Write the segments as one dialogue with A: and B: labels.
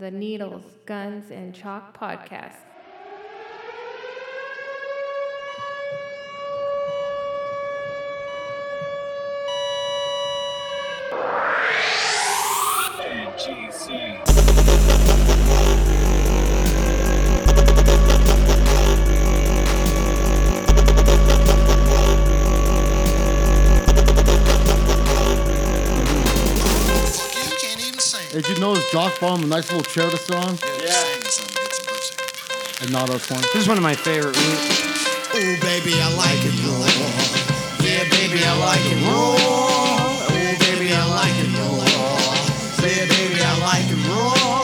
A: the Needles, Guns, and Chalk podcast.
B: You can't even sing.
C: Did you notice Josh Bomb, a nice little chowder song?
B: Yeah. Sing some, get some verse.
C: And not us one.
D: This is one of my favorite.
B: Ooh, baby, I like it raw. Yeah, baby, I like it raw. Ooh, baby, I like it raw. Yeah, baby, I like it raw.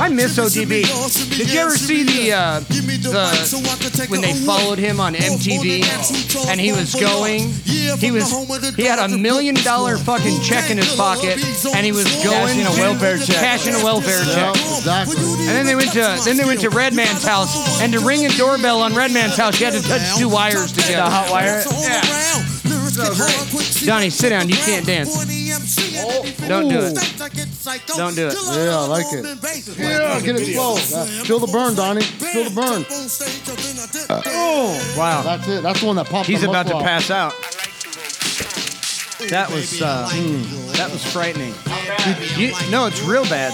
D: I miss ODB. Did you ever see the uh, the when they followed him on MTV and he was going? He was he had a million dollar fucking check in his pocket and he was going
B: Cashing a welfare check.
D: cashing a welfare
C: Yeah,
D: check.
C: exactly.
D: And then they went to then they went to Redman's house and to ring a doorbell on Redman's house, you had to touch two wires together.
E: The hot wire?
D: Yeah.
B: Yeah.
D: Donnie, sit down. You can't dance. Don't do it. Don't do it.
C: Yeah, I like it. Yeah, get it slow. That's- Feel the burn, Donnie. Feel the burn.
B: oh.
E: Wow.
C: That's it. That's the one that popped
E: He's
C: the
E: about to
C: muffler out.
E: pass out. That was uh, that was frightening. You, no, it's real bad.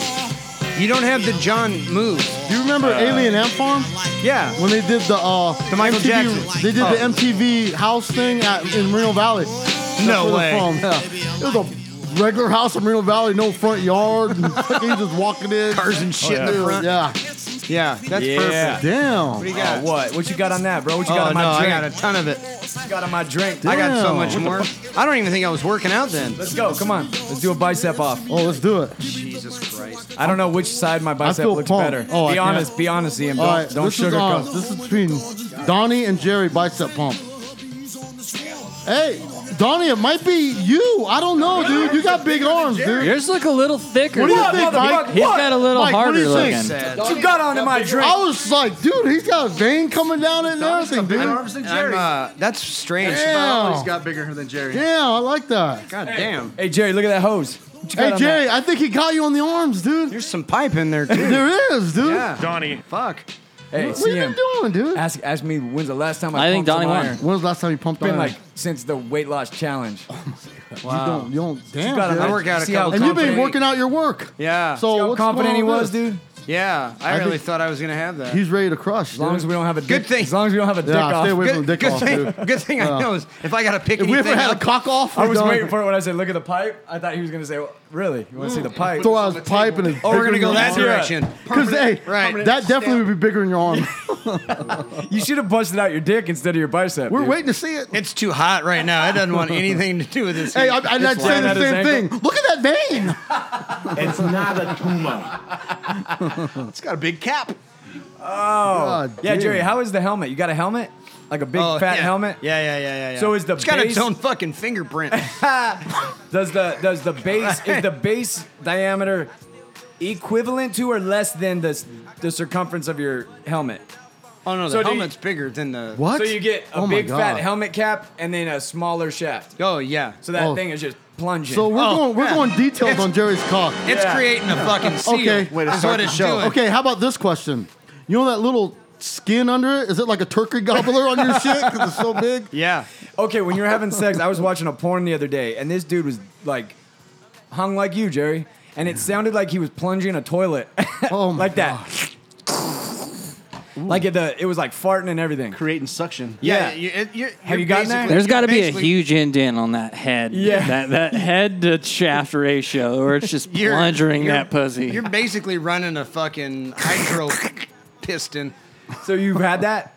D: You don't have the John move.
C: Do you remember Alien Ant Farm?
E: Yeah.
C: When they did the uh,
E: Uh, The Michael
C: MTV
E: Jackson.
C: They did
E: Oh.
C: the MTV house thing at, in Reno Valley.
E: No
C: That's where they're
E: way.
C: from. Yeah. It was a regular house in Reno Valley, no front yard. and fucking you just walking in.
E: Cars and shit in the
C: Yeah.
E: front.
C: Yeah.
E: Yeah, that's
D: Yeah.
E: perfect.
C: Damn.
E: What do you got?
D: What? What you got on that, bro? What
E: Oh, no, I
D: drink?
E: got a ton of it.
D: got on my drink.
E: I got so
C: Damn.
E: much more. I don't even think I was working out then.
D: Let's go. Come on. Let's do a bicep off.
C: Oh, let's do it.
E: Jesus Christ.
D: I don't know which side my bicep
C: feel
D: looks
C: pumped.
D: better.
C: Oh, I
D: be
C: can't-
D: honest. Be honest, Ian. Don't,
C: All right,
D: don't
C: this is
D: sugarcoat.
C: honest. This is between Donnie and Jerry bicep pump. Hey, Donnie, it might be you. I don't know, dude. You got big arms, dude.
F: Yours look a little thicker.
C: What do you think, Mike?
F: He's got a little
C: Mike, what do
F: harder
C: you think?
F: looking.
E: Sad.
D: What you got on in my drink?
C: I was like, dude, he's got a vein coming down and everything, dude.
E: I'm, uh, that's strange.
C: Damn.
E: He's got bigger than Jerry.
C: Damn, I like that.
E: God damn.
D: Hey Jerry, look at that hose. What you got
C: Hey,
D: on
C: Jerry, I think he got you on the arms, dude.
E: There's some pipe in there too.
C: There is, dude.
E: Yeah.
G: Donnie,
E: Fuck.
D: that? Hey,
C: What
D: see
C: you been
D: him.
C: doing, dude?
D: Ask ask me when's the last time I,
F: I think
D: pumped some
F: Donnie won.
D: iron.
C: When was the last time you pumped
D: Been
C: iron?
D: like since the weight loss challenge.
C: Oh, you don't, you don't, damn,
D: got a-
C: Jerry.
E: I work out a
D: See
E: couple
D: how-
C: And you've been
E: confident-
C: working out your work.
E: Yeah.
C: So
D: How
C: what's
D: confident he
C: going on with
D: was,
C: this?
D: dude.
E: yeah, I,
C: I
E: really
C: think-
E: thought I was gonna have that.
C: He's ready to crush.
D: As long as we don't have a dick,
E: Good thing-
D: As long as we don't have a dick
C: yeah,
D: off.
C: stay away
E: good,
C: from the dick
E: good
C: off,
E: thing.
C: dude.
E: Good thing I know is if I gotta pick
C: If we
E: anything
C: ever had a
E: up,
C: cock off,
D: I was
C: done.
D: waiting for it when I said look at the pipe. I thought he was gonna say, well, really? You want to see the pipe?
C: throw out his pipe and his.
E: oh, we're gonna go that
D: Yeah.
E: direction.
C: Because hey,
E: Right.
C: that definitely would be bigger in your arm.
D: You should have busted out your dick instead of your bicep.
C: We're
D: dude.
C: waiting to see it.
E: It's too hot right now. It doesn't want anything to do with this.
C: Hey,
E: heat.
C: I, I, I'd say
D: lying
C: the
D: at his
C: same
D: ankle.
C: thing. Look at that vein.
G: it's not a tumor.
E: it's got a big cap.
C: God
D: Oh. Yeah,
C: damn.
D: Jerry, how is the helmet? You got a helmet? Like a big
E: Oh,
D: fat
E: yeah.
D: helmet?
E: Yeah, yeah, yeah, yeah, yeah.
D: So is the
E: it's got its
D: base-
E: own fucking fingerprint.
D: Does the does the base is the base diameter equivalent to or less than the s- the circumference of your helmet?
E: oh no, the
D: So do you-
E: helmet's bigger than the.
C: What?
D: So you get a
C: Oh my
D: big fat
C: God.
D: helmet cap and then a smaller shaft.
E: Oh yeah.
D: So that
C: Oh.
D: thing is just plunging.
C: So we're
E: Oh,
C: going. We're
E: yeah.
C: going detailed
E: It's-
C: on Jerry's cock.
E: It's
D: Yeah.
E: creating a fucking seal.
C: Okay. Way
E: Way to start what it's doing.
C: Okay, how about this question? You know that little skin under it? Is it like a turkey gobbler on your shit? Because it's so big.
E: Yeah.
D: okay, when you're having sex, I was watching a porn the other day and this dude was like hung like you, Jerry, and it sounded like he was plunging a toilet.
C: Oh my
D: like that. Like it, the, it was like farting and everything.
G: Creating suction.
D: Yeah.
E: You, it, you,
D: Have
E: you're
D: you gotten that?
E: basically-
F: There's got to be a
E: basically-
F: huge indent on that head.
D: Yeah.
F: That, that head to shaft ratio, or it's just
E: You're-
F: plunging
E: you're-
F: that pussy.
E: You're basically running a fucking hydro piston.
D: So you've had that?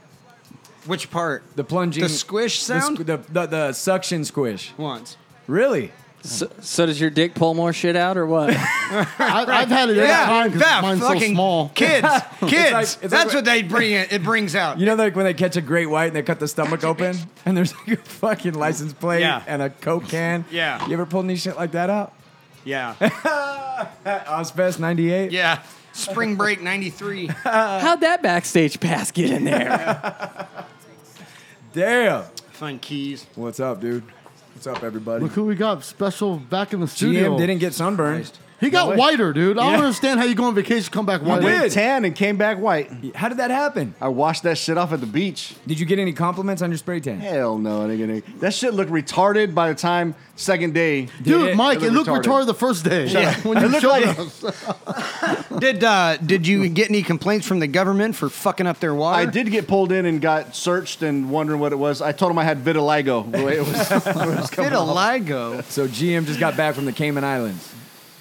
E: Which part?
D: The plunging.
E: The squish
D: the
E: sound?
D: squ- The, the, the suction squish.
E: Once.
D: Really?
F: so, so does your dick pull more shit out, or what?
C: I, I've had it every time
E: that
C: because mine's so
E: fucking
C: small.
E: Kids, kids.
D: like- it's like
E: That's
D: what-
E: what they bring. It, it brings out.
D: You know, like when they catch a great white and they cut the stomach open and there's like a fucking license plate
E: Yeah.
D: and a Coke can?
E: Yeah.
D: You ever pulled any shit like that out?
E: Yeah,
D: At Ozfest 98?
E: yeah. Spring Break '93.
F: How'd that backstage pass get in there?
D: Damn.
E: Fun keys.
D: What's up, dude? What's up, everybody?
C: Look who we got special back in the studio.
D: GM didn't get sunburned.
C: He got
H: way.
C: whiter, dude. I don't
H: Yeah.
C: understand how you go on vacation, come back
H: I
C: whiter.
H: went tan and came back white.
D: How did that happen?
H: I washed that shit off at the beach.
D: Did you get any compliments on your spray tan?
H: Hell no, I didn't get any. That shit looked retarded by the time second day.
C: Dude,
D: it.
C: Mike, it
H: It
C: looked
H: looked
C: retarded the first day.
H: Yeah.
C: When you
H: It looked
C: showed
H: like-
C: us.
I: Did uh, did you get any complaints from the government for fucking up their water?
H: I did get pulled in and got searched and wondering what it was. I told him I had vitiligo. The way it was, it was coming off.
I: Vitiligo.
D: So GM just got back from the Cayman Islands.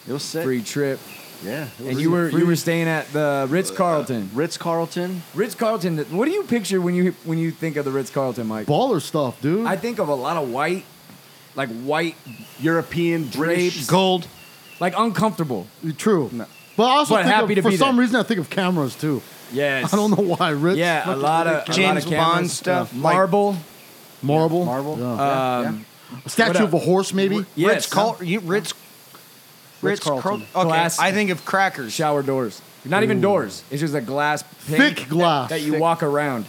H: It was sick.
D: Free trip.
H: Yeah. it
D: And
H: was
D: you were
H: free.
D: you were staying at the Ritz Carlton.
H: Ritz Carlton.
D: Ritz Carlton. What do you picture when you when you think of the Ritz Carlton, Mike?
C: Baller stuff, dude.
D: I think of a lot of white, like white,
H: European
D: Drapes.
H: British.
I: Gold.
D: like uncomfortable.
C: True. But I also
D: But
C: think
D: happy
C: of,
D: to
C: for
D: be
C: some
D: there.
C: reason I think of cameras too.
D: Yes.
C: I don't know why. Ritz,
D: Yeah, a
C: fucking
D: lot of a lot
I: James
D: of
I: Bond
D: cameras.
I: stuff, like-
D: Marble.
C: marble,
H: Marble.
C: Yeah.
H: Yeah, yeah.
D: Um,
C: statue
D: what
C: of a horse, maybe.
D: Yes.
I: Ritz Carl. You, Ritz. Ritz Carl.
C: Ritz-Carlton.
I: Okay.
D: Glass.
I: I think of crackers.
D: shower doors. Not even doors. It's just a glass pane
C: Thick glass.
D: that you walk around.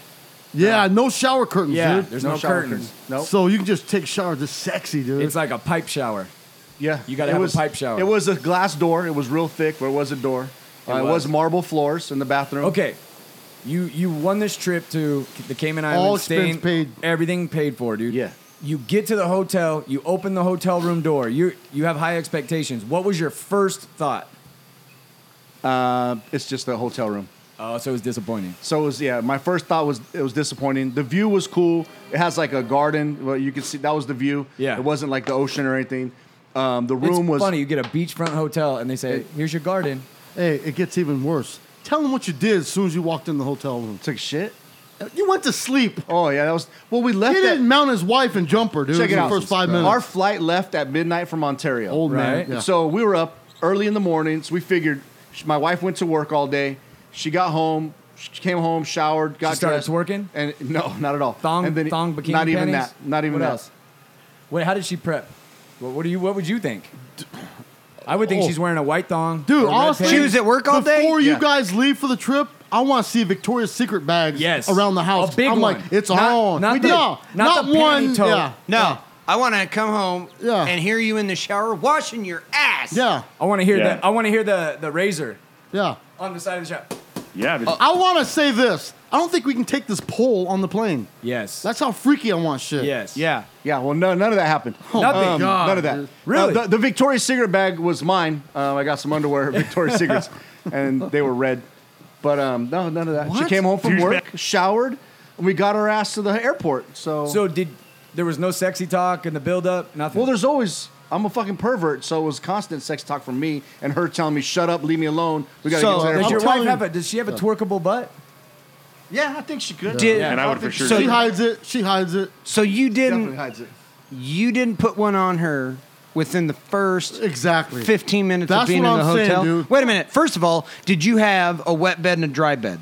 C: yeah, no shower curtains,
D: Yeah,
C: dude.
D: there's no,
H: shower
D: curtains.
H: Nope.
C: So you can just take showers. It's sexy, dude.
D: It's like a pipe shower.
H: Yeah,
D: You gotta
H: It
D: have a
H: was-
D: pipe shower.
H: It was a glass door. It was real thick, but it was a door. Uh, It, was.
D: was.
H: marble floors in the bathroom.
D: Okay, you you won this trip to the Cayman Islands.
C: expense
D: staying-
C: paid.
D: Everything paid for, dude.
H: Yeah.
D: You get to the hotel. You open the hotel room door. You you have high expectations. What was your first thought?
H: uh, it's just the hotel room.
D: Oh, so it was disappointing.
H: So it was yeah. My first thought was it was disappointing. The view was cool. It has like a garden. Well, you could see that was the view.
D: Yeah.
H: it wasn't like the ocean or anything. Um, the room
D: it's
H: was
D: funny. You get a beachfront hotel, and they say, "Here's your garden."
C: hey, it gets even worse. Tell them what you did as soon as you walked in the hotel room.
H: took shit.
C: You went to sleep.
H: Oh yeah, that was well. We
C: He
H: left. at-
C: didn't mount his wife and jumper, dude.
H: check
C: in
H: it
C: the
H: out.
C: First five minutes.
H: Our flight left at midnight from Ontario.
C: old
D: Right.
C: man. Yeah.
H: So we were up early in the morning. So we figured sh- my wife went to work all day. She got home. She came home, showered, got
D: She started
H: dressed.
D: twerking?
H: And no, not at all.
D: Thong,
H: and
D: thong bikini
H: Not even
D: panties?
H: that. Not even
D: what
H: that.
D: else. Wait, how did she prep? What, what do you? What would you think? I would think
C: Oh.
D: she's wearing a white thong.
C: Dude,
D: or red
C: honestly,
D: pants.
I: She was at work all day?
C: Before you
H: Yeah.
C: guys leave for the trip, I want to see Victoria's Secret bags
D: Yes.
C: around the house.
D: A big
C: I'm
D: one.
C: like, it's
D: Not-
C: on.
D: not
C: We
D: the-
C: did-
D: not the
C: one.
D: panty toe.
C: Yeah.
I: No. I want to come home
C: Yeah.
I: and hear you in the shower washing your ass.
C: Yeah.
D: I want to hear
E: Yeah.
D: the. I want to hear the the razor
C: Yeah.
D: on the side of the shop.
E: Yeah,
D: Uh,
E: but
C: I want to say this. I don't think we can take this poll on the plane.
D: Yes.
C: That's how freaky I want shit.
D: yes.
I: Yeah.
H: Yeah, well, no, none of that happened. Um,
D: Nothing.
C: God.
H: None of that.
D: Really?
H: Uh, the, the Victoria's Secret bag was mine. Uh, I got some underwear at Victoria's Secrets, and they were red. But um, no, none of that. She
I: What?
H: came home from
E: Douchebag.
H: work, showered, and we got her ass to the airport. So,
D: So did there was no sexy talk in the build up? Nothing.
H: well, there's always. I'm a fucking pervert, so it was constant sex talk from me and her telling me, "Shut up, leave me alone." We gotta
I: So,
H: get to the
D: does
H: airport."
D: your
C: I'm telling
D: wife have
C: you-
D: a? Does she have a twerkable butt?
H: Yeah, I think she could.
I: Did-
E: and I would for
H: think
E: sure.
I: So-
C: She
E: do that.
C: hides it. She hides it.
I: So you
H: Definitely
I: didn't
H: hides it.
I: you didn't put one on her within the first
C: Exactly.
I: 15 minutes
C: That's
I: of being
C: what
I: in the
C: I'm saying,
I: hotel.
C: dude.
I: Wait a minute. First of all, did you have a wet bed and a dry bed?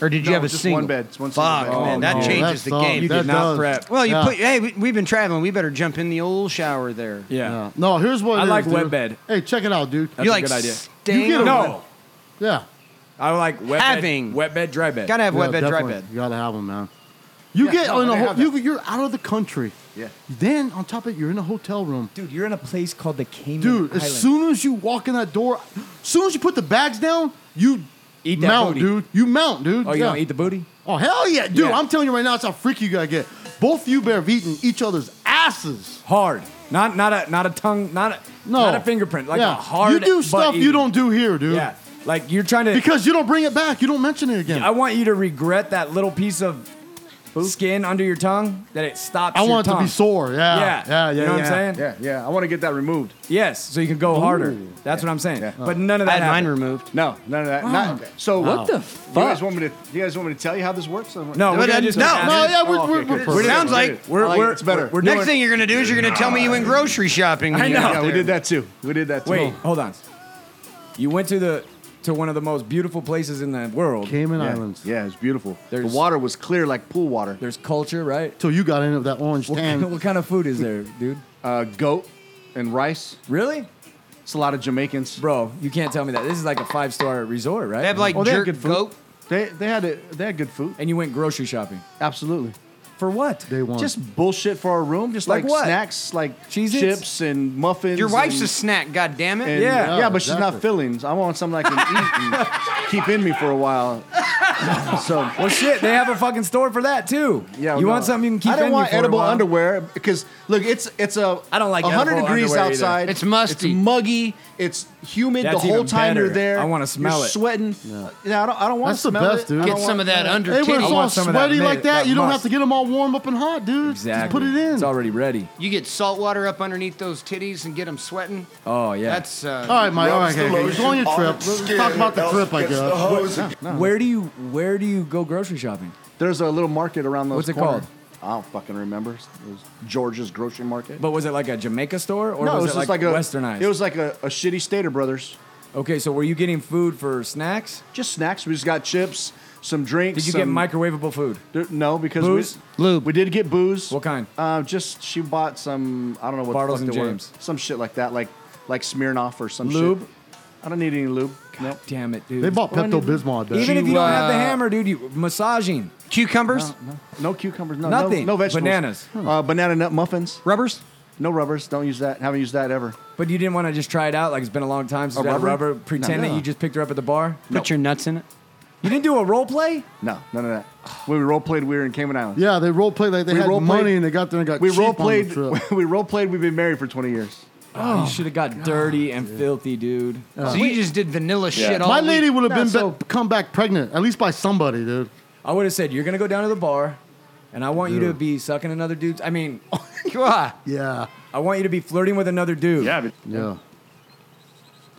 I: Or did you
H: No,
I: have a
H: just
I: single?
H: one bed. It's one single
I: Fuck,
H: bed.
I: man.
D: Oh,
I: that
D: no.
I: changes the
C: That's dumb.
I: game.
C: You That
D: did not
C: does.
D: prep.
I: Well, you
C: Yeah.
I: put, hey, we, we've been traveling. We better jump in the old shower there.
C: Yeah. No, here's what
D: I
C: it is,
D: like wet
C: dude.
D: bed.
C: Hey, check it out, dude.
D: That's
I: you
D: a
I: like
D: good idea.
I: staying
C: You get a-
I: on-
D: No,
C: Yeah.
D: I like wet
I: Having-
D: bed, wet bed, dry bed.
I: Gotta have
C: Yeah,
I: wet bed, dry
C: definitely.
I: bed.
C: You gotta have them, man. You
H: Yeah,
C: get
H: no,
C: in
H: they
C: a
H: have
C: ho- you, you're out of the country.
H: Yeah.
C: Then on top of it, you're in a hotel room.
D: Dude, you're in a place called the Cayman
C: Dude,
D: Islands.
C: as soon as you walk in that door, as soon as you put the bags down, you
D: Eat that
C: mount,
D: booty.
C: dude. You mount, dude.
D: oh, you
C: Yeah.
D: don't eat the booty?
C: Oh hell yeah, dude!
D: Yeah.
C: I'm telling you right now, that's how freaky you gotta get. Both you bear have eaten each other's asses.
D: Hard. Not not a not a tongue. Not a
C: No,
D: Not a fingerprint. Like
C: Yeah.
D: a hard.
C: You do
D: butt
C: stuff you
D: eating.
C: don't do here, dude.
D: Yeah. Like you're trying to.
C: Because you don't bring it back. You don't mention it again.
D: I want you to regret that little piece of skin under your tongue that it stops.
C: I
D: your
C: want it to
D: tongue.
C: be sore. Yeah.
D: Yeah.
C: Yeah. Yeah.
D: You know what I'm
C: yeah.
D: saying?
H: Yeah, yeah. I want to get that removed.
D: Yes, so you can go harder. That's what I'm saying.
H: Yeah.
D: But none of
I: I
D: that.
I: had mine
D: happened.
I: removed.
H: No, none of that. Not, so
F: What the
H: Oh. You guys
F: fuck?
H: want me to? You guys want me to tell you how this works? No,
D: No, we're gonna just
I: No,
D: ask-
C: No, yeah, we're,
H: Oh, okay,
C: we're,
H: good.
C: we're,
H: We're-
I: Sounds
H: we're-
I: like
D: we're,
H: I like
D: we're,
H: it. It's better.
D: We're, we're
I: Next
D: doing-
I: thing you're gonna do is you're gonna tell me you went grocery shopping. when
D: I
I: you
D: know.
I: got
H: Yeah, we
I: there.
H: did that too. We did that too.
D: Wait, hold on. You went to the to one of the most beautiful places in the world.
C: Cayman
H: yeah.
C: Islands.
H: Yeah, it's beautiful.
D: There's-
H: the water was clear like pool water.
D: There's culture, right?
C: Till you got in with that orange
D: What,
C: tan.
D: what kind of food is there, dude?
H: Uh, goat and rice.
D: Really,
H: It's a lot of Jamaicans.
D: bro? You can't tell me that. This is like a five star resort, right?
I: They have like
H: Oh, they had
I: jerk
H: good food.
I: goat.
H: They they had a, they had good food.
D: and you went grocery shopping.
H: Absolutely.
D: For what?
C: They won.
H: Just bullshit for our room, just
D: Like
H: like,
D: what?
H: snacks, like
D: Cheez-Its?
H: chips and muffins.
I: Your wife's
H: and,
I: a snack, God damn it!
H: and-
D: Yeah.
H: yeah, but she's
C: Exactly.
H: not fillings. I want something I can eat and keep in me for a while. So
D: Well, shit, they have a fucking store for that too.
H: yeah,
D: you
H: no.
D: want something you can keep
H: I don't
D: in you
H: want
D: for a
H: edible
D: while.
H: underwear because look, it's it's a
D: I don't like
H: hundred
D: edible
H: degrees
D: underwear either.
H: outside.
I: It's musty.
H: It's muggy. It's humid
D: That's
H: the whole
D: even
H: time
D: better.
H: you're there.
D: I wanna smell
H: you're
D: it.
H: Sweating. Yeah, I don't. I don't want
C: That's
H: to
C: the
H: smell
C: best,
H: it.
C: dude.
H: I don't
I: Get some
H: want-
I: of that under
C: Hey, when
I: titty.
C: it's
D: I
C: all
D: want some of that
C: sweaty
D: mid-
C: like that,
D: that
C: you don't have
D: must.
C: to get them all warm up and hot, dude.
D: Exactly.
C: Just put it in.
D: It's already ready.
I: You get salt water up underneath those titties and get them sweating.
D: Oh yeah.
I: That's uh,
C: all right, Mike. All right,
J: Rubs the
C: okay, okay.
J: lotion
C: Go on your
J: off
C: trip.
J: the
C: Let's
J: skin,
C: talk about the
J: else
C: trip, I
J: gets the
C: guess.
J: hose.
D: where do you where do you go grocery shopping?
H: There's a little market around those.
D: What's it
H: corners.
D: called?
H: I don't fucking remember. It was George's grocery market.
D: But was it like a Jamaica store or was, it
H: just
D: like,
H: a
D: westernized?
H: It was like a, a shitty Stater Brothers.
D: okay, so were you getting food for snacks?
H: Just snacks. We just got chips, some drinks.
D: Did you
H: some-
D: get microwavable food?
H: There- no, because
D: Booze?
H: we
I: Lube.
H: We did get booze.
D: What kind?
H: Uh, just she bought some. I don't know what
D: Bartles
H: the
D: and
H: fuck they were.
D: James.
H: Some shit like that, like like Smirnoff or some
D: Lube?
H: shit. I don't need any lube. Nope.
D: Damn it, dude.
C: They bought
H: Well, I
C: Pepto
H: need-
C: Bismol.
D: Even if
I: You,
D: you don't have the
I: uh,
D: hammer, dude, you massaging.
I: cucumbers,
H: No cucumbers. No
D: Nothing.
H: No, no vegetables.
D: Bananas.
H: Uh, banana nut muffins.
I: rubbers.
H: No rubbers. Don't use that. Haven't used that ever.
D: But you didn't want to just try it out, like it's been a long time since
H: A
D: I had
H: rubber?
D: rubber. Pretend
H: No.
D: that you just picked her up at the bar.
F: Put your nuts in it.
D: You didn't do a role play.
H: No, none of that. We role played. We were in Cayman Islands.
C: Yeah, they role played like they
H: We
C: had
H: role-played-
C: money and they got there and got
H: We
C: cheap on
H: role
C: the
H: played.
C: trip.
H: We role played. We've been married for 20 years.
D: Oh, you should have got dirty and filthy, dude.
I: So you just did vanilla shit all
C: My
I: week.
C: lady would have
H: Nah,
C: been be-
H: so-
C: come back pregnant, at least by somebody, dude.
D: I would have said, "You're gonna go down to the bar, and I want you to be sucking another dude's. I mean,
I: Ah,
C: Yeah,
D: I want you to be flirting with another dude.
J: Yeah, but
C: yeah.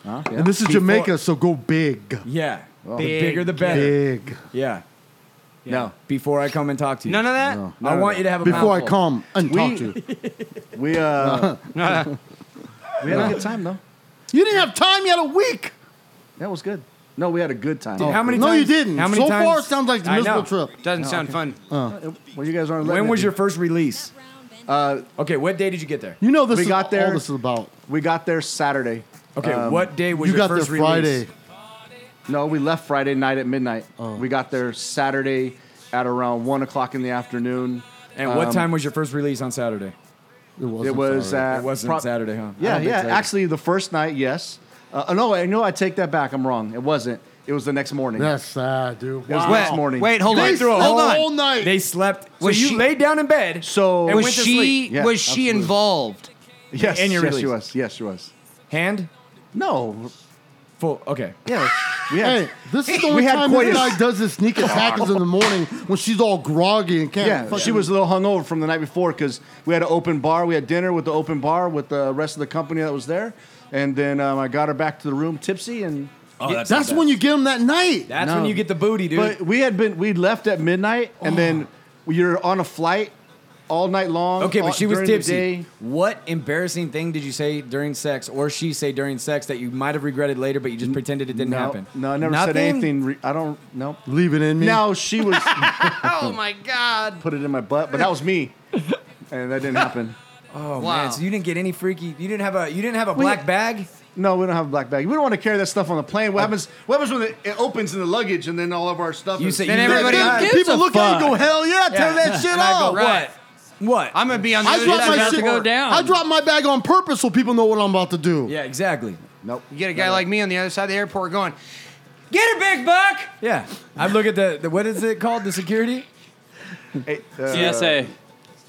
D: Yeah.
C: And this is
D: Before-
C: Jamaica, so go big,
D: Yeah, the
I: Big.
D: bigger the better.
C: big.
D: Yeah.
H: No.
D: Before I come and talk to you.
I: none of that.
D: I want you to have a
C: Before I
D: mouthful.
C: come and talk to you,
H: We uh, we had a good time though.
C: you didn't have time. You had a week.
H: That was good. No, we had a good time.
D: Dude, how many?
C: Oh. no,
D: times,
C: you didn't.
D: How many
C: so
D: times,
C: far, it sounds like the
D: I
C: miserable
D: know.
C: trip.
I: Doesn't sound fun.
H: Well, you guys aren't. letting
D: When
H: it
D: was
H: be.
D: your first release?
H: Uh,
D: Okay, what day did you get there?
C: You know this
H: We
C: is
H: got there.
C: all this is about.
H: we got there Saturday.
D: Okay,
H: Um,
D: what day was
C: You
D: your
C: got there
D: first
C: Friday.
D: release?
H: No, we left Friday night at midnight.
D: Oh.
H: We got there Saturday at around one o'clock in the afternoon.
D: And what
H: Um,
D: time was your first release on Saturday?
C: It, wasn't
H: It was
C: Saturday.
H: at
D: It wasn't
H: pro-
D: Saturday, huh? I
H: Yeah,
D: don't think
H: yeah.
D: so.
H: Actually, the first night, yes. Uh, no, I know. I take that back. I'm wrong. It wasn't. It was the next morning.
C: That's sad, dude.
H: It was the next morning.
I: Wait, hold
C: They
I: on.
C: threw a
I: hold on.
C: whole night.
D: they slept. So
I: Was
D: you
I: she-
D: laid down in bed.
H: So
D: And
I: was
D: went to
I: she
D: sleep.
H: Yeah,
I: was she
H: absolutely.
I: involved?
H: yes,
D: and your
H: yes,
D: release.
H: she was. Yes, she was.
D: hand
H: No,
D: full. Okay.
H: yeah, we had,
C: Hey, this is the only
H: had
C: time
H: quite
C: this
H: a-
C: guy does his sneak attack is in the morning when she's all groggy and can't.
H: yeah.
C: fucking-
H: She was a little hungover from the night before because we had an open bar. We had dinner with the open bar with the rest of the company that was there, and then um, I got her back to the room tipsy and.
D: Oh,
C: That's, when you get him that night.
D: That's
H: No.
D: when you get the booty, dude.
H: But we had been we left at midnight and then you're on a flight all night long.
D: Oh. okay,
H: all-
D: but she was
H: Oh, during the
D: tipsy.
H: day.
D: What embarrassing thing did you say during sex, or she say during sex that you might have regretted later, but you just pretended it didn't
H: no,
D: happen?
H: No, I never said
D: Nothing?
H: anything. Re- I don't. No.
C: Leave it in me.
H: Now she was
I: Oh my god.
H: put it in my butt, but that was me, and that didn't happen.
D: Oh
I: Wow.
D: man, so you didn't get any freaky. You didn't have a. You didn't have a black bag.
H: No, we don't have a black bag. We don't want to carry that stuff on the plane.
D: Oh.
H: What happens? What happens when it, it opens in the luggage and then all of our stuff?
D: You
H: is,
D: say-
I: Then
D: you
I: everybody
D: did
I: else-
D: not.
C: people
F: a
C: look at you and go,
F: fuck.
C: hell yeah, tear that shit
D: And I
H: oh,
D: go,
C: off.
I: Right.
D: What? What?
I: I'm gonna be on the
C: I
I: other
C: dropped
I: side.
C: my
I: of
C: shit.
I: the door.
F: down.
C: I dropped my bag on purpose so people know what I'm about to do.
D: Yeah, exactly.
H: nope.
I: You get a guy like me on the other side of the airport going, "Get her, big buck."
D: Yeah, I look at the, the what is it called? The security
H: Hey, uh,
F: TSA.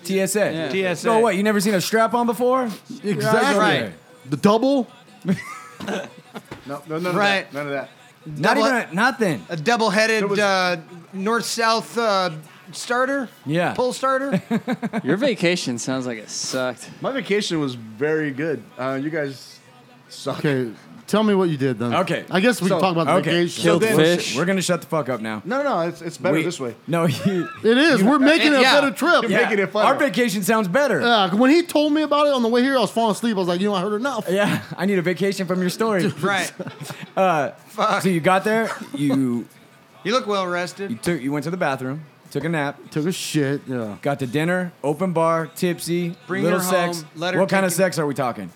D: TSA.
I: TSA.
D: So what? You never seen a strap on before?
C: Exactly.
I: Right.
C: The double.
H: No, no, none
I: Right.
H: of that. None of that.
D: Not
I: Double-
D: even a, nothing.
I: A double-headed
H: was-
I: uh, north-south uh, starter.
D: Yeah.
I: Pull starter.
F: Your vacation sounds like it sucked.
H: My vacation was very good. Uh, you guys suck.
C: Okay, tell me what you did then.
D: Okay.
C: I guess we
H: So-
C: can talk about the
D: okay.
C: vacation.
H: So then-
F: fish.
D: We're gonna shut the fuck up now.
H: No, no, it's, it's better
D: We-
H: this way.
D: No, you,
C: it is. We're making it a
I: yeah.
C: better trip.
H: Yeah. Making it fun.
D: Our vacation sounds better.
C: Yeah, when he told me about it on the way here, I was falling asleep. I was like, you know, I heard enough.
D: yeah, I need a vacation from your story.
I: right.
D: So you got there, you
I: You look well
D: you
I: rested.
D: took you went to the bathroom, took a nap,
C: Took a shit. Yeah.
D: got to dinner, open bar, tipsy,
I: Bring
D: little
I: her
D: sex.
I: home, let her
D: what kind of
I: take you-
D: sex are we talking?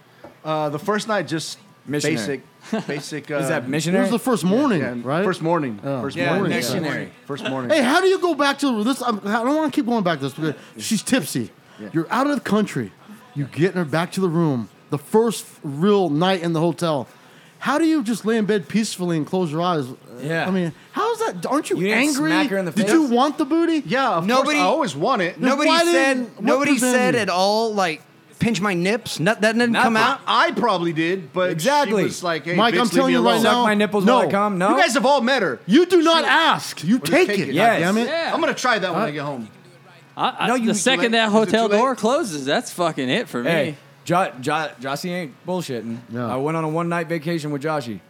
H: Uh, the first night, just
D: Missionary.
H: basic basic. Uh,
D: Is that
C: It
D: missionary?
C: was the first morning,
H: yeah,
C: right?
H: First morning. First
I: Yeah,
H: morning.
I: missionary.
H: First morning.
C: Hey, how do you go back to this? I'm, I don't want to keep going back to this because she's tipsy. You're out of the country. You get her back to the room. The first real night in the hotel. How do you just lay in bed peacefully and close your eyes?
D: Yeah.
C: I mean, how's that? Aren't you,
D: You didn't
C: angry?
D: smack her in the
C: Did
D: face?
C: you want the booty?
H: yeah, of
I: Nobody-
H: course, I always want it.
C: No-
I: Nobody
C: why
I: said.
C: didn't- what
I: nobody
C: prevented
I: said
C: you?
I: at all. Like pinch my nips. No, that didn't come
D: Nothing.
I: out.
H: I probably did, but
D: Exactly.
H: She was like, hey,
C: Mike,
H: bitch,
C: I'm
H: leave
C: telling
H: me
C: you right
H: alone.
C: now.
D: Suckmynipples.com?
C: no.
D: No?
H: You guys have all met her.
C: You do not ask. You take,
H: take
C: it.
H: it.
D: Yes.
C: Damn it.
F: Yeah.
H: I'm gonna try that when I get home.
F: I, I,
D: No, you-
F: the second
H: Is it
F: that
H: too
F: hotel
H: late?
F: door closes, that's fucking it for me.
D: Hey, jo- jo- Jossie ain't bullshitting.
C: No.
D: I went on a one night vacation with Joshy.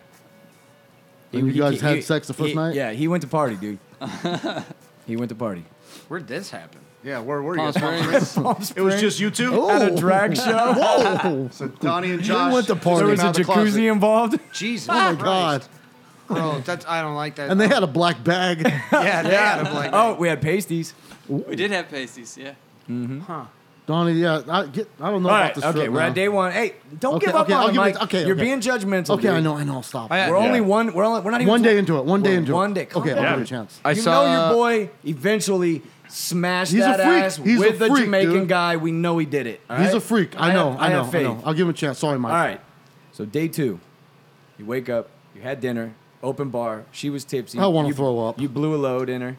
C: You guys had sex the first
D: he-
C: night?
D: Yeah, he went to party, dude. he went to party.
I: Where'd this happen?
H: Yeah, where were
F: Palm
H: you?
F: Springs.
H: It was just you two.
C: Oh.
D: At a drag show.
C: Whoa.
H: So Donnie and
C: They
H: Josh.
C: went to party.
D: there was
H: Came
D: a
H: out of the closet.
D: jacuzzi involved.
I: Jesus.
C: oh my God.
I: Bro, that's, I don't like that.
C: And they had a black bag.
I: yeah, they had them like
D: Oh, we had pasties.
F: we did have pasties, yeah.
C: Donnie, yeah, I, get, I don't know
D: All
C: about
D: right,
C: this
D: okay,
C: trip
D: we're
C: now.
D: at day one. Hey, don't
C: Okay,
D: give up
C: okay,
D: on
C: I'll
D: it,
C: give
D: Mike.
C: it- okay,
D: You're
C: okay.
D: being judgmental.
C: Okay,
D: dude.
C: I know, I know. Stop.
I: I-
D: We're
I: Yeah.
D: only one. We're only. We're not even
C: One day into it. One day
D: We're
C: into it.
D: one day. Come
C: Okay,
D: on.
C: I'll give it a chance.
D: I
I: I
D: you
I: saw- uh,
D: know your boy eventually smashed
C: He's a
D: that
C: freak.
D: ass
C: He's a
D: with the
C: freak,
D: Jamaican
C: dude.
D: guy. We know he did it. all
C: He's
D: right?
C: a freak. I,
D: have-
C: know. I, know.
D: have
C: I
D: faith.
C: know. I'll give him a chance. Sorry, Mike.
D: All right. So day two, you wake up, you had dinner, open bar. She was tipsy.
C: I wanna
D: You-
C: throw up.
D: You blew a load in her.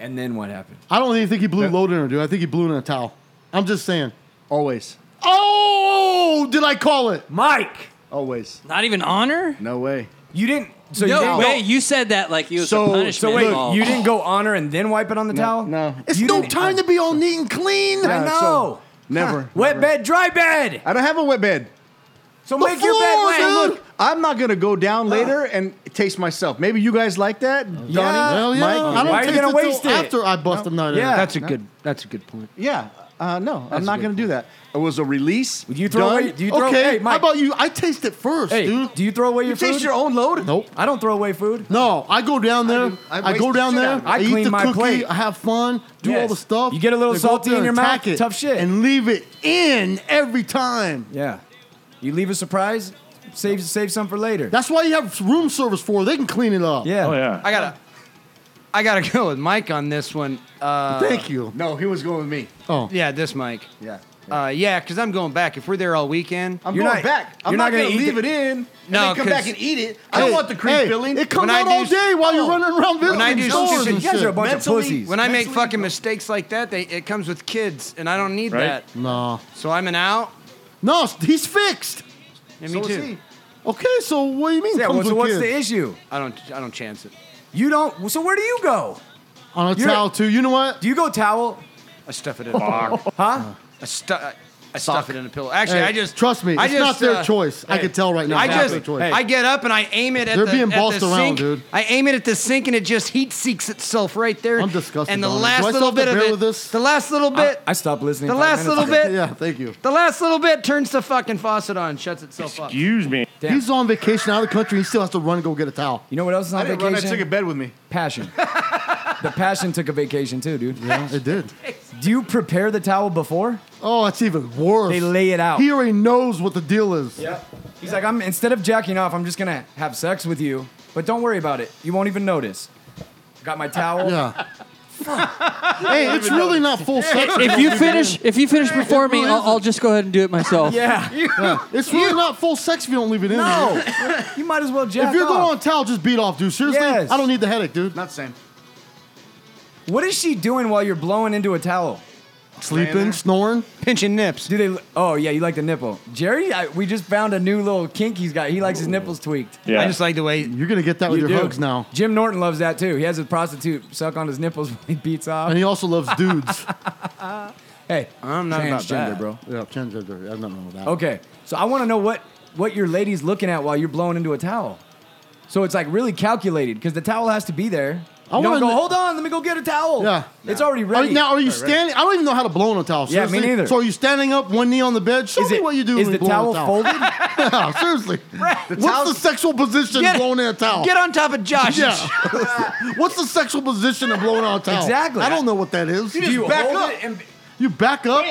D: And then what happened?
C: I don't even think he blew load in her, dude. I think he blew in a towel. I'm just saying.
H: Always,
C: Oh, did I call it?
D: Mike,
H: always.
F: Not even honor?
H: No way.
D: you didn't. So you
F: no,
D: didn't
F: wait, you said that like it was
H: So-
F: a
H: so
F: punishment.
D: Go, so wait,
F: involved.
D: you didn't go on her and then wipe it on the towel?
H: No,
C: It's
D: You
C: no
D: didn't-
C: time to be all neat and clean.
D: I
H: Yeah, so-
D: know.
H: never.
D: Wet bed, dry bed.
H: I don't have a wet bed.
D: So
C: The
D: make your bed
C: floor,
D: wet.
C: dude.
H: Look, I'm not gonna go down later and taste myself. Maybe you guys like that, Donnie.
C: Hell yeah.
H: Mike,
C: I don't
D: why are you
C: taste
D: gonna
C: it till
D: waste it?
C: after I bust him out.
D: Yeah.
E: That's a good. That's a good point.
H: Yeah. Uh, no, I'm not gonna do that. It was a release.
D: Do you throw
H: done.
D: away? Do you throw?
C: Okay.
D: Hey,
C: How
D: Mike.
C: about you? I taste it first,
D: hey,
C: dude.
D: do you throw away your
H: You taste
D: food?
H: your own load.
C: Nope.
D: I don't throw away food.
C: No, I go down there. I,
H: do- I waste
C: go
H: the
C: down
H: shit
C: there.
H: out of it.
C: I,
D: I
C: eat
D: clean
C: the
D: my
C: cookie.
D: plate.
C: I have fun. Do all
D: Yes.
C: the stuff.
D: You get a little
C: Then go up
D: salty
C: there
D: in your
C: and
D: mouth.
C: attack It
D: Tough shit.
C: And leave it in every time.
D: Yeah. You leave a surprise, save save some for later.
C: That's why you have room service for. it. They can clean it up.
D: yeah.
E: Oh yeah.
I: I gotta, I gotta go with Mike on this one. Uh,
C: Thank you.
H: No, he was going with me.
C: Oh.
I: yeah, this Mike.
H: Yeah.
I: Uh, yeah, because I'm going back. If we're there all weekend,
C: Oh,
H: I'm
D: You're
H: going
D: not-
H: back. I'm
D: you're
H: not,
D: not
H: gonna,
D: gonna eat
H: leave
D: it.
H: it in.
I: No,
H: and then come back
I: 'cause-
H: and eat it. I don't want the creep
C: hey,
H: filling.
C: It comes
I: When I
C: out all
I: do-
C: day while you're
H: Oh.
C: running around visiting
I: I do
C: stores
I: stupid
C: and
D: you guys
C: shit.
D: are a bunch
H: Mentally-
D: of pussies.
I: when I make
H: Mentally-
I: fucking mistakes like that, they it comes with kids, and I don't need
E: Right.
I: that.
C: no,
I: So I'm an out.
C: no, he's fixed.
I: And
H: So
I: me
H: is
I: too.
H: he.
C: Okay, so what do you mean?
D: yeah,
C: comes
D: well, so
C: with
D: what's
C: kids?
D: the issue?
I: I don't. I don't chance it.
D: You don't. So where do you go?
C: On a
D: You're-
C: towel too. You know what?
D: Do you go towel?
I: I stuff it in. Fuck.
D: Huh?
I: I, stu- I- I stuff it in a pillow. Actually,
C: Hey,
I: I just
C: trust me,
I: I
C: it's not their
I: uh,
C: choice. I
I: hey,
C: can tell right now.
I: I
C: it's not
I: just
C: their choice.
I: I get up and I aim it at
C: They're
I: the
C: being
I: at the
C: bossed around,
I: sink.
C: dude.
I: I aim it at the sink and it just heat seeks itself right there.
C: I'm disgusted,
I: And the
C: Donnie. Do I
I: last
C: still
I: little
C: have to
I: bit of
C: bear
I: it,
C: with this?
I: the last little
D: I,
I: bit,
D: I stopped listening.
I: the
D: five
I: last
D: minutes
I: little
D: ago.
I: bit,
C: yeah, thank you.
I: the last little bit turns the fucking faucet on, and shuts itself off.
E: Excuse me.
D: Damn.
C: He's on vacation out of the country. He still has to run and go get a towel.
D: You know what else is
H: I
D: on
H: didn't run. I took a
D: vacation?
H: bed with me.
D: Passion. the passion took a vacation too, dude.
C: Yeah, it did.
D: Do you prepare the towel before?
C: Oh, that's even worse.
D: They lay it out.
C: He already knows what the deal is.
D: Yep. He's like, I'm instead of jacking off, I'm just gonna have sex with you. But don't worry about it. You won't even notice. Got my towel.
C: Yeah. hey, it's really not full sex.
F: if you finish if you finish before me, I'll, I'll just go ahead and do it myself.
D: Yeah.
C: It's really not full sex if you don't leave it in. dude.
D: No. you might as well jack
C: If you're going
D: off.
C: on towel, just beat off, dude. Seriously,
D: Yes.
C: I don't need the headache, dude.
H: Not the same.
D: What is she doing while you're blowing into a towel?
C: Sleeping, snoring.
I: Pinching nips.
D: Do they? Oh yeah, you like the nipple, Jerry. I, we just found a new little kink he's got. He likes his nipples tweaked.
E: Yeah.
I: I just like the way.
C: You're gonna get that with
D: You
C: your
D: do.
C: hugs now.
D: Jim Norton loves that too. He has a prostitute suck on his nipples when he beats off.
C: And he also loves dudes.
D: Hey,
I: I'm not about
D: transgender,
I: that.
D: bro.
C: yeah, transgender. I don't know that.
D: Okay, so I want to know what what your lady's looking at while you're blowing into a towel. So it's like really calculated because the towel has to be there.
C: I
D: I you don't
C: wanna
D: go.
C: kn-
D: Hold on, let me go get a towel.
C: Yeah.
D: it's already
C: Are,
D: ready.
C: you- now, are you standing? I don't even know how to blow on a towel.
D: Yeah, me
C: Seriously.
D: neither.
C: So are you standing up, one knee on the bed? Show
D: is
C: me
D: it,
C: what you do
D: Is
C: when
D: the
C: you blow on
D: towel,
C: a towel.
D: folded?
C: yeah, seriously. What's the sexual position
I: Get-
C: blowing in a towel?
I: Get on top of Josh.
C: yeah. What's the sexual position of blowing on a towel?
D: Exactly.
C: I don't know what that is.
D: do you
H: back
D: hold
H: up.
D: it? And,
C: You back up.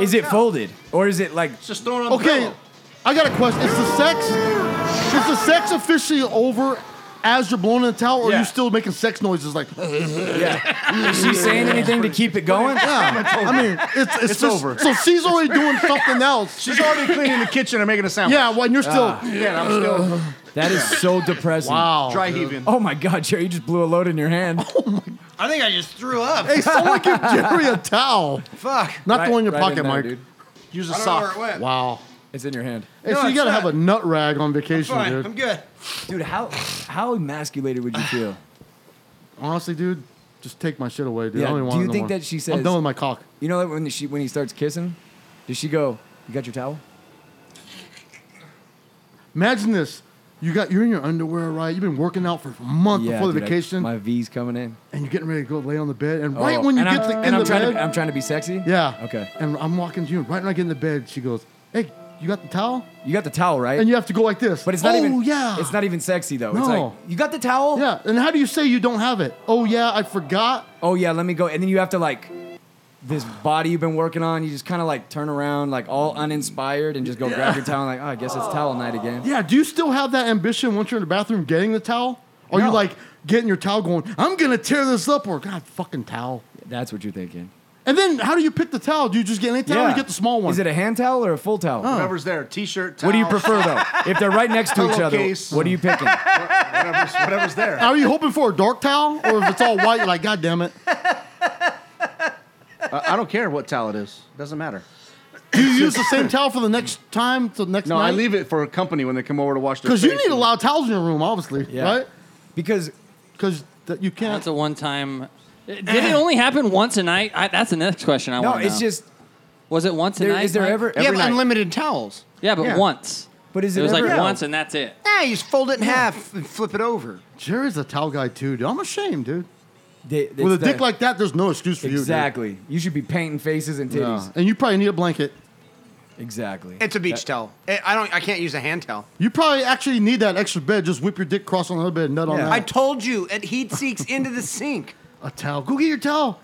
D: is it folded or is it like
H: Just throwing on the
C: Okay,
H: pillow.
C: I got a question. Is the sex Is the sex officially over as you're blowing in the towel, or are
H: Yeah.
C: you still making sex noises like?
D: Is she saying anything to keep it going?
C: I mean, it's it's, just-
H: over.
C: So she's already doing something else.
H: She's already cleaning the kitchen and making a sandwich.
C: yeah, when you're still
H: Ah. yeah, I'm still
D: That is so depressing.
C: wow.
H: dry heaving.
D: Oh my God, Jerry, you just blew a load in your hand.
E: I think I just threw up.
C: Hey, someone give Jerry a towel.
E: Fuck.
C: Not the one in your
D: Right- right
C: pocket,
D: in there,
C: Mike.
D: dude.
H: Use a
E: I don't know where
H: sock.
E: it went.
C: Wow.
D: It's in your hand.
C: Hey,
E: No,
C: so you
E: it's
C: gotta
E: not.
C: have a nut rag on vacation,
E: Fine,
C: dude.
E: I'm good.
D: Dude, how how emasculated would you feel?
C: Honestly, dude, just take my shit away, dude.
D: Yeah,
C: I don't
D: do
C: even want
D: you
C: no
D: think
C: more.
D: that she says-
C: I'm done with my cock.
D: You know that when she when he starts kissing, does she go, You got your towel?
C: Imagine this. You got you're in your underwear, right? You've been working out for a month before the
D: dude, I-
C: vacation,
D: my V's coming in.
C: and you're getting ready to go lay on the bed. And right
D: Oh,
C: when you
D: and
C: get
D: I'm,
C: the, in
D: and I'm
C: the
D: trying
C: bed,
D: to, I'm trying to be sexy?
C: yeah,
D: Okay.
C: And I'm walking to you, and right when I get in the bed, she goes, "Hey, you got the towel?"
D: You got the towel, right?
C: And you have to go like this.
D: but it's not
C: oh,
D: even
C: yeah,
D: It's not even sexy though. It's
C: No.
D: like, you got the towel?
C: yeah. And how do you say you don't have it? Oh yeah, I forgot.
D: Oh yeah, let me go. And then you have to like this body you've been working on, you just kind of like turn around, like all uninspired, and just go grab your towel. And like, oh, I guess it's towel night again.
C: Yeah. Do you still have that ambition once you're in the bathroom getting the towel? Are you
D: No.
C: like getting your towel going? I'm gonna tear this up, or God, fucking towel.
D: That's what you're thinking.
C: And then how do you pick the towel? Do you just get any towel? Or you get the small one. Oh,
D: Is it a hand towel or a full towel?
H: Whatever's there, t-shirt.
D: Uh-huh.
H: Towel,
D: What do you prefer though? If they're right next to each other,
H: Pillowcase.
D: what are you picking?
H: Whatever's, whatever's there.
C: Are you hoping for a dark towel, or if it's all white, you're like, God damn it?
H: Uh, I, I don't care what towel it is. Doesn't matter.
C: Do you use the same towel for the next time to the next
H: No,
C: night?
H: I leave it for a company when they come over to wash their
C: because you
H: face
C: need a
H: and-
C: lot of towels in your room, obviously,
D: Yeah.
C: right?
D: Because
C: Because th- you can't.
F: That's a one time. Did it only happen once a night? I, that's the next question I
D: no,
F: want to know.
D: it's just
F: was it once a
D: there,
F: night?
D: is there
F: Mike?
D: ever?
E: You have
D: every night?
E: unlimited towels.
F: Yeah, but
E: Yeah.
F: once.
D: But is
F: it
D: it
F: was like
D: ever-
F: once, and that's it.
E: Yeah, you just fold it in half and flip it over.
C: Jerry's a towel guy too, dude. I'm ashamed, dude.
D: They- it's
C: With a dick
D: the-
C: like that, there's no excuse for
D: exactly. You, should be painting faces and
C: you, dude.
D: titties.
C: No. And you probably need a blanket.
D: Exactly.
E: It's a beach towel. I I don't. I can't use a hand towel.
C: You probably actually need that extra bed. Just whip your dick cross on another bed and nut on
D: Yeah.
C: that.
E: I told you, it heat seeks into the sink.
C: a towel. Go get your towel.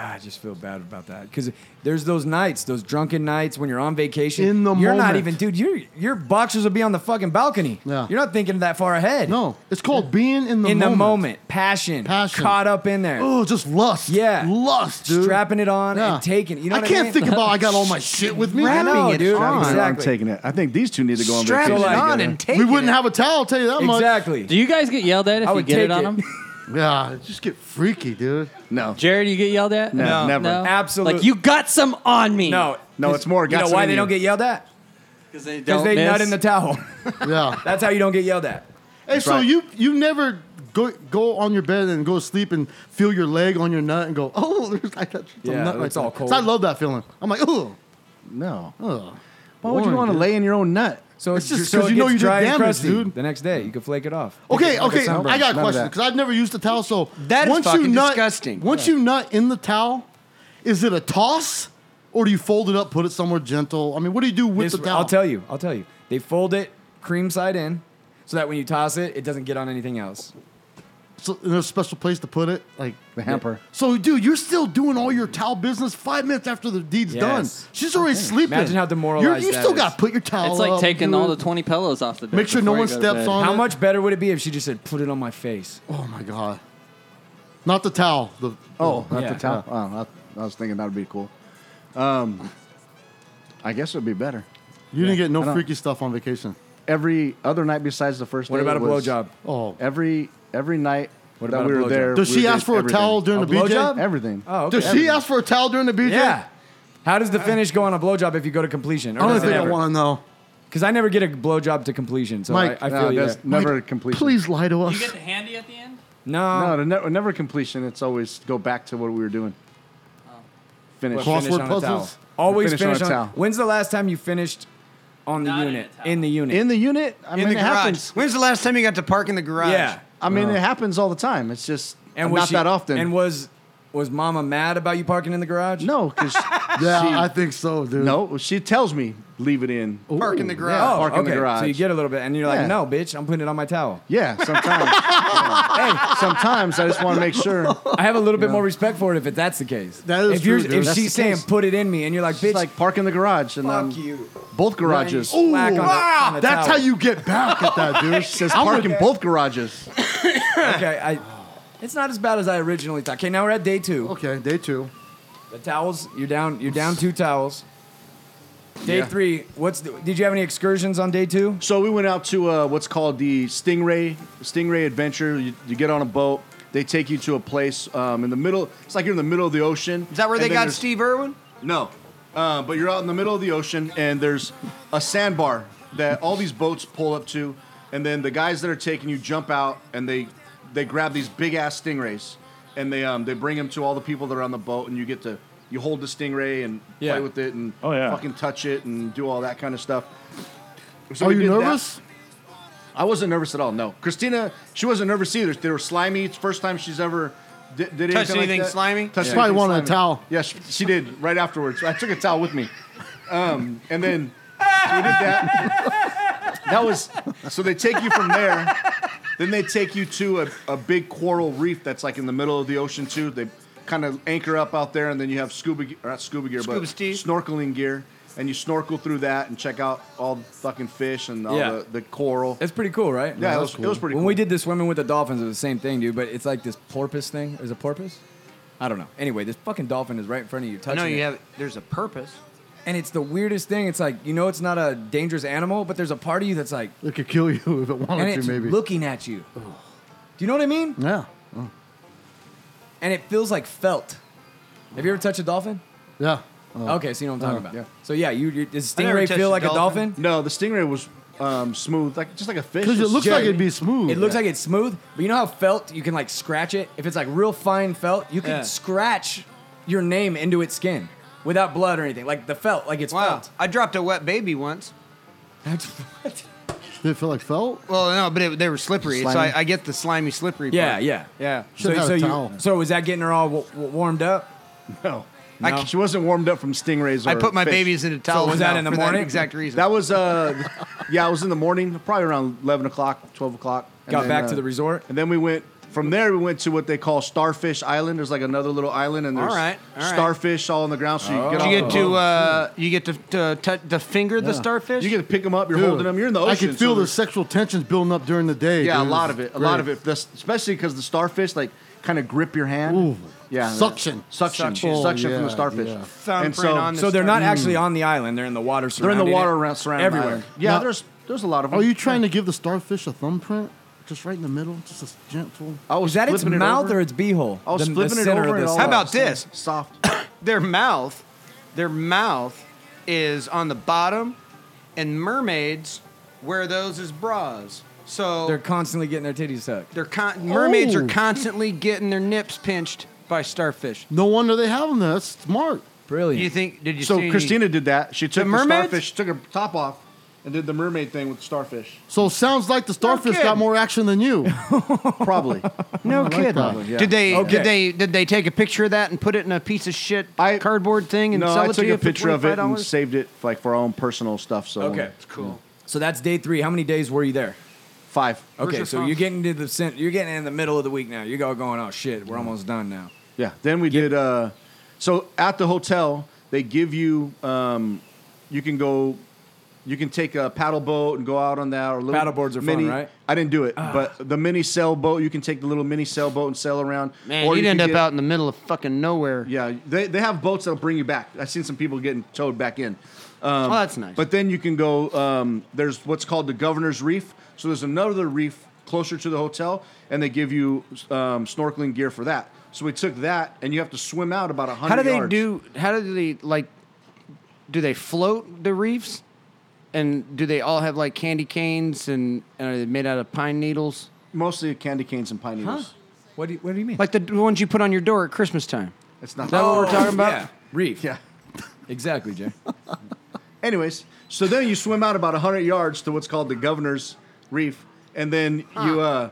D: Ah, I just feel bad about that because there's those nights, those drunken nights when you're on vacation.
C: In the
D: you're not
C: moment.
D: even, dude. Your your boxers will be on the fucking balcony.
C: Yeah.
D: You're not thinking that far ahead.
C: No, it's called being in the
D: in
C: moment.
D: the moment, passion,
C: Passion.
D: caught up in there,
C: Oh, just lust.
D: Yeah.
C: lust, dude.
D: strapping it on
C: Yeah.
D: and taking. it. You know
C: I
D: what
C: can't
D: I mean?
C: think about I got all my shit with me.
D: Wrapping
E: No,
D: it, dude.
E: strapping it on,
H: I'm
D: Exactly.
H: taking it. I think these two need to go on
E: Strap
H: vacation.
E: it
D: like-
E: on
H: together.
E: and take
C: we
E: it.
C: wouldn't have a towel. I'll tell you that
D: Exactly.
F: Do you guys get yelled at if
D: I
F: you
D: would
F: get
D: take
F: it on
D: it.
F: them?
C: much. Yeah, just get freaky, dude.
H: No,
F: Jared, you get yelled at?
H: No, No. never.
D: Absolute-
F: Like you got some on me.
D: No,
H: no, it's more.
D: You know
H: guts
D: why
H: than
D: they
H: you.
D: don't get yelled at?
F: because they
D: Because
F: don't
D: they
F: miss.
D: nut in the towel.
C: Yeah.
D: That's how you don't get yelled at.
C: hey, so
H: right.
C: you you never go go on your bed and go to sleep and feel your leg on your nut and go, oh, there's like that's a
D: Yeah,
C: nut right
D: it's all
C: there." 'Cause
D: cold.
C: I love that feeling. I'm like, oh,
H: No.
C: oh.
H: Why would you want to lay in your own nut?
D: So
C: It's just
D: so
C: 'cause
D: it
C: you know
D: gets
C: you did
D: dry and
C: damage,
D: crusty.
C: dude.
D: The next day, you can flake it off. Like
C: Okay,
D: a
C: okay.
D: sunburn.
C: I got a
H: None of
C: question
H: that.
C: because I've never used a towel. So
E: That is
C: once you
E: fucking
C: nut,
E: disgusting.
C: Once you nut in the towel, is it a toss or do you fold it up, put it somewhere gentle? I mean, what do you do with
D: This-
C: the towel?
D: I'll tell you. I'll tell you. They fold it cream side in, so that when you toss it, it doesn't get on anything else.
C: So, and there's a special place to put it, like
H: The hamper.
C: So, dude, you're still doing all your towel business five minutes after the deed's
D: Yes.
C: done. She's already sleeping.
D: Imagine how demoralized
C: You're, you
D: that
C: still
D: is.
C: got to put your towel.
F: It's like
C: up,
F: taking
C: do
F: all
C: it.
F: the twenty pillows off the bed.
C: Make sure no
F: before
C: one
F: you go to
C: steps
F: bed.
C: on
D: How
C: it.
D: much better would it be if she just said, "Put it on my face"?
C: Oh my god! Not the towel. The
H: Oh, not
D: Yeah.
H: the towel. Oh, I, I was thinking that would be cool. Um, I guess it would be better.
C: you didn't get
H: I
C: no
H: don't-
C: freaky stuff on vacation.
H: Every other night besides the first
D: What
H: day
D: about a
H: was-
D: blowjob?
C: Oh,
H: Every every night
D: What
H: that
D: about
H: we
D: a
H: were
D: blowjob?
H: there.
C: does
H: we
C: she
H: did
C: ask for a
H: everything.
C: towel during
D: A
C: the BJ?
D: blowjob?
H: Everything.
D: Oh, okay.
C: Does she ask for a towel during the BJ?
D: Yeah. How does the finish go on a blowjob if you go to completion?
C: I don't think I want to know.
D: Because I never get a blowjob to completion, so
C: Mike,
D: I, I feel
H: No,
D: you.
H: that's
D: there.
H: never
C: Mike,
H: completion.
C: Please lie to
F: You
C: us.
F: get the handy at the end.
D: No,
H: No, the ne- never completion. It's always go back to what we were doing.
C: Crossword
H: Finish.
D: Oh. finish on a towel.
C: puzzles?
D: Always
H: Finish
D: finish,
H: on
D: on.
H: a towel.
D: When's the last time you finished on the
F: Not in
D: unit?
F: a towel.
D: In the unit.
H: In the unit, I mean,
E: in the
H: it
E: garage.
H: happens.
E: When's the last time you got to park in the garage?
D: yeah.
H: I mean, it happens all the time. It's just
D: And was
H: not
D: she-
H: that often.
D: And was was Mama mad about you parking in the garage?
H: No, because
C: Yeah,
H: she,
C: I think so, dude.
H: no, she tells me leave it in.
E: Park in the garage.
D: Oh,
H: park
D: okay.
H: in the garage.
D: So you get a little bit, and you're like,
H: Yeah.
D: "No, bitch, I'm putting it on my towel."
H: Yeah, sometimes. hey, sometimes I just want to make sure.
D: I have a little bit more respect for it if it, that's the case.
C: That is
D: if you're,
C: true, dude.
D: If
C: That's
D: she's
H: the
D: saying
H: case.
D: "put it in me," and you're like, "Bitch,
H: It's like park in the garage and um,
D: you."
H: both garages.
D: Right, you whack on the- on the
C: Ah, That's
D: towel.
C: how you get back at that, dude.
H: It says park in both garages.
D: Okay, I. It's not as bad as I originally thought. Okay, now we're at day two.
C: Okay, day two.
D: The towels. You're down. You're down two towels. Day
H: Yeah.
D: three. What's the, did you have any excursions on day two?
H: So we went out to uh, what's called the Stingray Stingray Adventure. You, you get on a boat. They take you to a place um, in the middle. It's like you're in the middle of the ocean.
E: Is that where
H: and
E: they
H: then
E: got
H: there's-
E: Steve Irwin?
H: No, uh, but you're out in the middle of the ocean, and there's a sandbar that all these boats pull up to, and then the guys that are taking you jump out, and they they grab these big ass stingrays, and they um they bring them to all the people that are on the boat, and you get to you hold the stingray and
D: Yeah.
H: play with it and
J: Oh, yeah.
H: fucking touch it and do all that kind of stuff. So
C: Are
H: we
C: you
H: did that.
C: nervous?
H: I wasn't nervous at all. No, Christina, she wasn't nervous either. They were slimy. It's the first time she's ever did, did
E: Touched
H: like
E: anything
H: that.
E: slimy?
H: Touched
C: She probably
H: anything
C: wanted a
H: slimy.
C: towel.
H: Yeah, she, she did right afterwards. I took a towel with me, um, and then so we did that. That was so they take you from there. Then they take you to a, a big coral reef that's like in the middle of the ocean too. They kind of anchor up out there, and then you have scuba ge- or not scuba gear,
E: Scuba
H: but
E: Steve.
H: snorkeling gear, and you snorkel through that and check out all the fucking fish and all
D: Yeah.
H: the, the coral.
D: It's pretty cool, right?
H: Yeah, it was, it was pretty
D: when
H: cool.
D: we did the swimming with the dolphins, it was the same thing, dude. But it's like this porpoise thing. Is it porpoise? I don't know. Anyway, this fucking dolphin is right in front of you, touching
E: No,
D: it.
E: you have. There's a purpose.
D: and it's the weirdest thing. It's like you know, it's not a dangerous animal, but there's a part of you that's like,
C: It could kill you if it
D: and
C: wanted
D: it's
C: to, maybe.
D: looking at you. Do you know what I mean?
C: yeah.
D: And it feels like felt. Have you ever touched a dolphin?
C: Yeah.
H: Oh,
D: Okay, so you know what I'm talking about.
H: Uh, yeah.
D: So yeah, you, you does
E: I never
D: stingray
E: touched
D: feel
E: a
D: like
E: dolphin.
D: a dolphin?
H: No, the stingray was um, smooth, like just like a fish.
C: Because it
H: It's
C: looks
H: just-
C: like it'd be smooth.
D: It looks like it's smooth, but you know how felt you can like scratch it. If it's like real fine felt, you can
E: Yeah.
D: scratch your name into its skin without blood or anything. Like the felt, like it's
E: Wow. I dropped a wet baby once.
D: felt. what?
C: Did it feel like felt?
E: Well, no, but it, they were slippery, so
H: Slimy.
E: I, I get the slimy, slippery.
D: Yeah,
E: part.
D: yeah.
E: yeah.
D: So,
C: Should've had
D: so,
C: a
D: you,
C: towel.
D: so was that getting her all w- w- warmed up?
H: No.
E: No.
H: I, she wasn't warmed up from stingrays. Or
E: I put my
H: fish.
E: babies in a towel.
D: was that
E: now
D: in the
E: for
D: morning?
E: exact reason.
H: That was uh, yeah, it was in the morning, probably around eleven o'clock, twelve o'clock. And
D: Got
H: then,
D: back
H: uh,
D: to the resort.
H: and then we went from there. We went to what they call Starfish Island. There's like another little island, and there's
E: All right, all right.
H: starfish all on the ground. So you get,
E: Did
H: off
E: you
H: the
E: get
H: boat.
E: to uh, you get to to, to, to finger the starfish.
H: you get to pick them up. You're holding them. You're in the ocean.
C: I could feel
H: so
C: the sexual tensions building up during the day.
H: Yeah,
C: dude.
H: a lot of it. A lot of it. The, especially because the starfish like kind of grip your hand.
C: Ooh.
H: Yeah.
C: Suction.
H: Suction.
C: Suction.
H: Suction,
C: Oh,
H: from the
C: yeah,
H: starfish.
C: yeah.
E: thumbprint
H: And so,
E: on the
D: So they're not
E: starfish.
D: actually on the island; they're in the water.
H: they're in the
D: surrounding
H: water
D: it.
H: around surrounding
D: everywhere.
H: the island. Yeah,
C: Now-
H: there's there's a lot of them.
C: Are you trying to give the starfish a thumbprint? Just right in the middle? Just a gentle.
H: I was
D: Is that its
H: flipping it
D: mouth
H: over.
D: or its beehole?
H: I was
D: the,
H: flipping
D: the
H: it
D: center
H: over
D: Of
H: and
D: this
H: all
E: How
H: that.
D: thing.
E: about this?
H: soft?
E: their mouth. Their mouth is on the bottom, and mermaids wear those as bras. So
D: They're
E: they're,
D: constantly getting their titties sucked.
E: con- mermaids
C: Oh.
E: are constantly getting their nips pinched by starfish.
C: No wonder they have them there. That's smart.
D: Brilliant.
E: You think? Did you see
H: So
E: any-
H: Christina did that. She took the,
E: mermaids?
H: starfish, she took her top off, and did the mermaid thing with starfish.
C: So it sounds like the starfish
E: kidding.
C: got more action than you.
H: Probably.
E: No
C: like
E: kidding.
C: that.
H: Yeah.
E: Did they?
D: Okay.
E: Did they? Did they take a picture of that and put it in a piece of shit
H: I-
E: cardboard thing and
H: no,
E: sell
H: I
E: it to
H: took
E: you
H: a
E: for
H: picture of it and
E: $25?
H: saved it like for our own personal stuff. So
D: Okay.
E: Cool.
D: So that's day three. How many days were you there?
H: five.
D: Okay,
E: your
D: so
E: phone?
D: you're getting to the cent- you're getting in the middle of the week now. You're all going, oh shit, we're almost done now.
H: Yeah. Then we did. Uh, so at the hotel, they give you. Um, you can go. You can take a paddle boat and go out on that. Or little
D: Paddle boards are fun,
H: mini,
D: right?
H: I didn't do it, but the mini sailboat. You can take the little mini sailboat and sail around.
E: Man,
H: or
E: you'd
H: can
E: end up
H: get-
E: out in the middle of fucking nowhere.
H: Yeah, they, they have boats that'll bring you back. I've seen some people getting towed back in.
E: Oh,
H: Um,
E: that's nice.
H: But then you can go. Um, there's what's called the Governor's Reef. So there's another reef closer to the hotel, and they give you um, snorkeling gear for that. So we took that, and you have to swim out about hundred.
E: How do they
H: yards.
E: do? How do they like? Do they float the reefs? And do they all have like candy canes and, and are they made out of pine needles?
H: Mostly candy canes and pine needles.
D: What do you, what do you mean?
E: Like the ones you put on your door at Christmas time.
H: It's not. Oh,
E: Is that what we're talking about?
D: Oh, Yeah, reef.
H: yeah.
D: exactly, Jay.
H: Anyways, so then you swim out about 100 yards to what's called the Governor's Reef, and then you uh,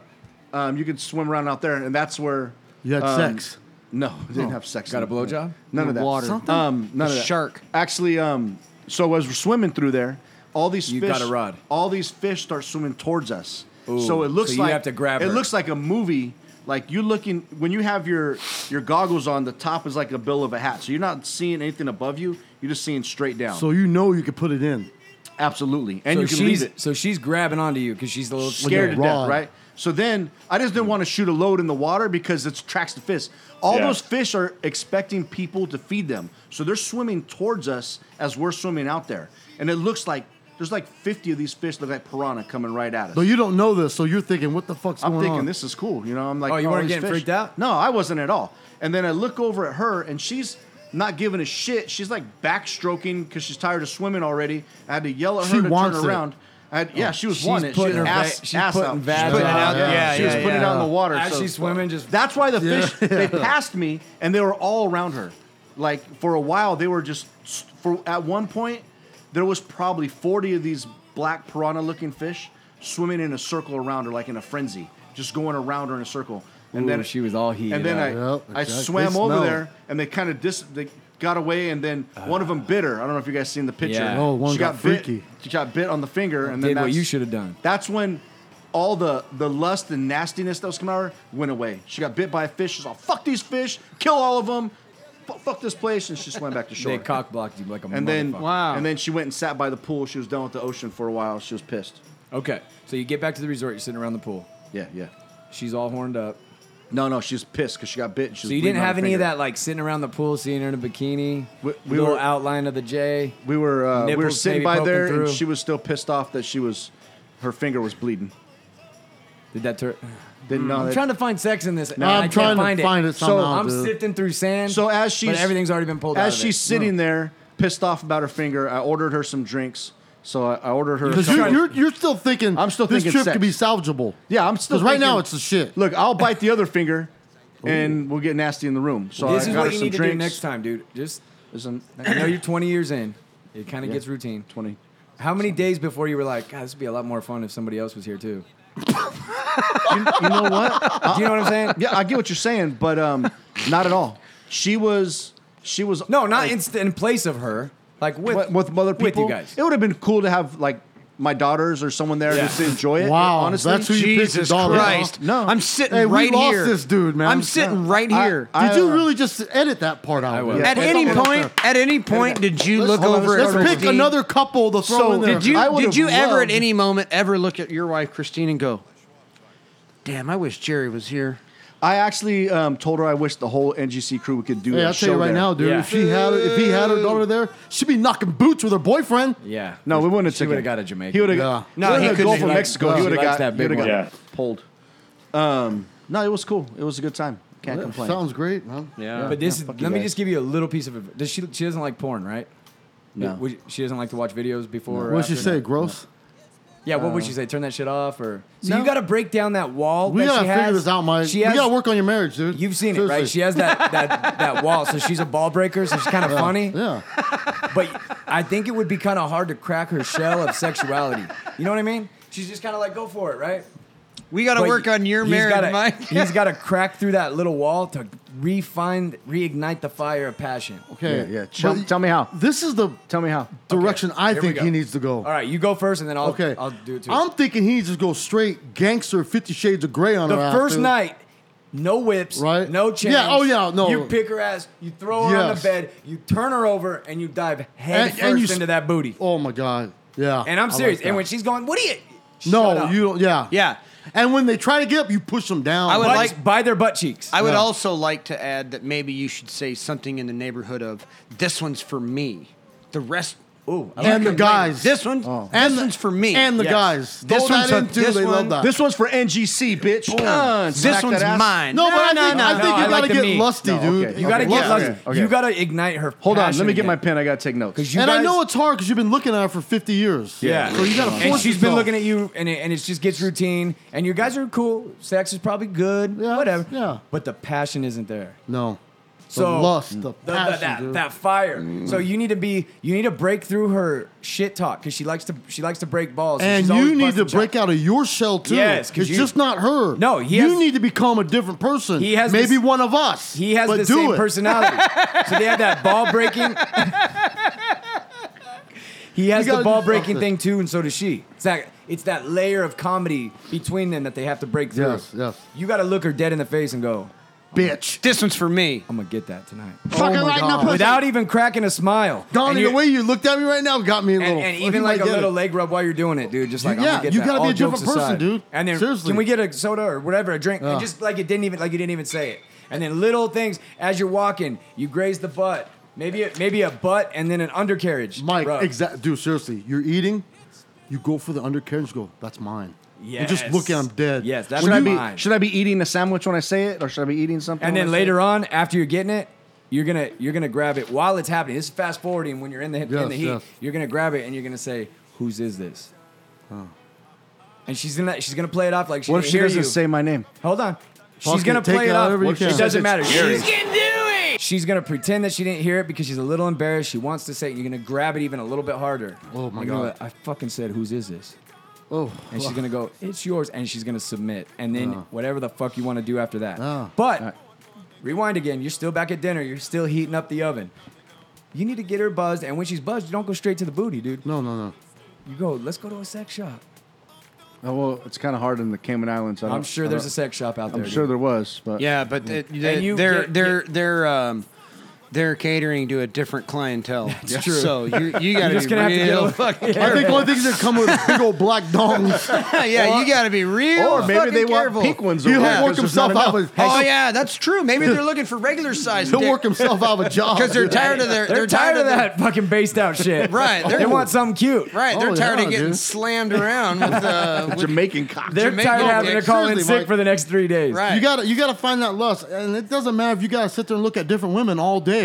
H: um, you can swim around out there, and that's where
C: You had
H: um,
C: sex.
H: No, I didn't have sex.
D: Got
H: in
D: a
H: it.
D: blowjob?
H: None of that.
E: Water. Something.
H: Um, none
E: The
H: of that.
E: shark.
H: Actually, um, so as we're swimming through there, all these
D: You
H: fish,
D: got a rod.
H: All these fish start swimming towards us.
D: Ooh,
H: So it looks
D: so you
H: like
D: have to grab
H: It
D: her.
H: looks like a movie. Like you looking when you have your your goggles on, the top is like a bill of a hat. So you're not seeing anything above you. You're just seeing straight down.
C: So you know you could put it in.
H: absolutely, and
D: so
H: you can
D: she's
H: leave it.
D: so she's grabbing onto you because she's a little
H: scared to
C: With a
H: death,
C: rod.
H: right? So then I just didn't want to shoot a load in the water because it attracts the fish. All
J: Yeah.
H: those fish are expecting people to feed them. So they're swimming towards us as we're swimming out there. And it looks like there's like 50 of these fish look like piranha coming right at us.
C: Though you don't know this, so you're thinking, what the fuck's
H: I'm
C: going
H: thinking
C: on?
H: this is cool. You know, I'm like,
D: Oh, you weren't
H: these
D: getting
H: fish.
D: freaked out?
H: No, I wasn't at all. And then I look over at her and she's not giving a shit. She's like backstroking because she's tired of swimming already. I had to yell at her
C: She
H: to
C: wants
H: turn
C: it.
H: around. I had, yeah, she was
D: She's
H: wanting it. She
D: putting
H: was
D: her
H: ass,
D: va- she's
H: ass
D: putting
H: out.
D: vag
H: She's putting it
D: out.
H: out.
D: Yeah,
H: she was
E: yeah,
H: putting it out in the water.
D: As
H: so-
D: she's swimming, just-
H: that's why the fish they passed me and they were all around her. Like for a while, they were just for at one point there was probably forty of these black piranha-looking fish swimming in a circle around her, like in a frenzy, just going around her in a circle. And
D: Ooh,
H: then
D: she was all heated
H: And then
D: up.
H: I,
C: Yep,
H: I
C: exactly.
H: swam
C: They
H: over
C: smell.
H: there and they kind of dis they got away and then one of them bit her. I don't know if you guys seen the picture.
D: Ah. Yeah.
C: Oh, one
H: she
C: got
H: got, bit,
C: freaky.
H: She got bit on the finger and then
D: did what
H: that's-
D: you should have done.
H: that's when all the the lust and nastiness that was coming out of her went away. She got bit by a fish. She's like, "Fuck these fish! Kill all of them! F- fuck this place!" And she swam back to shore.
D: They cock blocked you like a
H: and then
D: motherfucker.
E: Wow.
H: And then she went and sat by the pool. She was done with the ocean for a while. She was pissed.
D: Okay, so you get back to the resort. You're sitting around the pool.
H: Yeah, yeah.
D: She's all horned up.
H: No, no, she was pissed because she got bit. And she was
D: So you
H: bleeding
D: didn't
H: on
D: have
H: her
D: any of
H: finger.
D: that like sitting around the pool, seeing her in a bikini,
H: We- we
D: little
H: were-
D: outline of the J.
H: We were uh, we were
D: Nipples
H: sitting
D: maybe
H: by
D: poking
H: there,
D: through.
H: and she was still pissed off that she was her finger was bleeding.
D: Did that turn?
H: Didn't know.
D: I'm
H: that-
D: trying to find sex in this.
C: I'm
D: I can't
C: trying to
D: find it.
C: find it
D: So
C: somehow,
D: I'm
C: dude.
D: sifting through sand.
H: So as
D: but
H: she's
D: everything's already been pulled out.
H: as
D: of it.
H: she's sitting there, pissed off about her finger, I ordered her some drinks. So I, I ordered her. a
C: Because
H: couple-
C: you're, you're, you're still thinking
H: I'm still
C: this
H: thinking
C: trip
H: sex.
C: could be salvageable.
H: yeah, I'm still.
C: Because right now
H: thinking,
C: it's the shit.
H: Look, I'll bite the other finger, and we'll get nasty in the room. So
D: this
H: I
D: is
H: got her
D: what you
H: some
D: need to
H: drinks.
D: do next time, dude. Just
H: Listen,
D: I know you're 20 years in. It kind of gets routine.
H: 20.
D: How many days before you were like, God, this would be a lot more fun if somebody else was here too?
H: You know what?
D: Do you know what I'm saying?
H: Uh, yeah, I get what you're saying, but um, not at all. She was, she was.
D: No, not
H: like,
D: in, st- in place of her. Like with
H: with, with other people.
D: with you guys.
H: It would have been cool to have like my daughters or someone there just to enjoy it.
C: Wow,
H: honestly,
C: that's who you picked your
E: Jesus
C: daughter.
E: Christ!
H: No.
E: I'm sitting
C: Hey, we
E: right
C: lost
E: here.
C: this dude, man.
E: I'm sitting right here.
H: I-
C: Did you really just edit that part out?
D: will.
C: dude?
H: Yeah.
E: at any
H: Hold on,
E: point, at any point, did you look
H: hold on,
E: over
H: let's
E: at
C: Let's pick
E: Christine?
C: another couple to throw
H: So,
C: in there.
E: Did you
H: I would've
E: did you ever at
H: loved-
E: any moment ever look at your wife Christine and go, "Damn, I wish Jerry was here."
H: I actually um, told her I wish the whole NGC crew could do.
C: Hey,
H: a
C: I'll
H: show
C: tell you right
H: there.
C: now, dude.
D: Yeah.
C: If she had, if he had her daughter there, she'd be knocking boots with her boyfriend.
D: Yeah.
H: No, we wouldn't have
D: She
H: taken
D: would've
H: it.
D: got a Jamaican.
H: He would have
C: Yeah.
H: no, he could Gulf of
D: She likes-
H: Mexico.
D: she
H: he would have
D: likes
H: got
D: that big
H: he would've
D: one.
H: got
J: Yeah.
H: pulled. Um, no, it was cool. It was a good time. Can't complain.
C: Sounds great, man.
E: Yeah.
D: But this,
H: yeah,
D: is
H: fuck
D: let
H: you
D: me
H: guys.
D: just give you a little piece of. adv- Does she? She doesn't like porn, right?
H: No.
D: Would you- she doesn't like to watch videos before. or
C: What'd she
D: after?
C: say? Gross.
D: Yeah. What would
H: Uh,
D: she say? Turn that shit off, or so
C: No.
D: you got to break down that wall.
C: We
D: that
C: gotta
D: she
C: figure
D: has.
C: this out, Mike.
D: She
C: we
D: has,
C: gotta work on your marriage, dude.
D: You've seen it, right? She
C: Seriously.
D: has that that that wall, so she's a ball breaker. So she's kind of funny.
C: Yeah.
D: But I think it would be kind of hard to crack her shell of sexuality. You know what I mean? She's just kind of like, go for it, right?
E: We got to
D: But
E: work on your
D: he's
E: marriage,
D: gotta-
E: Mike.
D: he's got to crack through that little wall to refine, reignite the fire of passion.
C: Okay.
H: Yeah, yeah. Tell-
C: But
H: tell me how.
C: This is the
H: Tell me how.
C: direction I
D: here we
C: think
D: go.
C: he needs to go.
D: All right, you go first, and then I'll
C: Okay.
D: I'll do it too.
C: I'm thinking he just go straight gangster Fifty Shades of Grey on
D: the
C: her. ass,
D: first
C: dude.
D: night, no whips,
C: Right?
D: No chains.
C: Yeah, oh, yeah, no.
D: You pick her ass, you throw her on the
C: Yes.
D: bed, you turn her over, and you dive head
C: And-
D: first
C: and you
D: into
C: s-
D: that booty.
C: Oh my god. Yeah.
D: And I'm
C: I
D: serious.
C: like
D: and
C: that.
D: when she's going, what are you? Shut
C: no,
D: up.
C: you don't. Yeah.
E: Yeah.
C: And when they try to get up, you push them down.
E: I would
D: Butts
E: like-
D: by their butt cheeks.
E: I would also like to add that maybe you should say something in the neighborhood of "This one's for me." The rest,
D: Ooh, I
C: and the
E: Like,
C: guys.
E: This one,
C: Oh.
E: this one's for me.
C: And the
D: Yes.
C: guys.
E: This
C: Throw that
E: one's a-
C: in, too.
E: this
C: They love
E: one-
C: that.
H: This one's for NGC, bitch. Uh,
E: this
H: smack
E: one's
H: that ass.
E: mine.
C: no, but I think, I
D: no,
C: think
D: I like
C: you gotta
D: the
C: get
D: meat.
C: lusty,
H: No,
C: dude.
H: okay,
D: you gotta
H: okay,
D: get
H: okay,
D: like,
H: okay.
D: you gotta ignite her.
H: Hold on, let me
D: passion
H: get my
D: again.
H: pen. I gotta take notes.
D: 'Cause you
C: and I
D: guys-
C: know it's hard because you've been looking at her for 50 years.
D: Yeah.
C: So you got to force
D: And she's been
C: yourself.
D: looking at you, and it, and it just gets routine. And your guys are cool. Sex is probably good.
C: Yeah,
D: whatever.
C: yeah.
D: But the passion isn't there.
C: No.
D: So
C: lust, the
D: the-
C: passion,
D: that,
C: dude. Mm.
D: that fire. So you need to be, you need to break through her shit talk because she likes to, she likes to break balls.
C: And
D: she's always
C: you need
D: busting
C: to
D: chops.
C: break out of your shell too.
D: Yes, 'cause
C: it's
D: you-
C: just not her.
D: No, he
C: you
D: has-
C: need to become a different person.
D: He has
C: maybe
D: this-
C: one of us.
D: He has
C: but
D: the
C: do
D: same
C: it.
D: personality. so they have that ball breaking. he has
C: You
D: the
C: gotta
D: ball
C: do
D: breaking thing
C: something.
D: too, and so does she. It's that it's that layer of comedy between them that they have to break through.
C: Yes, yes.
D: You got to look her dead in the face and go,
C: Bitch.
E: This one's for me.
D: "I'm gonna get that tonight,"
C: Fucking right in the pussy.
D: without even cracking a smile. And
C: Donnie, the
D: you're-
C: way you looked at me right now got me a
D: and,
C: little.
D: and
C: you
D: even like
C: might
D: a
C: get
D: little
C: it.
D: leg rub while you're doing it, dude. Just like
C: Yeah,
D: I'm gonna get
C: you
D: that.
C: gotta be
D: All
C: a different
D: jokes
C: person,
D: aside.
C: dude.
D: And then
C: Seriously.
D: can we get a soda or whatever, a drink?
C: Yeah.
D: And just like it didn't even like you didn't even say it. And then little things as you're walking, you graze the butt. Maybe a, maybe a butt and then an undercarriage.
C: Mike,
D: rub.
C: exactly. Dude, seriously, you're eating. You go for the undercarriage. Go. That's mine. And just look at
D: Yes.
C: him dead.
D: Yes, that's
H: Should I
D: what
H: be
D: I
H: should I be eating a sandwich when I say it, or should I be eating something?
D: And
H: when
D: then
H: I say
D: later on, after you're getting it, you're gonna you're gonna grab it while it's happening. This is fast forwarding when you're in the in
C: Yes,
D: the heat.
C: yes.
D: You're gonna grab it and you're gonna say, "Whose is this?" And she's gonna she's gonna play it off like
H: It?
D: she
H: What if
D: didn't
H: she
D: hear
H: doesn't
D: you.
H: say my name?
D: Hold on.
C: Fuck
D: She's gonna
C: it, take
D: play
C: it
D: it off.
C: however you
D: What-
C: can.
D: It doesn't
H: It's
D: matter.
H: Gary.
D: She's, she's gonna pretend that she didn't hear it because she's a little embarrassed. She wants to say it. You're gonna grab it even a little bit harder.
C: Oh, my
D: You're gonna
C: God.
D: go, I fucking said, whose is this?
C: Oh.
D: And she's gonna go, it's yours, and she's gonna submit, and then
C: Oh.
D: whatever the fuck you want to do after that.
C: Oh.
D: But rewind again. You're still back at dinner. You're still heating up the oven. You need to get her buzzed, and when she's buzzed, you don't go straight to the booty, dude.
C: No, no, no.
D: You go, let's go to a sex shop.
H: Oh, well, it's kind of hard in the Cayman Islands. I
D: I'm
H: don't-
D: sure
H: I
D: there's
H: don't-
D: a sex shop out there.
H: I'm sure
D: dude.
H: there was, but
E: Yeah, but they,
D: Mm. And you-
E: are
D: yeah,
E: they're
D: yeah.
E: they're um, they're catering to a different clientele. That's
D: true.
E: So you you got to
D: just
E: be
D: gonna have to
E: real
D: deal-
E: fucking
C: I think one thing is they come with big old black dongs.
E: careful. yeah, you got to be real.
H: Or maybe
E: fucking
H: they want
E: careful.
H: pink ones.
C: He'll
H: over there
C: work
H: 'cause there's not
C: himself out
H: enough.
C: with.
E: Oh yeah, that's true. Maybe they're looking for regular size.
C: He'll work himself out of a job.
E: because they're
C: dude.
E: tired of their
D: They're, tired of
E: their-
D: that fucking based out shit.
E: Right,
D: They
E: they're-
D: want something cute.
E: Right, they're
C: Oh,
E: tired
C: yeah,
E: of getting
C: dude.
E: slammed around with uh, with,
H: Jamaican cock.
D: They're
E: Jamaican
D: tired of having to
E: dicks.
D: call in
C: Seriously,
D: sick
C: Mike.
D: for the next three days.
E: right.
C: You gotta you gotta find that lust, and it doesn't matter if you gotta sit there and look at different women all day.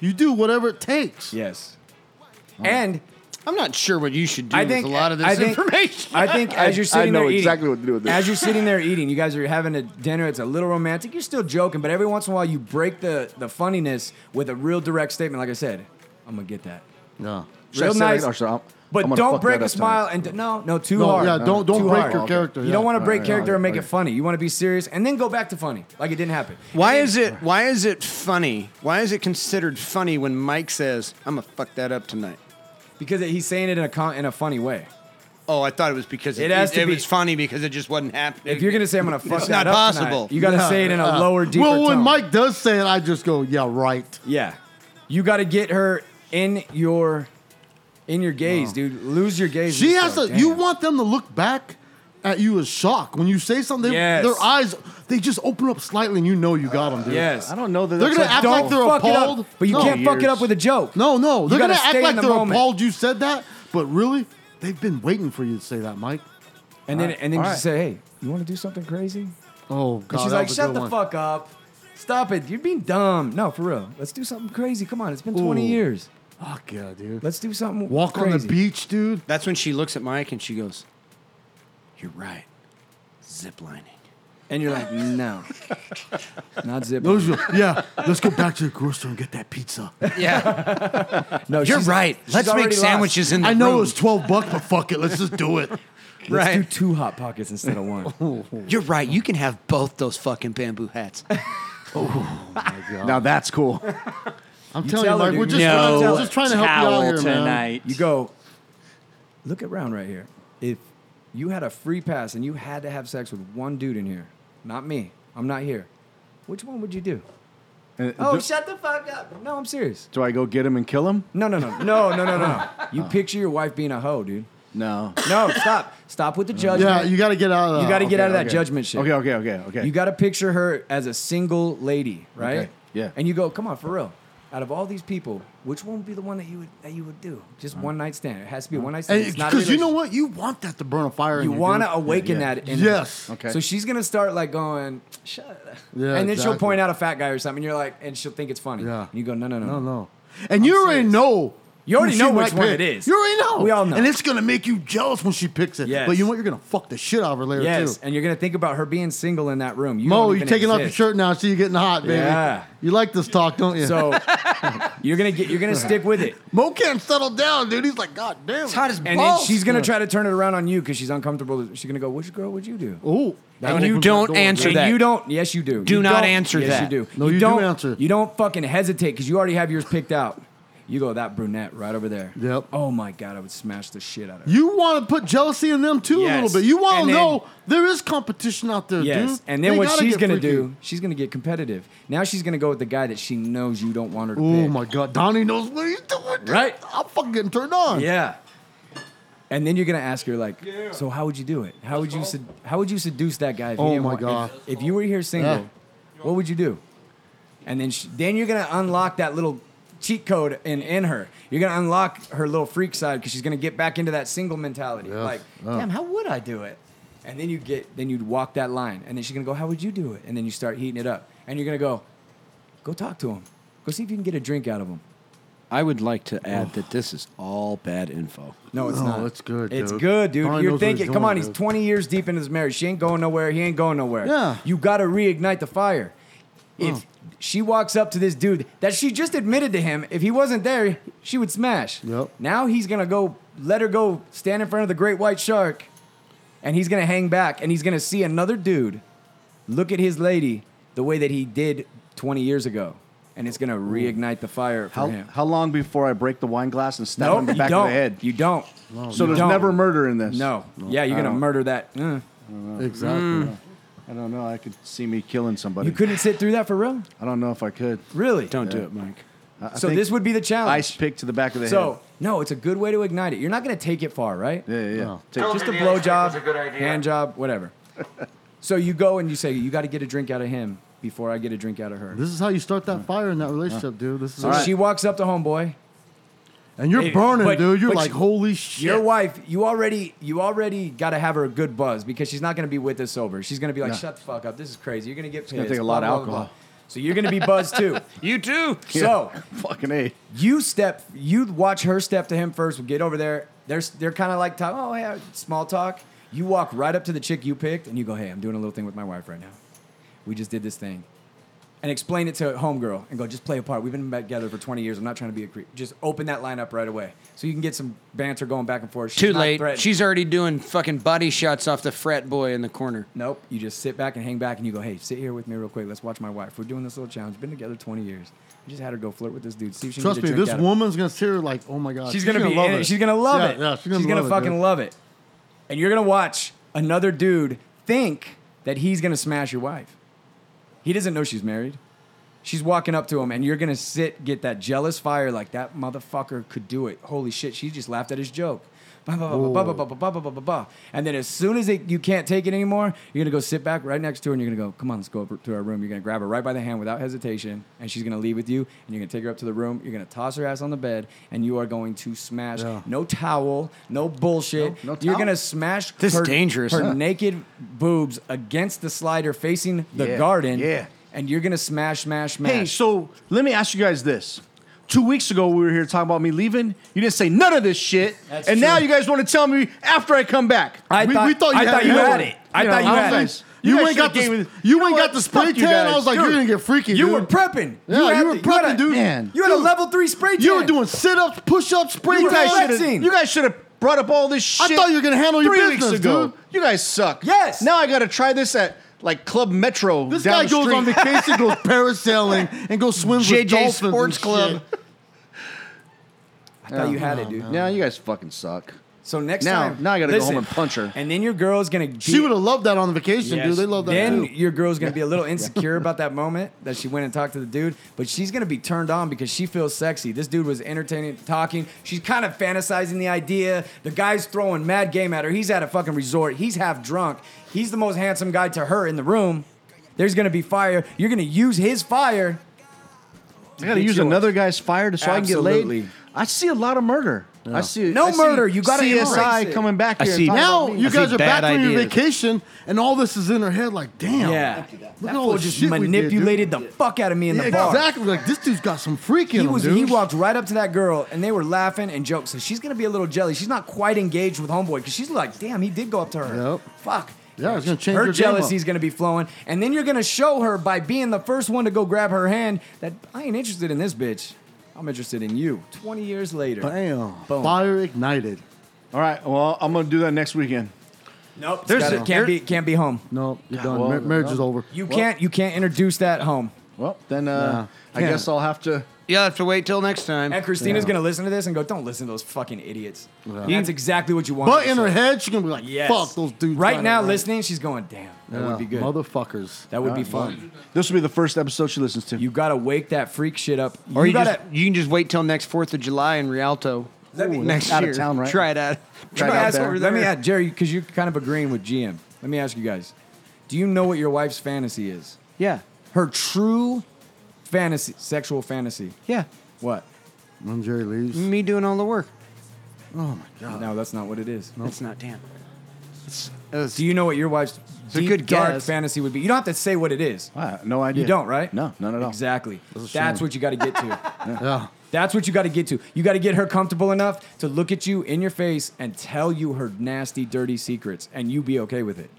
C: You do whatever it takes.
D: Yes.
H: Oh.
D: And
E: I'm not sure what you should do
D: I think
E: with a lot of this
D: I think,
E: information.
D: I think as you're
H: I
D: sitting
H: know
D: there eating,
H: exactly what to do with this.
D: as you're sitting there eating, you guys are having a dinner. It's a little romantic. You're still joking, but every once in a while you break the the funniness with a real direct statement. Like I said, I'm gonna get that.
C: No.
H: Should I
D: real
H: say that?
D: nice,
H: Or should I- I'm- I'm
D: But
H: gonna
D: don't
H: fuck
D: break
H: that
D: a
H: up tonight.
D: smile and d- no, no, too
C: No,
D: hard.
C: yeah, don't don't
D: Too
C: break
D: hard.
C: your character.
D: You
C: yeah.
D: don't want to
H: All
D: break
H: right,
D: character
H: all
D: and make
H: right,
D: it funny. You want to be serious and then go back to funny, like it didn't happen.
E: Why is it? Why is it funny? Why is it considered funny when Mike says, "I'm gonna fuck that up tonight"?
D: Because he's saying it in a con- in a funny way.
E: Oh, I thought it was because it,
D: It has to be-
E: was funny because it just wasn't happening.
D: If you're gonna say I'm gonna fuck
E: It's
D: that
E: not
D: up
E: possible.
D: tonight, you gotta
C: Yeah,
D: say it in a
C: yeah.
D: lower, deeper
C: Uh, Well, when
D: tone.
C: Mike does say it, I just go, yeah, right.
D: Yeah. You got to get her in your in your gaze, dude. Lose your gaze.
C: She
D: Just
C: has
D: go,
C: to. You
D: "Damn."
C: want them to look back at you as shock when you say something. they-
D: Yes.
C: Their eyes they just open up slightly, and you know you got them, dude.
D: Yes.
H: I don't know that
C: They're
H: that's
C: gonna
H: like-
C: act like they're
D: fuck It
C: appalled.
D: up, but you
C: No.
D: can't fuck it
H: Years.
D: up with a joke.
C: No, no,
D: You
C: they're
D: gotta
C: gonna
D: stay
C: act
D: in
C: like
D: the
C: they're
D: moment.
C: appalled you said that, but really, they've been waiting for you to say that, Mike.
D: And then and then
H: All
D: you
H: right.
D: just say, "Hey, you want to do something crazy?"
C: Oh God,
D: And she's
C: that
D: like,
C: was a
D: "Shut
C: good
D: the
C: one.
D: fuck up. Stop it. You're being dumb. No, for real. Let's do something crazy. Come on. It's been 20
C: Ooh.
D: years.
C: Fuck yeah, dude.
D: Let's do something
C: Walk
D: crazy.
C: on the beach, dude.
E: That's when she looks at Mike and she goes, "You're right, ziplining."
D: And you're like, "No. Not zip.
C: Those are, yeah, let's go back to the grocery store and get that pizza.
E: Yeah,
D: No,
E: you're
D: she's-
E: right.
D: she's
E: Let's
D: already
E: make
D: lost.
E: sandwiches in the
C: I know it
E: room.
C: was 12 bucks, but fuck it, let's just do it.
D: Let's do
E: right.
D: two hot pockets instead of one."
E: You're right. You can have both those fucking bamboo hats.
H: Now that's cool.
C: I'm
D: You
C: telling you,
D: tell her,
C: Mike,
D: dude.
C: we're just,
D: No
C: trying, to, we're just trying to help you out
F: towel
C: here, man.
F: tonight.
D: You go, look around right here. If you had a free pass and you had to have sex with one dude in here, not me, I'm not here, which one would you do?
H: And
D: Oh,
H: do,
D: shut the fuck up. No, I'm serious.
H: do I go get him and kill him?
D: No, no, no, no, no, no, no. You picture your wife being a hoe, dude.
H: No.
D: No, stop. Stop with the judgment.
C: Yeah, you got to get out of that.
D: You got to get
H: Okay,
D: out of that
H: okay.
D: judgment shit.
H: Okay, okay, okay, okay.
D: You got to picture her as a single lady, right?
H: Okay, yeah.
D: And you go, come on, for real. Out of all these people, which one would be the one that you would that you would do? Just
C: Mm-hmm.
D: one night stand. It has to be a one night stand. It's not a
C: Because you know
D: relationship.
C: what? You want that to burn a fire in
D: you
C: you,
D: want to
C: dude.
D: awaken
H: Yeah, yeah.
D: that. In
C: Yes.
D: Her.
H: Okay.
D: So she's gonna start like going, shut. up."
C: Yeah,
D: and then she'll
C: exactly.
D: point out a fat guy or something. And you're like, and she'll think it's funny.
C: Yeah.
D: And you go, no, no, no,
C: No, no. And you already
D: serious.
C: know
D: You already
C: who
D: know
C: she
D: which
C: might
D: one
C: pick.
D: it is.
C: You already know.
D: We all know.
C: And it's gonna make you jealous when she picks it.
D: Yes.
C: But you know what? You're gonna fuck the shit out of her later
D: Yes,
C: too.
D: and you're gonna think about her being single in that room. You
C: Mo,
D: don't
C: you're
D: even
C: taking off your
D: exist.
C: shirt now. I See you getting hot, baby.
D: Yeah.
C: You like this talk, don't you?
D: So you're gonna get. You're gonna stick with it.
C: Mo can't settle down, dude. He's like, God damn. It's
E: hot as
D: And then she's gonna try to turn it around on you because she's uncomfortable. She's gonna go, "Which girl would you do?"
C: Oh,
E: And you don't answer
D: And
E: that.
D: you don't. Yes, you do.
E: Do
D: You
E: not
D: don't-
E: answer
D: yes,
E: that.
D: You do.
C: No, you do
D: don't
C: answer.
D: You don't fucking hesitate because you already have yours picked out. You go that brunette right over there.
C: Yep.
D: Oh my god, I would smash the shit out of her.
C: You want to put jealousy in them too a
D: Yes.
C: little bit. You want
D: And
C: to
D: then-
C: know there is competition out there,
D: Yes,
C: dude.
D: and then
C: They
D: what
C: gotta
D: she's
C: get
D: gonna
C: freaky.
D: do? She's gonna get competitive. Now she's gonna go with the guy that she knows you don't want her to.
C: Oh
D: pick.
C: my God, Donnie knows what he's doing. dude.
D: Right.
C: I'm fucking getting turned on.
D: Yeah. And then you're gonna ask her like, so how would you do it? How would you sed- how would you seduce that guy? If he
C: Oh
D: didn't
C: my
D: want- if-
C: God.
D: If, you were here single, what would you do? And then she, then you're gonna unlock that little cheat code in in her. You're gonna unlock her little freak side because she's gonna get back into that single mentality. Like, damn, how would I do it? And then you get then you'd walk that line, and then she's gonna go, how would you do it? And then you start heating it up, and you're gonna go, go talk to him, go see if you can get a drink out of him.
E: I would like to add that this is all bad info.
D: No,
H: Oh,
D: it's
C: No,
D: not.
C: it's good,
D: It's
C: dude.
D: good, dude.
C: Donnie knows
D: You're
C: what he's
D: thinking,
C: doing,
D: come on, he's
C: dude.
D: 20 years deep into his marriage. She ain't going nowhere. He ain't going nowhere.
C: Yeah.
D: You got to reignite the fire. If she walks up to this dude that she just admitted to him, if he wasn't there, she would smash.
C: Yep.
D: Now he's going to go let her go stand in front of the great white shark and he's going to hang back and he's going to see another dude look at his lady the way that he did 20 years ago. And it's going to reignite the fire for
H: How,
D: him.
H: how long before I break the wine glass and stab him in
D: Nope,
H: the
D: you
H: back of
D: don't.
H: the head?
D: You don't.
H: so
D: you
H: there's
D: don't.
H: never murder in this.
D: No. Yeah, you're gonna
H: I don't- Mm.
D: murder that. Uh.
C: Exactly.
H: I don't know. I could see me killing somebody.
D: You couldn't sit through that for real.
H: I don't know if I could.
D: Really?
E: Don't do it, Mike.
H: I, I
D: So
H: think
D: this would be the challenge.
H: ice pick to the back of the
D: so no, it's a good way to ignite it. You're not gonna take it far, right?
H: head. Yeah, yeah. yeah.
D: Oh.
H: Take-
D: Just a blow job, hand job, whatever. so you go and you say you got to get a drink out of him before I get a drink out of her.
C: This is how you start that fire in that relationship, dude. This is
D: So she walks up to homeboy.
C: and you're
D: Hey,
C: burning,
D: but-
C: dude. You're
D: but
C: like,
D: she-
C: holy shit.
D: Your wife, you already, you already got to have her a good buzz because she's not going to be with us sober. She's going to be like, "Shut the fuck up! This is crazy. You're going to get pissed."
H: gonna take a
D: blah,
H: lot of
D: blah, blah, blah."
H: alcohol.
D: So you're going to be buzzed too.
E: You too.
D: So
H: Fucking A.
D: you step, you watch her step to him first. Get over there. They're they're kind of like talk, oh yeah, small talk. You walk right up to the chick you picked, and you go, hey, I'm doing a little thing with my wife right now. We just did this thing, and explain it to homegirl, and go, just play a part. We've been together for 20 years. I'm not trying to be a creep. Just open that line up right away, so you can get some banter going back and forth. She's
E: Too
D: not
E: late.
D: threatened.
E: She's already doing fucking body shots off the frat boy in the corner.
D: Nope. You just sit back and hang back and you go, hey, sit here with me real quick. Let's watch my wife. We're doing this little challenge. Been together 20 years. I just had her go flirt with this dude. See if she can
C: Trust
D: get
C: me,
D: a drink
C: this
D: out of-
C: woman's gonna see her like, oh my god.
D: She's, gonna, be.
C: love
D: in
C: it.
D: it. She's gonna love
C: Yeah,
D: it.
C: Yeah, she's gonna, love
D: fucking
C: it, dude.
D: love it. And you're gonna watch another dude think that he's gonna smash your wife. He doesn't know she's married. She's walking up to him, and you're gonna sit, get that jealous fire, like that motherfucker could do it. Holy shit, she just laughed at his joke. Bah, bah, bah, bah, bah, bah, bah, bah, bah, bah, bah, bah. And then as soon as it, you can't take it anymore, you're gonna go sit back right next to her, and you're gonna go, "Come on, let's go over to our room." You're gonna grab her right by the hand without hesitation, and she's gonna leave with you, and you're gonna take her up to the room. You're gonna toss her ass on the bed, and you are going to smash.
C: Yeah.
D: No towel, no bullshit.
H: No- no
D: You're
H: towel?
D: gonna smash
E: This is
D: her,
E: dangerous,
D: her
E: huh?
D: naked boobs against the slider facing the
H: Yeah,
D: garden.
H: yeah.
D: And you're gonna smash, smash, smash.
H: Hey, so let me ask you guys this. Two weeks ago, we were here talking about me leaving. You didn't say none of this shit.
D: That's
H: and
D: true.
H: now you guys want to tell me after I come back.
D: I
C: we-
D: thought,
C: we thought you
D: I
C: had
D: thought
C: it
D: you
C: over.
D: had it. I
H: You
D: thought
H: know,
D: you
H: I'm
D: had
H: like-
D: it.
H: You
C: You
H: guys
C: ain't got
H: should've
C: the
H: gave me
C: you,
H: the-
C: ain't
H: You know
C: got
H: what?
C: the spray
H: Fuck you
C: tan. I
H: guys.
C: was like,
H: Dude,
C: you're gonna get freaky.
D: You
C: dude.
D: were prepping.
C: Yeah,
D: had
C: you were
D: the- had
C: prepping,
D: a-
C: dude.
H: Man.
D: You had a level three spray tan.
C: You were doing sit ups, push ups, spray
D: You
H: You guys
D: were
C: tan.
H: should've-
D: flexing.
H: You guys should have brought up all this
C: I
H: shit.
C: thought you were gonna handle your
H: three
C: business,
H: weeks ago.
C: dude.
H: You guys suck.
D: Yes.
H: Now I got to try this at like Club Metro.
C: This
H: down
C: guy
H: the
C: goes
H: street.
C: on vacation, goes parasailing, and goes swim with
E: JJ
C: dolphins. and
E: Sports
C: shit.
E: Club.
D: I thought you had it, dude.
H: Yeah, you guys fucking suck.
D: So next
H: Now-
D: time,
H: now I gotta go
D: listen,
H: home and punch her.
D: And then your girl's gonna. Be,
C: She would have loved that on vacation, dude.
E: Yes.
C: They love that.
D: Then
C: too.
D: your girl's gonna be a little insecure about that moment that she went and talked to the dude, but she's gonna be turned on because she feels sexy. This dude was entertaining, talking. She's kind of fantasizing the idea. The guy's throwing mad game at her. He's at a fucking resort. He's half drunk. He's the most handsome guy to her in the room. There's gonna be fire. You're gonna use his fire
J: I gotta use
D: yours.
J: another guy's fire to so I can get
D: Absolutely.
J: laid. I see a lot of murder. I see
D: No
J: I see
D: murder, you gotta embrace
J: CSI
D: it.
J: coming back
E: I
J: here. and
E: see-
J: talking
C: Now
J: about me.
C: you
J: I see
C: guys are
J: bad
C: back from your
J: ideas.
C: vacation, and all this is in her head. Like, damn,
D: Yeah.
C: look
D: That
C: at all
D: fool
C: the
D: just
C: shit we did, dude.
D: manipulated the fuck out of me in the bar.
C: Exactly. Like this dude's got some freak in
D: He
C: him,
D: was
C: dude.
D: he walked right up to that girl and they were laughing and jokes. So she's gonna be a little jelly. She's not quite engaged with homeboy because she's like, damn, he did go up to her.
C: Yep.
D: Fuck.
C: Yeah, it's gonna change
D: her
C: your game up.
D: jealousy's gonna be flowing, and then you're gonna show her by being the first one to go grab her hand that I ain't interested in this bitch. I'm interested in you. Twenty years later.
C: Bam.
D: Boom.
C: Fire ignited.
H: All right. Well, I'm gonna do that next weekend.
D: Nope.
J: There's
D: There's
J: a-
D: can't be can't be home.
C: No, you're done.
J: well,
C: Mar- marriage is
J: no.
C: over.
D: You can't you can't introduce that home.
J: Well, then uh, I
D: Yeah.
J: guess I'll have to.
E: You'll have to wait till next time.
D: And Christina's gonna listen to this and go, "Don't listen to those fucking idiots." That's exactly what you want.
C: But
D: to
C: in her
D: say.
C: head, she's gonna be like,
D: Yes.
C: "Fuck those dudes."
D: Right
C: got it
D: now, listening, she's going, "Damn, that
C: Yeah,
D: would be good.
C: Motherfuckers.
D: that would be fun."
J: This will be the first episode she listens to.
D: You gotta wake that freak shit up.
E: Or you,
D: gotta
E: just, you can just wait till next Fourth of July in Rialto
D: Let me-
E: next
J: Out of
E: year.
J: town, right?
E: Try it out. Try
D: let
E: it
D: me
E: out
D: ask,
E: there.
D: let me ask Jerry because you're kind of agreeing with GM. Let me ask you guys: Do you know what your wife's fantasy is?
E: Yeah,
D: Her true fantasy, sexual fantasy.
E: yeah.
D: What?
C: When Jerry leaves,
E: Me doing all the work.
D: No, that's not what it is.
E: That's not damn. It's,
D: Do you know what your wife's
E: a
D: deep,
E: good
D: dark
E: guess.
D: fantasy would be? You don't have to say what it is.
J: Wow, no idea.
D: You don't, right?
J: No, none at all.
D: Exactly.
C: That's a
D: That's
C: shame.
D: what you got to get to.
C: yeah.
D: That's what you got to get to. You got to get her comfortable enough to look at you in your face and tell you her nasty, dirty secrets, and you be okay with it.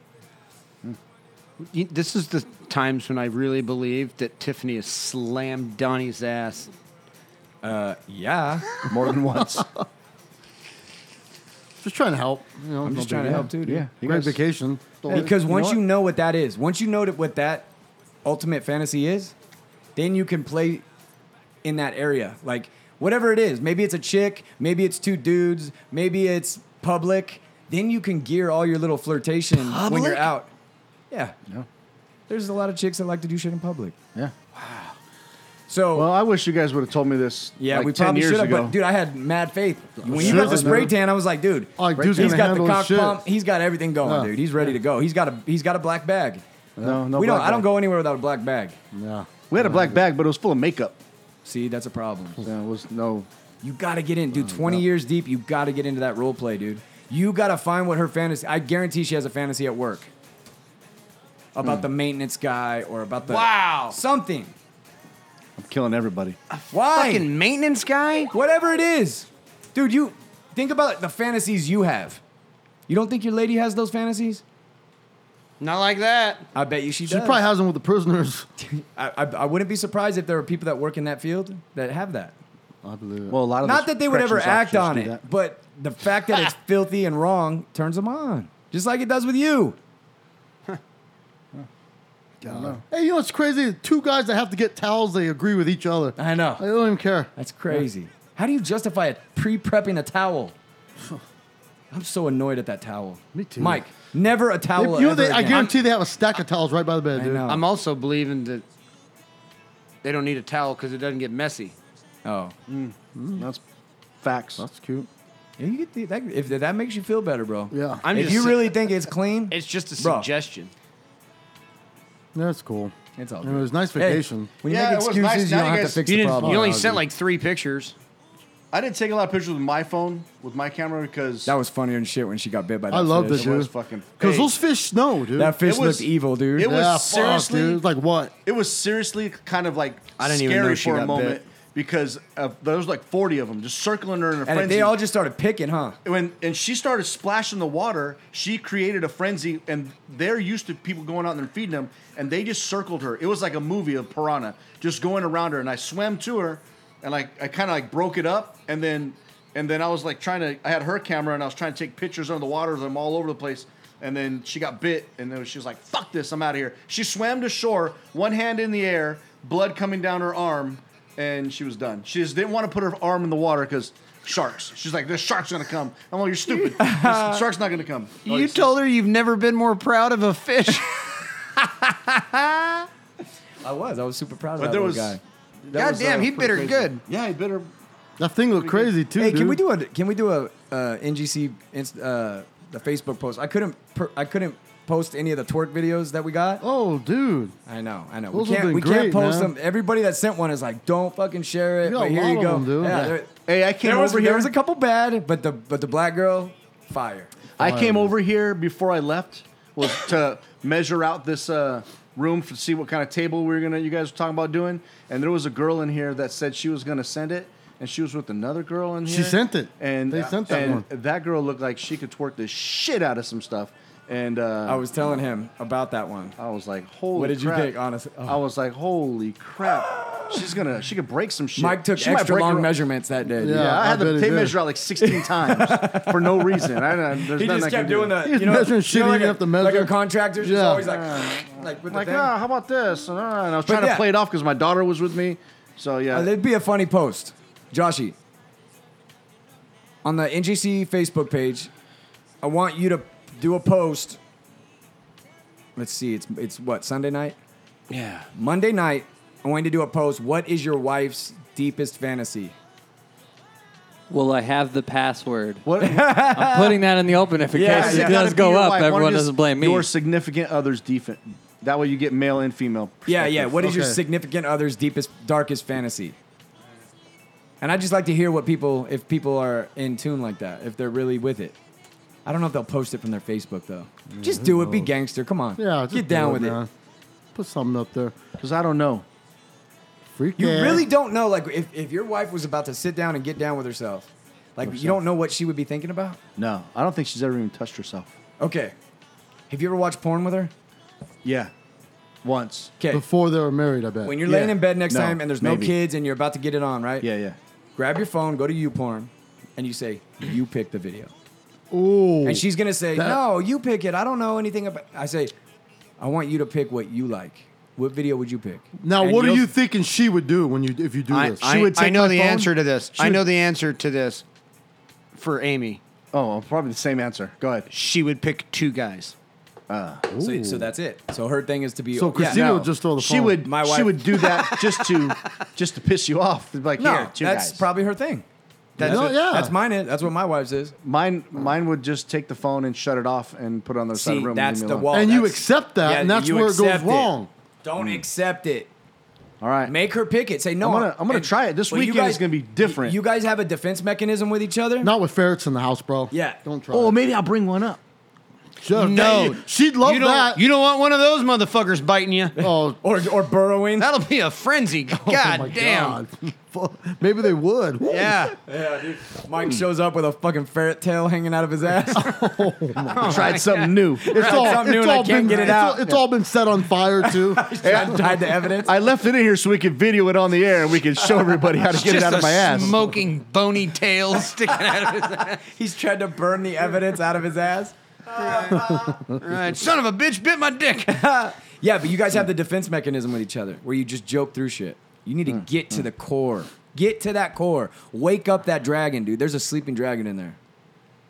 E: you, this is the times when I really believe that Tiffany has slammed Donnie's ass.
D: Yeah,
J: More than once.
C: Just trying to help. You know,
D: I'm
C: no
D: just
C: big
D: trying to
C: deal.
D: help too. Dude.
J: yeah. You
C: Great
J: guys-
C: vacation.
D: Because
J: You know
D: once
J: what?
D: you know what that is, once you know that what that ultimate fantasy is, then you can play in that area. Like whatever it is, maybe it's a chick, maybe it's two dudes, maybe it's public. Then you can gear all your little flirtation when you're
C: Public?
D: out. Yeah.
J: No.
D: There's a lot of chicks that like to do shit in public.
J: Yeah.
D: So
J: Well, I wish you guys would have told me this.
D: yeah,
J: like
D: we
J: 10
D: probably
J: years
D: should have.
J: ago.
D: But dude, I had mad faith when you
C: Sure,
D: got the spray
C: man.
D: tan. I was like, dude,
C: Oh, like, dude's
D: he's got
C: gonna
D: the
C: handle his
D: cock
C: shit.
D: pump. He's got everything going,
C: Yeah.
D: dude. He's ready to go. He's got a he's got a black bag.
J: no, no.
D: we don't.
J: black
D: I don't
J: bag.
D: go anywhere without a black bag.
C: Yeah.
J: We had a black bag, but it was full of makeup.
D: See, that's a problem.
J: There was no.
D: You got to get in,
C: Oh,
D: dude. Twenty years deep, you got to get into that role play, dude. You got to find what her fantasy. I guarantee she has a fantasy at work
C: Hmm.
D: about the maintenance guy or about the
E: Wow.
D: something.
J: I'm killing everybody.
D: Why?
E: Fucking maintenance guy.
D: Whatever it is, dude. You think about the fantasies you have. You don't think your lady has those fantasies?
E: Not like that.
D: I bet you she does.
C: She probably has them with the prisoners.
D: I, I, I wouldn't be surprised if there are people that work in that field that have that.
C: I believe it.
J: Well, a lot of
D: Not
J: those
D: that they would ever
J: corrections
D: act on
J: officers
D: it,
J: do that.
D: but the fact that it's filthy and wrong turns them on, just like it does with you.
C: hey, you know what's crazy? Two guys that have to get towels, they agree with each other.
D: I know.
C: They don't even care.
D: That's crazy. How do you justify a pre-prepping a towel? I'm so annoyed at that towel.
C: Me too.
D: Mike. Never a
C: They-
D: towel.
C: you know,
D: ever
C: they, I
D: again.
C: guarantee they have a stack of towels right by the bed,
D: I
C: dude.
D: know.
E: I'm also believing that they don't need a towel because it doesn't get messy.
D: oh,
J: That's facts.
C: That's cute.
D: yeah, you get the, that, if that makes you feel better, bro.
C: Yeah.
E: I'm
D: if
E: just
D: you
E: sa-
D: really think it's clean,
E: It's just a
D: Bro.
E: suggestion.
C: That's cool.
D: it's all
C: It
D: good.
C: was nice
D: Hey,
C: vacation.
D: when you
H: Yeah,
D: make
H: it was
D: excuses,
H: nice.
D: you don't
H: Now you
D: have to
H: guys-
D: fix
E: You
D: the
E: didn't.
D: problem. Oh,
E: You only sent like three pictures.
H: I didn't take a lot of pictures with my phone with my camera because
D: that was funnier than shit when she got bit by that
C: I love
D: fish.
C: this,
H: it was
C: dude.
H: fucking.
C: Because
H: hey,
C: those fish snow, dude.
D: That fish
H: It was-
D: looked evil, dude.
H: it was
C: yeah, fuck,
H: seriously
C: dude. Like what?
H: It was seriously kind of like
E: I didn't
H: scary
E: even know she
H: for a
E: got
H: moment
E: bit.
H: because uh, there was like forty of them just circling her in a
D: and
H: frenzy.
D: they all just started picking, huh?
H: when and she started splashing the water, she created a frenzy, and they're used to people going out and feeding them, and they just circled her. It was like a movie of piranha just going around her, and I swam to her, and like I kind of like broke it up, and then and then I was like trying to I had her camera, and I was trying to take pictures under the water of them all over the place. And then she got bit, and then she was like, "Fuck this, I'm out of here." She swam to shore, one hand in the air, blood coming down her arm, and she was done. She just didn't want to put her arm in the water because sharks. She's like, "The sharks gonna come." I'm like, "You're stupid. The sharks not gonna come." Oh,
E: you
H: he's-
E: told her you've never been more proud of a fish.
D: I was. I was super proud of
H: But
D: that
H: there
D: little
H: was.
D: guy.
H: that
E: God
H: was,
E: damn,
H: uh,
E: he
H: pretty
E: bit her
H: crazy.
E: good.
H: Yeah, he bit her.
C: That thing looked crazy too,
D: Hey,
C: dude.
D: can we do a can we do a uh, NGC inst- uh, the Facebook post? I couldn't per, I couldn't post any of the twerk videos that we got.
C: Oh, dude.
D: I know, I know.
C: Those
D: we
C: have
D: can't,
C: been
D: we
C: great,
D: can't post
C: man.
D: them. Everybody that sent one is like, "Don't fucking share it."
C: You got
D: but
C: a
D: here
C: lot
D: you
C: of
D: go.
C: them, dude.
D: Yeah,
C: Yeah.
D: there-
H: Hey, I came
D: there was,
H: over
D: There
H: here-
D: was a couple bad, but the but the black girl, fire.
H: I came over here before I left was to measure out this uh, room to see what kind of table we were gonna. You guys were talking about doing, and there was a girl in here that said she was gonna send it, and she was with another girl in here.
C: She sent it.
H: and
C: They sent that
H: and
C: one.
H: That girl looked like she could twerk the shit out of some stuff, and uh,
D: I was telling him about that one.
H: I was like, holy.
D: What did you
H: crap.
D: think, honestly? Oh.
H: I was like, holy crap. She's gonna. She could break some shit.
D: Mike took
H: She might
D: extra
H: break her-
D: long measurements that day. dude.
H: Yeah,
C: Yeah,
H: I
C: I
H: had
C: bet
H: the
C: he
H: tape
C: did.
H: measure out like 16 times for no reason. I, I, there's
D: He
H: nothing
D: just
H: I can
D: kept
H: do.
D: doing the
C: He's
D: you know,
C: measuring shit he
D: like
C: didn't
D: a,
C: have to
D: Like
C: measure.
D: a contractor's just
C: Yeah.
D: always like, like with the
H: like,
D: thing.
H: ah, how about this? And, ah, and I was trying
D: yeah.
H: to play it off because my daughter was with me. So yeah,
D: Uh, It'd be a funny post, Joshy. On the NGC Facebook page, I want you to do a post. Let's see, it's it's what Sunday night,
H: yeah.
D: Monday night. I want you to do a post. What is your wife's deepest fantasy?
F: Will I have the password?
H: What?
F: I'm
E: Uh,
F: putting that in the open if in
D: Yeah,
F: case
D: yeah.
F: it
H: It's gotta
F: does
H: be
F: go
H: your
F: up,
H: wife. Why
F: everyone
H: don't you
F: doesn't
H: just-
F: blame me.
H: Your significant other's defense. That way you get male and female.
D: Yeah, yeah. What is your
C: Okay.
D: significant other's deepest, darkest fantasy? And I just like to hear what people, if people are in tune like that, if they're really with it. I don't know if they'll post it from their Facebook though. Just do it. Be gangster. Come on.
C: Mm-hmm. Yeah, just
D: get down
C: do
D: with it.
C: man. Put something up there.
H: Because I don't know.
C: Freak
D: You
C: out.
D: really don't know. Like, if, if your wife was about to sit down and get down with herself,
C: Oh,
D: like, you don't know what she would be thinking about?
H: No, I don't think she's ever even touched herself.
D: Okay. Have you ever watched porn with her?
H: Yeah, once.
D: Okay.
C: Before they were married, I bet.
D: When you're
H: Yeah.
D: laying in bed next
H: No,
D: time and there's no
H: maybe.
D: kids and you're about to get it on, right?
H: Yeah, yeah.
D: Grab your phone, go to YouPorn, and you say, You pick the video.
C: Ooh.
D: And she's going to say,
C: That-
D: No, you pick it. I don't know anything about I say, I want you to pick what you like. What video would you pick?
C: now,
D: And
C: what are
D: you'll-
C: you thinking she would do when you if you do
E: I,
C: this?
E: I,
H: would
E: I
H: take
E: know
H: my
E: the
H: phone.
E: answer to this.
H: She
E: I
H: would-
E: know the answer to this for Amy.
H: Oh, probably the same answer. Go ahead.
E: She would pick two guys.
D: So, so that's it. So her thing is to be
C: So
D: yeah,
C: Christina
D: no.
C: would just throw the
H: She
C: phone.
H: would.
D: My
H: She
D: wife-
H: would do that just to just to piss you off. Like
D: No,
H: here, two
D: that's
H: guys.
D: probably her thing.
H: That's
C: No,
H: it.
C: yeah.
D: That's mine. is. That's what my wife's is.
H: Mine, mine would just take the phone and shut it off and put it on the other side of
D: See,
H: the room. and
D: that's
H: leave me
D: the
H: alone.
D: wall.
C: and you
D: that's-
C: accept that,
D: Yeah,
C: and that's
D: you
C: where it goes
D: accept
C: wrong.
D: Don't accept it.
H: All right.
D: Make her pick it. Say no.
H: I'm gonna- I'm gonna
D: and-
H: try it. This
D: you
H: weekend is gonna be different.
D: You guys have a defense mechanism with each other.
C: Not with ferrets in the house, bro.
D: Yeah.
C: Don't try.
H: Oh,
C: it.
H: maybe I'll bring one up.
C: Just-
E: No.
C: she'd love
E: you don't,
C: that.
E: You don't want one of those motherfuckers biting you.
C: oh,
D: or or burrowing.
E: That'll be a frenzy.
H: Oh
E: God
C: my
E: damn.
C: God. maybe they would.
E: Yeah.
D: yeah, dude.
E: Hmm.
D: Mike shows up with a fucking ferret tail hanging out of his ass.
H: Tried something new.
C: It's all,
D: something new
C: it's
D: and I
C: all
D: can't
C: been
D: get it
C: it's
D: out.
C: all- it's all been set on fire too.
D: tied to evidence.
H: I left it in here so we could video it on the air and we could show everybody how to get it
E: Just
H: out
E: a
H: of my ass.
E: Smoking bony tails sticking out of his
D: He's tried to burn the evidence out of his ass.
E: Right. Son of a bitch bit my dick.
D: Yeah, but you guys have the defense mechanism with each other where you just joke through shit. You need to
E: Hmm.
D: get to the core. Get to that core. Wake up that dragon, dude. There's a sleeping dragon in there.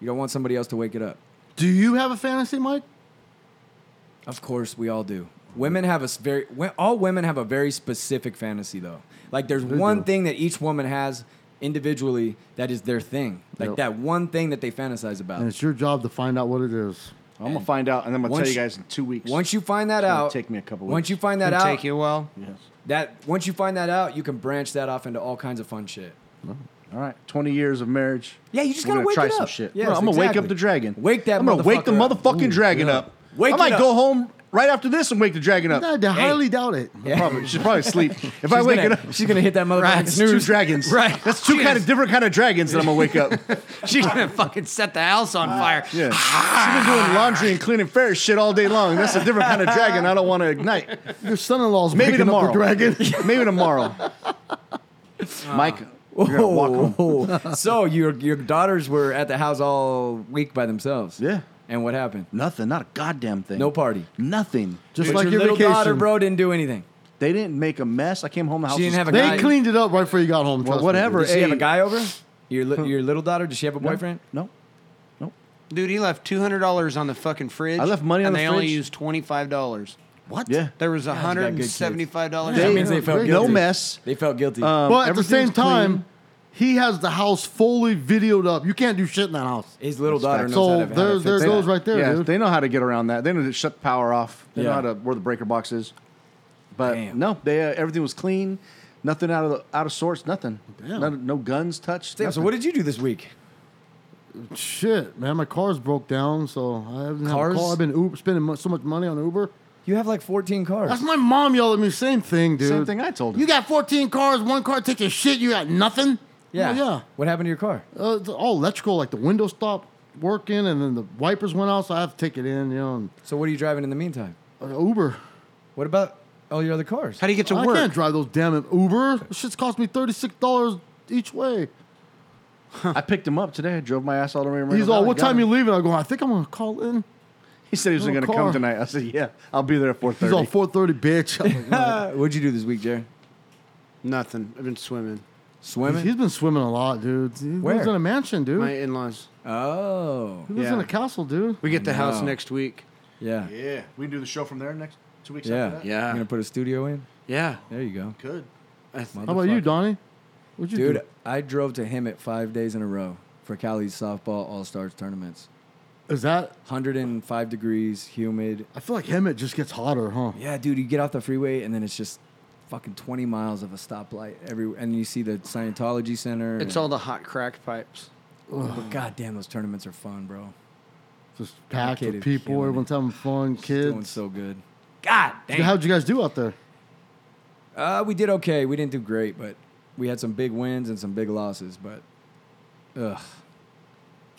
D: You don't want somebody else to wake it up.
C: Do you have a fantasy, Mike?
D: Of course, we all do. Women have a s- very we- all women have a very specific fantasy though. Like there's one thing that each woman has individually that is their thing. Like
C: Yep.
D: that one thing that they fantasize about.
C: And it's your job to find out what it is.
H: I'm gonna find out and I'm gonna
D: Once
H: tell you
D: you-
H: guys in two weeks.
D: Once you find that
H: gonna
D: out,
H: take me a couple
D: Once
H: weeks.
D: you find that
E: It'll
D: out,
E: Take you a while.
D: that once you find that out, you can branch that off into all kinds of fun shit.
H: all right, 20 years of marriage.
D: Yeah, you just
H: We're
D: gotta
H: gonna
D: wake
H: try
D: it
H: some
D: up.
H: shit.
D: Yes,
H: I'm gonna wake up
D: exactly.
H: the dragon.
D: Wake that
H: I'm gonna wake the
D: motherfucker up.
H: motherfucking dragon up.
D: Wake
H: I
D: it
H: might
D: up.
H: go home right after this and wake the dragon up.
C: I I highly doubt it.
H: Probably she's probably asleep. If I
D: She's
H: wake
D: gonna-
H: it up,
D: she's gonna hit that motherfucking
H: That's two
D: snooze.
H: dragons.
E: Right.
H: That's two
E: She
H: kind
E: is-
H: of different kind of dragons that I'm gonna wake up.
E: She's gonna fucking set the house on fire.
H: Yeah. She's been doing laundry and cleaning ferret shit all day long. That's a different kind of dragon I don't want to ignite.
C: Your son-in-law's
H: Maybe
C: waking
H: tomorrow.
C: Up the dragon.
H: Maybe tomorrow. Mike, you're gonna walk home.
D: Oh, so your your daughters were at the house all week by themselves.
H: Yeah.
D: And what happened?
H: Nothing. Not a goddamn thing.
D: No party.
H: Nothing.
C: Just
D: But
C: like
D: your,
C: your,
D: little
C: vacation.
D: daughter, bro, didn't do anything.
H: They didn't make a mess. I came home. The house
D: She didn't
H: was
D: have a
C: They
D: guy.
C: cleaned it up right before you got home. trust me.
H: whatever.
D: Did she have a
H: Hey.
D: guy over? Your li- your little daughter? Does she have a
H: No,
D: boyfriend?
H: No.
E: Dude, he left two hundred dollars on the fucking fridge.
H: I left money on
E: and
H: the
E: they only
H: fridge.
E: used twenty five dollars.
H: What? Yeah.
E: There was hundred
D: got good
E: and
D: kids.
E: seventy five dollars.
D: That
H: They-
D: means they felt
H: no
D: guilty.
H: mess.
D: They felt guilty.
H: Um,
C: But at the
H: everything's
C: same time,
H: clean.
C: He has the house fully videoed up. You can't do shit in that house.
D: His little daughter knows
C: So
D: how to how to
C: there-
D: fix
C: there
D: that.
C: goes right there,
J: yeah,
C: dude.
J: they know how to get around that. They know to shut the power off. They know
D: Yeah.
J: how to where the breaker box is. But
D: Damn.
J: no, they uh, everything was clean. Nothing out of the, out of sorts. Nothing.
C: Damn.
J: None- no guns touched.
D: Damn, so
J: nothing.
D: what did you do this week?
C: Shit, man, my car's broke down, so I haven't had a
D: Cars?
C: car. I've been Uber, spending mo- so much money on Uber.
D: You have like 14 cars.
C: That's my mom yelled at me. Same thing, dude.
J: Same thing I told him.
C: You got 14 cars, one car takes a shit, you got nothing?
D: yeah.
C: Well,
D: What happened to your car?
C: yeah. Uh, it's all electrical, like the window stopped working, and then the wipers went out, so I have to take it in, you know, and
D: So what are you driving in the meantime?
C: uh, Uber.
D: What about all your other cars?
E: How do you get to
C: I
E: work?
C: can't drive those damn Uber. This shit's cost me $36 each way.
J: I picked him up today. I drove my ass all the way around.
C: He's all, what time you leaving? I go, I think I'm going to call in.
J: He said he wasn't
C: Oh,
J: going to
C: car.
J: come tonight. I said, yeah, I'll be there at four
C: He's all,
J: thirty.
C: 4.30, bitch. I'm like, "No."
D: Uh, what'd you do this week, Jerry?
E: Nothing. I've been swimming.
D: Swimming?
C: He's been swimming a lot, dude. He
D: Where?
C: lives in a mansion, dude.
E: My in-laws.
D: oh.
C: he lives in
E: yeah.
C: a castle, dude.
E: We get the house
D: know.
E: next week.
D: Yeah.
H: Yeah, we can do the show from there next two weeks
D: Yeah.
H: after that.
D: You're
E: Yeah.
D: going to put a studio in?
E: Yeah.
D: There you go.
H: Good.
C: How about you,
D: Motherfucker.
C: Donnie? What'd you
D: Dude, I drove to Hemet five days in a row for Cali's softball all stars tournaments.
C: do? Is that
D: 105 degrees, humid.
C: I feel like Hemet just gets hotter, huh?
D: Yeah, dude, you get off the freeway and then it's just fucking 20 miles of a stoplight everywhere. And you see the Scientology Center.
E: It's
D: and-
E: all the hot crack pipes.
D: But goddamn, those tournaments are fun, bro.
C: Just packed with
D: Complicated
C: people.
D: human.
C: Everyone's having fun.
D: Doing
C: Kids.
D: so good. God damn.
C: How'd you guys do out there?
D: Uh, we did okay. We didn't do great, but we had some big wins and some big losses. But, ugh.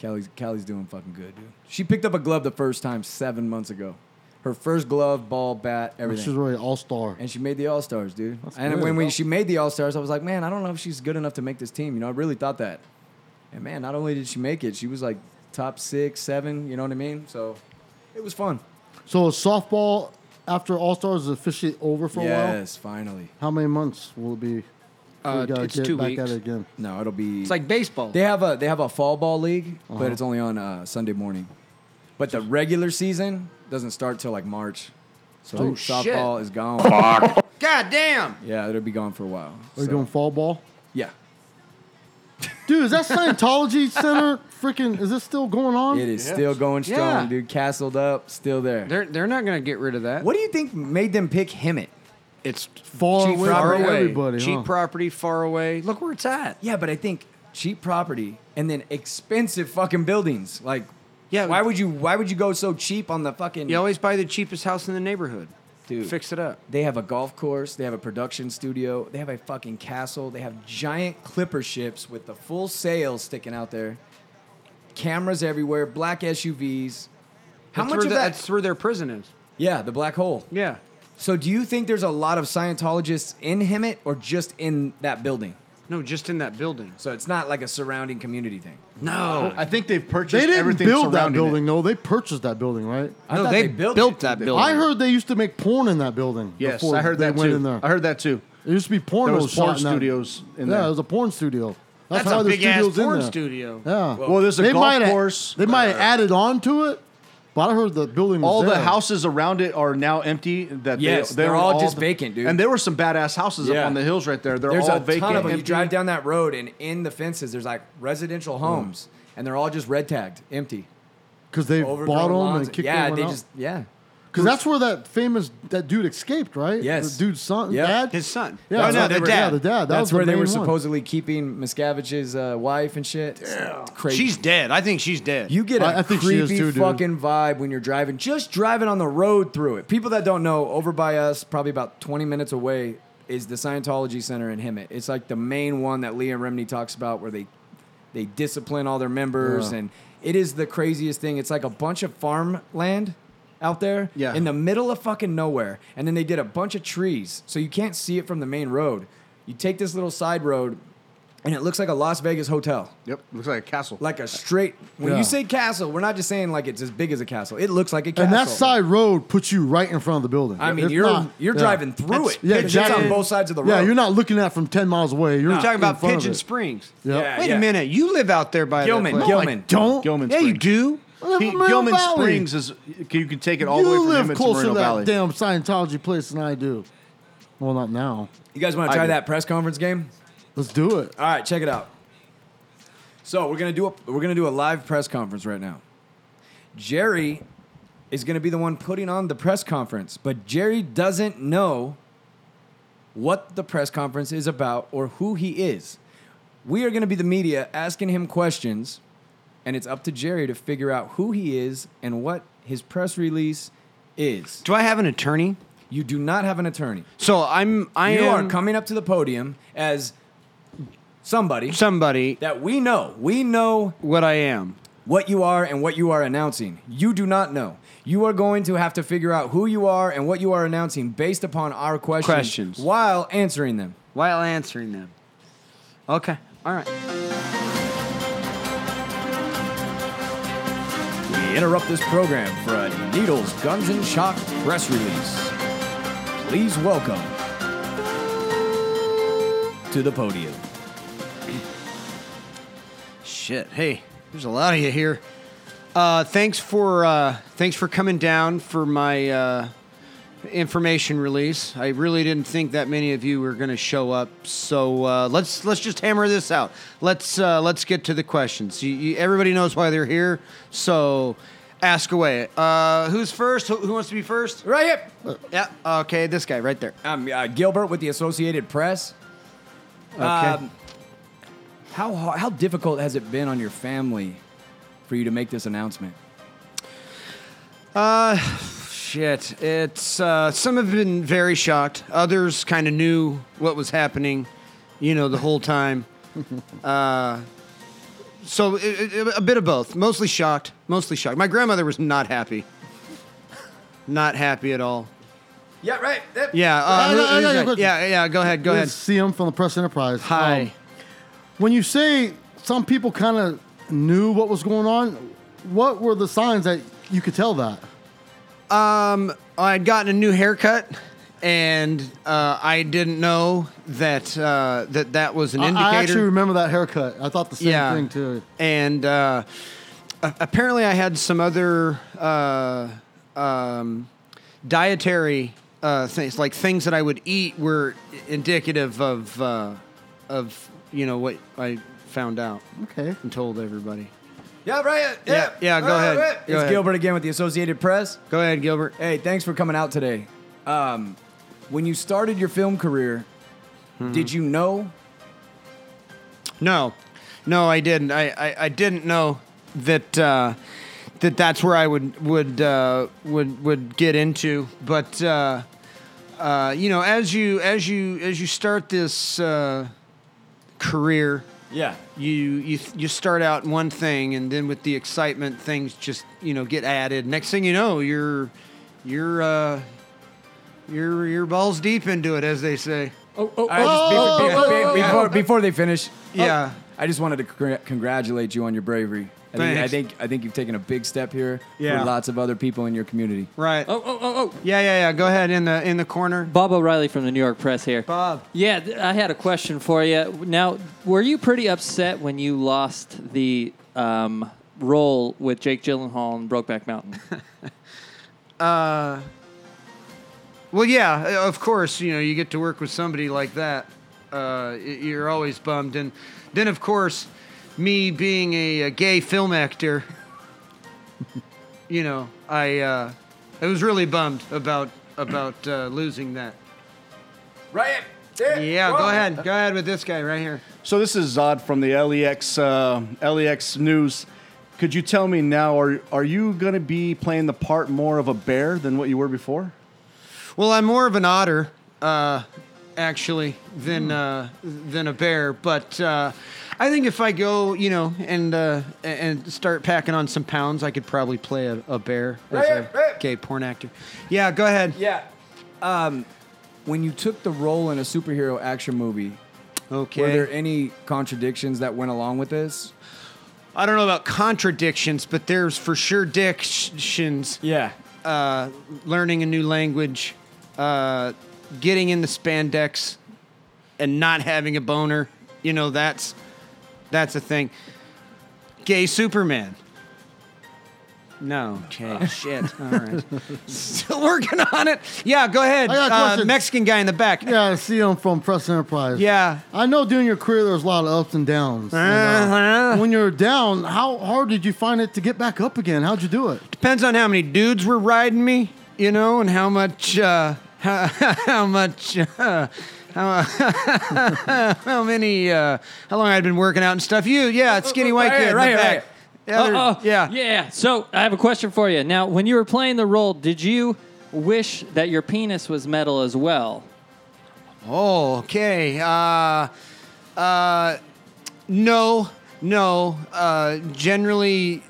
D: Callie's, Callie's doing fucking good, dude. She picked up a glove the first time seven months ago. Her first glove, ball, bat,
C: She's
D: everything.
C: really all star.
D: And she made the All Stars, dude. and
C: good.
D: when we, she made the All Stars, I was like, man, I don't know if she's good enough to make this team. You know, I really thought that. And man, not only did she make it, she was like top six, seven. You know what I mean? So it was fun.
C: So softball after All Stars is officially over for a while.
D: yes, finally.
C: How many months will it be? before
E: Uh,
C: we gotta
E: it's two
C: back
E: weeks.
C: at it again.
D: No, it'll be.
E: It's like Uh-huh. baseball.
F: Oh,
D: they have a they have a fall ball league, but it's only on uh, Sunday morning. But the regular season doesn't start till like March. So
E: Oh, shit.
D: softball is gone.
E: God damn.
D: yeah, it'll be gone for a while.
C: Are you
D: So,
C: doing fall ball?
D: Yeah,
C: Dude, is that Scientology Center freaking? Is this still going on?
D: it is still going strong,
E: Yeah.
D: dude. Castled up, still there.
E: They're they're not going to get rid of that.
D: What do you think made them pick Hemet?
E: It's
C: Far
E: cheap
C: away from
E: property.
C: everybody,
E: Cheap
C: huh?
E: property, far away. Look where it's at.
D: Yeah, but I think cheap property and then expensive fucking buildings. Like,
E: Yeah.
D: why would you? Why would you go so cheap on the fucking?
E: You always buy the cheapest house in the neighborhood.
D: Dude.
E: Fix it up.
D: they have a golf course. They have a production studio. They have a fucking castle. They have giant clipper ships with the full sails sticking out there. Cameras everywhere. Black SUVs. How much
E: That's where
D: of
E: the-
D: that?
E: That's where their prison is.
D: yeah, the black hole.
E: Yeah.
D: So, do you think there's a lot of Scientologists in Hemet or just in that building?
E: No, just in that building.
D: So it's not like a surrounding community thing.
E: No.
J: I think they've purchased
C: They didn't
J: everything
C: build that
J: surrounding it.
C: building, though. They purchased that building, right?
D: I
E: no,
D: thought
E: they,
D: they
E: built,
D: built
E: that building.
C: I heard they used to make porn in that building.
J: Yes,
C: before
J: I heard
C: they
J: that
C: went
J: too.
C: in there.
J: I heard that too.
C: There used to be porn.
J: There was
C: that shot
J: porn
C: in that-
J: studios in
C: yeah,
J: there.
C: it was a porn studio. That's,
E: That's
C: how
E: a
C: the
E: big ass
C: studio's in
E: porn
C: there.
E: studio.
C: Yeah.
J: Well, there's a
C: they
J: golf
C: might have-
J: course.
C: They might have added on to it, but I heard the building. Was
J: all the
C: there.
J: houses around it are now empty. That
D: Yes,
J: they,
D: they're
J: were
D: all just vacant, dude.
J: And there were some badass houses
D: Yeah.
J: up on the hills right there. They're
D: There's
J: all
D: a
J: vacant.
D: ton of them. You
J: empty.
D: drive down that road, and in the fences, there's like residential homes, and they're all just red tagged, empty.
C: because they
D: Overgrown
C: bought them
D: lawns.
C: and kicked
D: yeah,
C: everyone
D: they
C: out.
D: just yeah.
C: because that's where that famous that dude escaped, right?
D: Yes.
C: the dude's son,
D: Yeah.
C: dad,
E: His son.
C: Yeah,
E: Oh, no,
C: yeah,
E: the
C: they were-
E: dad.
C: Yeah, the dad. That was
D: That's
C: the
D: where they
C: main
D: were
C: one.
D: supposedly keeping Miscavige's uh, wife and shit. It's crazy.
E: She's dead. I think she's dead.
D: you get a
C: I- I think she is
D: creepy
C: too, dude.
D: fucking vibe when you're driving, just driving on the road through it. People that don't know, over by us, probably about 20 minutes away, is the Scientology Center in Hemet. It's like the main one that Leah Remney talks about, where they they discipline all their members,
C: Yeah.
D: and it is the craziest thing. It's like a bunch of farmland out there
J: Yeah.
D: in the middle of fucking nowhere, and then they did a bunch of trees, so you can't see it from the main road. You take this little side road, and it looks like a Las Vegas hotel
J: Yep, looks like a castle.
D: like a straight. When
C: Yeah.
D: you say castle, we're not just saying like it's as big as a castle. It looks like a castle.
C: And that side road puts you right in front of the building.
D: I mean,
C: If
D: you're
C: not-
D: you're
C: yeah.
D: driving through
E: That's
D: it.
C: Yeah,
D: Yeah, it's
C: exactly.
D: on both sides of the road.
C: Yeah, you're not looking at it from ten miles away. You're
E: You're talking
C: in
E: about
C: front of
E: Pigeon
C: it.
E: Springs.
D: Yeah,
E: Wait
D: yeah.
E: a minute. You live out there by
D: Gilman.
E: That place.
D: Gilman.
C: Don't.
J: Gilman
E: Yeah, you
J: Springs.
E: do.
C: I live
J: He-
C: in Moreno
J: Gilman
C: Valley.
J: Springs is you can take it all the way
C: you
J: from
C: live
J: Emmett to
C: closer to
J: Moreno
C: that
J: Valley.
C: damn Scientology place than I do. Well, not now.
D: You guys want to try
J: do.
D: that press conference game?
C: Let's do it.
D: All right, check it out. So we're gonna do a we're gonna do a live press conference right now. Jerry is gonna be the one putting on the press conference, but Jerry doesn't know what the press conference is about or who he is. We are gonna be the media asking him questions, and it's up to Jerry to figure out who he is and what his press release is.
E: Do I have an attorney?
D: You do not have an attorney.
E: So I'm. I
D: you
E: am
D: are coming up to the podium as somebody
E: somebody.
D: that we know. We know
E: What I am.
D: what you are and what you are announcing. You do not know. You are going to have to figure out who you are and what you are announcing based upon our questions,
E: Questions.
D: while answering them.
E: While answering them. Okay. All right.
D: We interrupt this program for a Needles Guns and Shock press release. Please welcome to the podium.
E: Shit. Hey, there's a lot of you here. Uh, thanks for uh, thanks for coming down for my uh, information release. I really didn't think that many of you were going to show up, so uh, let's let's just hammer this out. Let's uh, let's get to the questions. You, you, everybody knows why they're here, so ask away. Uh, who's first? Who, who wants to be first?
D: Right here.
E: Yeah. Okay, this guy right there.
D: I'm uh, Gilbert with the Associated Press.
E: Okay.
D: Um, how har- how difficult has it been on your family for you to make this announcement?
E: Uh, shit. It's uh, some have been very shocked. Others kind of knew what was happening, you know, the whole time. Uh, so i i a bit of both. Mostly shocked. Mostly shocked. My grandmother was not happy. Not happy at all.
D: Yeah, right.
E: Yeah.
C: I-
E: Uh, who-
C: I- I
E: who's
C: got a
E: that?
C: question.
E: yeah. Yeah. Go ahead. Go
C: This
E: ahead.
C: is CM from the Press Enterprise.
E: Hi.
C: Um, when you say some people kind of knew what was going on, what were the signs that you could tell that?
E: I'd gotten a new haircut, and uh, I didn't know that uh, that that was an
C: I-
E: indicator.
C: I actually remember that haircut. I thought the same
E: yeah.
C: thing too.
E: And uh, a- apparently, I had some other uh, um, dietary uh, things, like things that I would eat, were indicative of uh, of you know what I found out
C: Okay.
E: and told everybody.
D: Yeah, right.
E: Yeah, yeah, go ahead. Go
D: it's
E: ahead.
D: Gilbert again with the Associated Press.
E: Go ahead, Gilbert.
D: Hey, thanks for coming out today. Um, when you started your film career,
E: Mm-hmm.
D: did you know?
E: No, no, I didn't. I, I, I didn't know that uh, that that's where I would would uh, would would get into. But uh, uh, you know, as you as you as you start this uh, career,
D: Yeah.
E: you you you start out in one thing, and then with the excitement, things just you know get added. Next thing you know, you're you're uh, you're you're balls deep into it, as they say.
D: Oh, oh, just, be- be- be- before, before they finish,
E: Yeah.
D: I just wanted to congr- congratulate you on your bravery. I think, I
E: Thanks.
D: think I think you've taken a big step here
E: Yeah.
D: for lots of other people in your community.
E: Right.
F: Oh, oh, oh, oh.
E: Yeah, yeah, yeah. Go ahead in the in the corner.
F: Bob O'Reilly from the New York Press here.
E: Bob.
F: Yeah, th- I had a question for you. Now, were you pretty upset when you lost the um, role with Jake Gyllenhaal in Brokeback Mountain?
E: Well, yeah, uh, of course. You know, you get to work with somebody like that. Uh, y- you're always bummed, and then of course, me being a, a gay film actor, you know, I uh, I was really bummed about about uh, losing that.
D: Right.
E: Yeah, go ahead,
D: Uh,
E: go ahead with this guy right here.
J: So this is Zod from the LEX uh, LEX News. Could you tell me now? Are are you going to be playing the part more of a bear than what you were before?
E: Well, I'm more of an otter, uh, actually, than
D: Hmm.
E: uh, than a bear. But uh, I think if I go, you know, and uh, a- and start packing on some pounds, I could probably play a, a bear as
D: Right,
E: a
D: right.
E: gay porn actor. Yeah, go ahead.
D: Yeah. Um, when you took the role in a superhero action movie, were there
E: Okay.
D: any contradictions that went along with this?
E: I don't know about contradictions, but there's for sure dictions.
D: Yeah.
E: Uh, learning a new language, uh, getting in the spandex, and not having a boner. You know that's that's a thing. Gay Superman. No. Okay. Shit. All right. Still working on it. Yeah. Go ahead.
C: I got a
E: Uh,
C: question.
E: Mexican guy in the back.
C: Yeah, I see him from Press Enterprise.
E: Yeah.
C: I know during your career there's a lot of ups and downs. and, uh,
E: Uh-huh.
C: when you're down, how hard did you find it to get back up again? How'd you do it?
E: Depends on how many dudes were riding me, you know, and how much, uh, how, how much, uh, how, how many, uh, how long I'd been working out and stuff. You, yeah, skinny white
D: right
E: kid,
D: here,
E: in
D: right
E: the
D: here,
E: back.
D: right
E: Yeah, they're-
F: Uh-oh.
E: yeah.
F: Oh, Yeah. So I have a question for you. Now, when you were playing the role, did you wish that your penis was metal as well?
E: Oh, okay. Uh, uh, no, no. Uh, generally,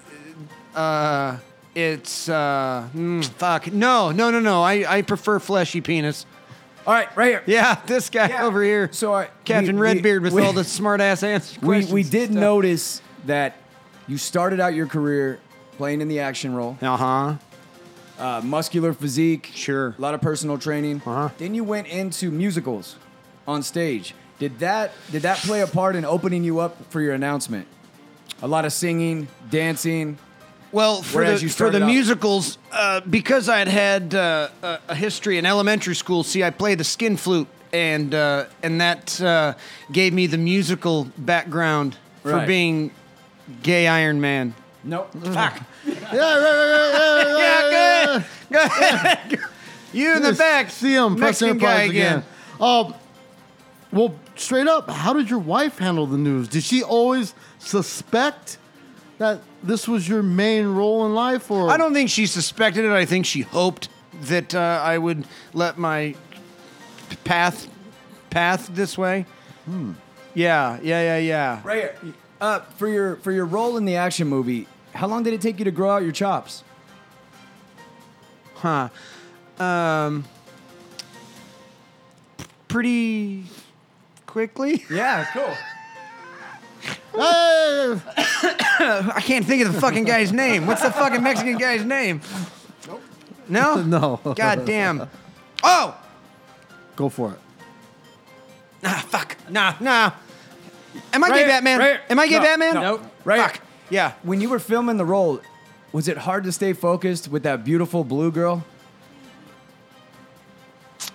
E: uh, it's uh, mm, fuck. No, no, no, no. I, I prefer fleshy penis.
D: All right, right here.
E: Yeah, this guy
D: Yeah.
E: over here.
D: So, uh,
E: Captain
D: we- we-
E: Redbeard with
D: we-
E: all the smart ass answers.
D: We, we did notice that you started out your career playing in the action role,
E: Uh huh.
D: uh, muscular physique,
E: Sure.
D: a lot of personal training.
E: Uh-huh.
D: Then you went into musicals on stage. Did that did that play a part in opening you up for your announcement? A lot of singing, dancing.
E: Well, for
D: Whereas
E: the,
D: you
E: for the
D: started out-
E: musicals, uh, because I had had uh, a, a history in elementary school, see, I played the skin flute, and uh, and that uh, gave me the musical background for
D: Right.
E: being gay Iron Man.
D: Nope.
E: Mm-hmm.
C: Yeah, right, right, right, right, right, right, right, right.
D: Uh,
E: Yeah, good. Good. you in the back.
C: See him, Press
E: Mexican guy
C: Enterprise
E: again.
C: again. Um, well, straight up, how did your wife handle the news? Did she always suspect that this was your main role in life? Or
E: I don't think she suspected it. I think she hoped that uh, I would let my p- path path this way. Yeah, yeah, yeah, yeah.
D: Right here. Uh, for your for your role in the action movie, how long did it take you to grow out your chops?
E: Huh. Um. Pretty quickly.
D: Yeah, cool.
C: Hey!
E: I can't think of the fucking guy's name. What's the fucking Mexican guy's name? No.
C: No.
E: God damn. Oh.
C: Go for it.
E: Nah. Fuck. Nah. Nah. Am I
D: Right
E: gay
D: here,
E: Batman?
D: right here.
E: Am I gay
D: No,
E: Batman?
D: no. Right
E: Fuck.
D: here.
E: Yeah.
D: When you were filming the role, was it hard to stay focused with that beautiful blue girl?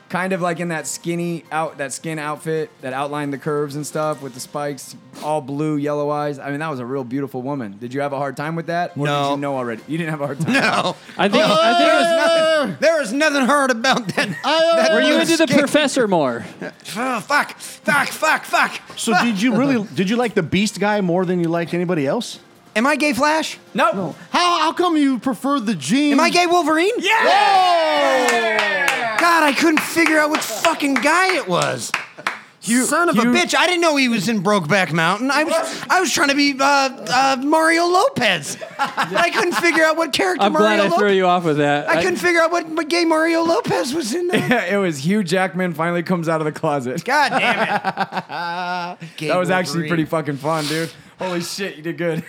D: Kind of like in that skinny out that skin outfit that outlined the curves and stuff with the spikes, all blue, yellow eyes. I mean, that was a real beautiful woman. Did you have a hard time with that? Or
E: No.
D: did you know already? You didn't have a hard time.
E: No.
F: I think. I think it was.
E: nothing. There is nothing hard about that. that
F: Were you into the
E: skin-
F: professor more?
E: Oh, fuck, fuck, fuck, fuck.
H: So did you really? Did you like the Beast guy more than you liked anybody else?
E: Am I gay Flash?
D: No.
C: How, how come you prefer the jeans?
E: Am I gay Wolverine? Yeah. God, I couldn't figure out which fucking guy it was. You, Son of a bitch! I didn't know he was in Brokeback Mountain. I was, I was trying to be uh, uh, Mario Lopez. I couldn't figure out what character
F: I'm glad
E: Mario
F: I
E: Lopez.
F: threw you off with that.
E: I couldn't figure out what, what gay Mario Lopez was in. There.
D: it was Hugh Jackman finally comes out of the closet.
E: God damn it! Gay
D: That was actually
E: Wolverine.
D: pretty fucking fun, dude. Holy shit, you did good.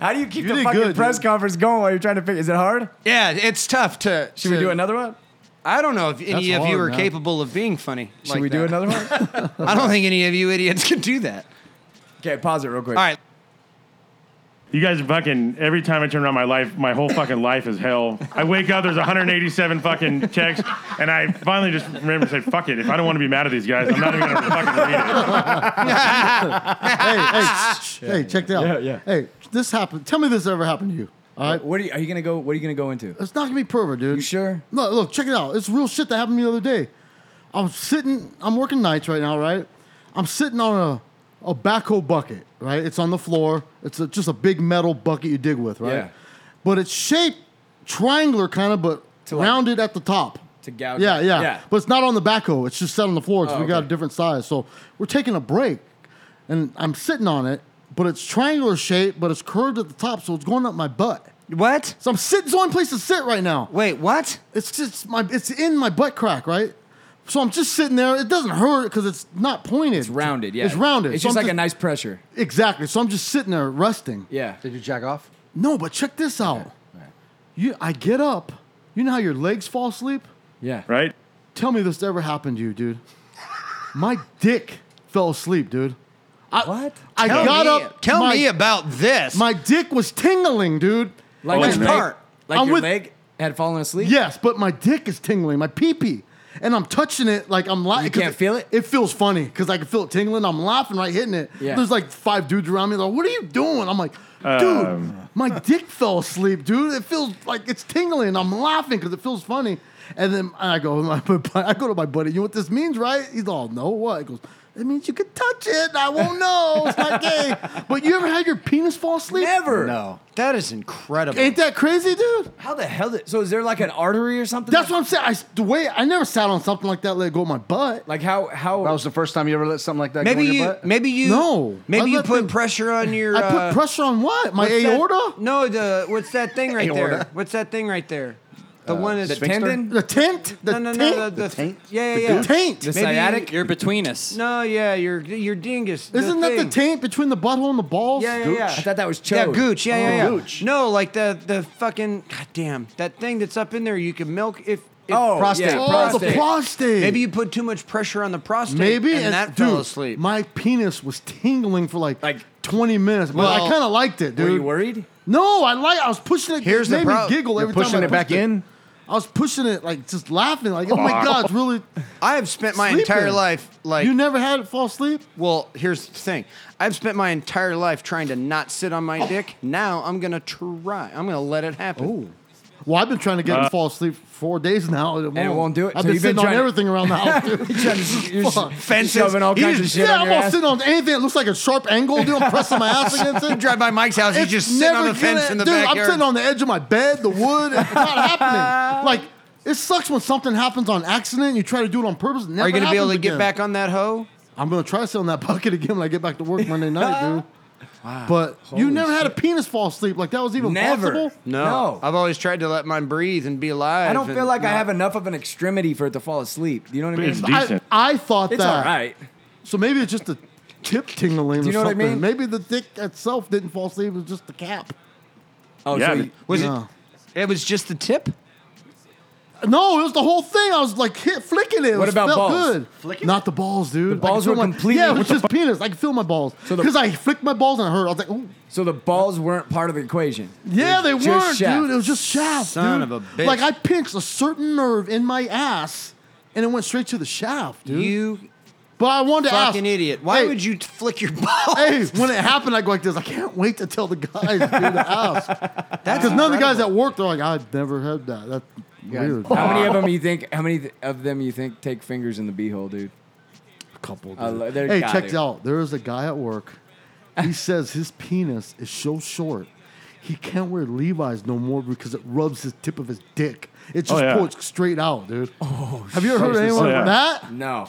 D: How do you keep the
C: did
D: fucking
C: good,
D: press
C: dude.
D: conference going while you're trying to figure? Is it hard?
E: Yeah, it's tough to.
D: Should we do another one?
E: I don't know if any
C: That's
E: of you
C: hard,
E: are
C: man.
E: capable of being funny.
D: Should we do another one?
E: I don't think any of you idiots can do that.
D: okay, pause it real quick.
E: All right.
K: You guys are fucking. Every time I turn around, my life, my whole fucking life is hell. I wake up, there's 187 fucking texts, and I finally just remember to say, "Fuck it." If I don't want to be mad at these guys, I'm not even gonna fucking read it.
C: Hey, hey, shh, hey, check it out.
D: Yeah, yeah.
C: Hey, this happened. Tell me this ever happened to you. All right.
D: What are you, are you gonna go? What are you gonna go into?
C: It's not gonna be pervert, dude.
D: You sure?
C: No, look, check it out. It's real shit that happened to me the other day. I'm sitting, I'm working nights right now, right? I'm sitting on a, a backhoe bucket, right? It's on the floor. It's a, just a big metal bucket you dig with, right?
D: Yeah.
C: But it's shaped triangular kind of, but
D: To like-
C: rounded at the top.
D: To gouge
C: Yeah,
D: it.
C: yeah,
D: Yeah.
C: But it's not on the backhoe. It's just set on the floor because
D: Oh,
C: we got
D: okay.
C: a different size. So we're taking a break, and I'm sitting on it, but it's triangular shaped, but it's curved at the top, so it's going up my butt.
E: What?
C: So I'm sitting. It's the only place to sit right now.
E: Wait, what?
C: It's just my. It's in my butt crack, right? So I'm just sitting there. It doesn't hurt because it's not pointed. It's
D: Rounded, yeah.
C: It's rounded.
D: It's
C: So
D: just
C: I'm
D: like a nice pressure.
C: Exactly. So I'm just sitting there resting.
D: Yeah.
J: Did you jack off?
C: No, but check this out. You, I get up. You know how your legs fall asleep?
D: Yeah.
K: Right?
C: Tell me this ever happened to you, dude. my dick fell asleep, dude. I,
D: What?
C: I
E: Tell
C: got
E: me-
C: up.
E: Tell
C: my,
E: me about this.
C: My dick was tingling, dude.
D: Like
K: Which
D: your
C: part?
D: Leg, like
C: Oh, I'm
D: your
C: with-
D: leg had fallen asleep.
C: Yes, but my dick is tingling, my pee pee, and I'm touching it like I'm laughing.
D: You can't feel it?
C: It feels funny because I can feel it tingling. I'm laughing right hitting it.
D: Yeah.
C: There's like five dudes around me. They're like, "What are you doing?" I'm like, "Dude,
K: Um.
C: my dick fell asleep, dude. It feels like it's tingling. I'm laughing because it feels funny." And then I go, my, I go to my buddy. You know what this means, right? He's all, "No, what?" He goes, "It means you can touch it. I won't know. It's not gay." but you ever had your penis fall asleep?
D: Never.
E: No, that is incredible.
C: Ain't that crazy, dude?
D: How the hell did? So is there like an artery or something?
C: That's what I'm saying. I, the way I never sat on something like that, let go of my butt.
D: Like how how
J: That was the first time you ever let something like that
E: maybe
J: go in your
E: you.
J: butt?
E: Maybe you.
C: No. I
E: Maybe you
C: let
E: put
C: the-
E: pressure on your.
C: I
E: uh,
C: put pressure on what? My
E: what's that-
C: aorta?
E: no, the what's that thing right there?
J: Aorta. Uh,
E: What's that thing right there? The one is
D: the tendon?
C: The tent? The
E: No, no,
C: taint?
E: no. The, the,
J: taint?
E: Yeah,
C: The
E: yeah, yeah.
C: taint.
D: The
E: Maybe you-
D: sciatic?
F: You're between us.
E: No, yeah, your your dingus. the
C: Isn't that the
E: thing.
C: taint between the butthole and the balls?
E: Yeah, yeah,
D: Gooch?
E: yeah.
D: I thought that was chode.
E: Yeah, gooch. Yeah, yeah, yeah.
J: Oh. Gooch.
E: No, like the the fucking goddamn that thing that's up in there. You can milk if. if
D: Oh,
J: Prostate.
D: yeah,
C: Oh, the
D: prostate.
C: prostate.
E: Maybe you put too much pressure on the prostate.
C: Maybe
E: and, that
C: dude,
E: fell asleep.
C: My penis was tingling for like,
D: Like-
C: 20 minutes. But I
E: Well,
C: kind of liked it, dude.
D: Were you worried?
C: No, I like. I was pushing it.
E: Here's
C: it
E: the
C: made
E: prob-
C: me giggle
J: You're
C: every
J: pushing
C: time I
J: it back
C: pushed
J: in?
C: I was pushing it, like just laughing, like, oh my
K: Wow.
C: god, it's really.
E: I have spent my entire
C: Sleeping.
E: life like.
C: you never had it fall asleep?
E: well, here's the thing. I've spent my entire life trying to not sit on
C: Oh.
E: my dick. Now I'm gonna try. I'm gonna let it happen.
C: Well, I've been trying to get
K: Uh,
C: him to fall asleep for four days now, and it won't,
D: won't do it?
C: I've
D: So
C: been
D: you've been
C: sitting on
D: trying to-
C: everything around the house. dude.
D: You're
C: Fuck.
D: fences, shoving all kinds of shit
C: yeah,
D: on
C: I'm
D: your
C: all
D: ass.
C: sitting on anything that looks like a sharp angle, dude. I'm pressing my ass against it.
E: Drive by Mike's house. He's
C: It's
E: just sitting on
C: never
E: the fence
C: gonna-
E: in the
C: dude,
E: backyard.
C: I'm sitting on the edge of my bed, the wood. It's not happening. Like it sucks when something happens on accident. and You try to do it on purpose. It never
E: Are you gonna be able to
C: happens
E: get
C: again.
E: back on that hoe?
C: I'm gonna try to sit on that bucket again when I get back to work Monday night, dude. Wow. But you never had a penis fall asleep like that was even
D: Never.
C: possible.
D: No.
E: I've always tried to let mine breathe and be alive.
D: I don't feel
E: and
D: like I
E: not-
D: have enough of an extremity for it to fall asleep. Do you know what I mean?
K: It's
D: I-
C: I,
K: Decent.
C: I thought
D: it's
C: that.
D: all right.
C: So maybe it's just the tip tingling
D: Do you
C: or
D: know what I
C: something.
D: mean?
C: Maybe the dick itself didn't fall asleep. It was just the cap.
D: Oh,
K: Yeah,
D: so
K: but-
D: you-
E: Was
C: No.
E: it? It was just the tip.
C: No, it was the whole thing. I was like hit, flicking it. It
D: What
C: was-
D: about
C: felt
D: balls?
C: good. Not the balls, dude. The
D: balls were completely-
C: Yeah, it was just penis. I could feel my balls.
D: So the-
C: Because I flicked my balls and I heard. I was like, ooh.
D: so the balls weren't part of the equation.
C: Yeah, they
D: just
C: weren't,
D: shaft.
C: dude. It was just shaft.
E: Son
C: dude.
E: of a bitch.
C: Like I pinched a certain nerve in my ass and it went straight to the shaft, dude.
E: You
C: but I wanted to ask.
E: fucking idiot! Why
C: Hey,
E: would you t- flick your balls?
C: Hey, when it happened, I go like this. I can't wait to tell the guys, dude, to ask.
E: That's
C: Because none of the guys
E: incredible.
C: at work, they're like, I've never had that. That's weird.
D: How many of them you think? How many th- of them you think take fingers in the beehole, dude?
C: couple.
D: I
C: dude.
D: lo- there-
C: hey,
D: got
C: check
D: it.
C: this out. There is a guy at work. He says his penis is so short, he can't wear Levi's no more because it rubs his tip of his dick. It just
K: Oh, yeah.
C: pulls straight out, dude. Oh, have you ever heard
K: Jesus.
C: anyone
K: Oh, yeah.
C: that?
D: No,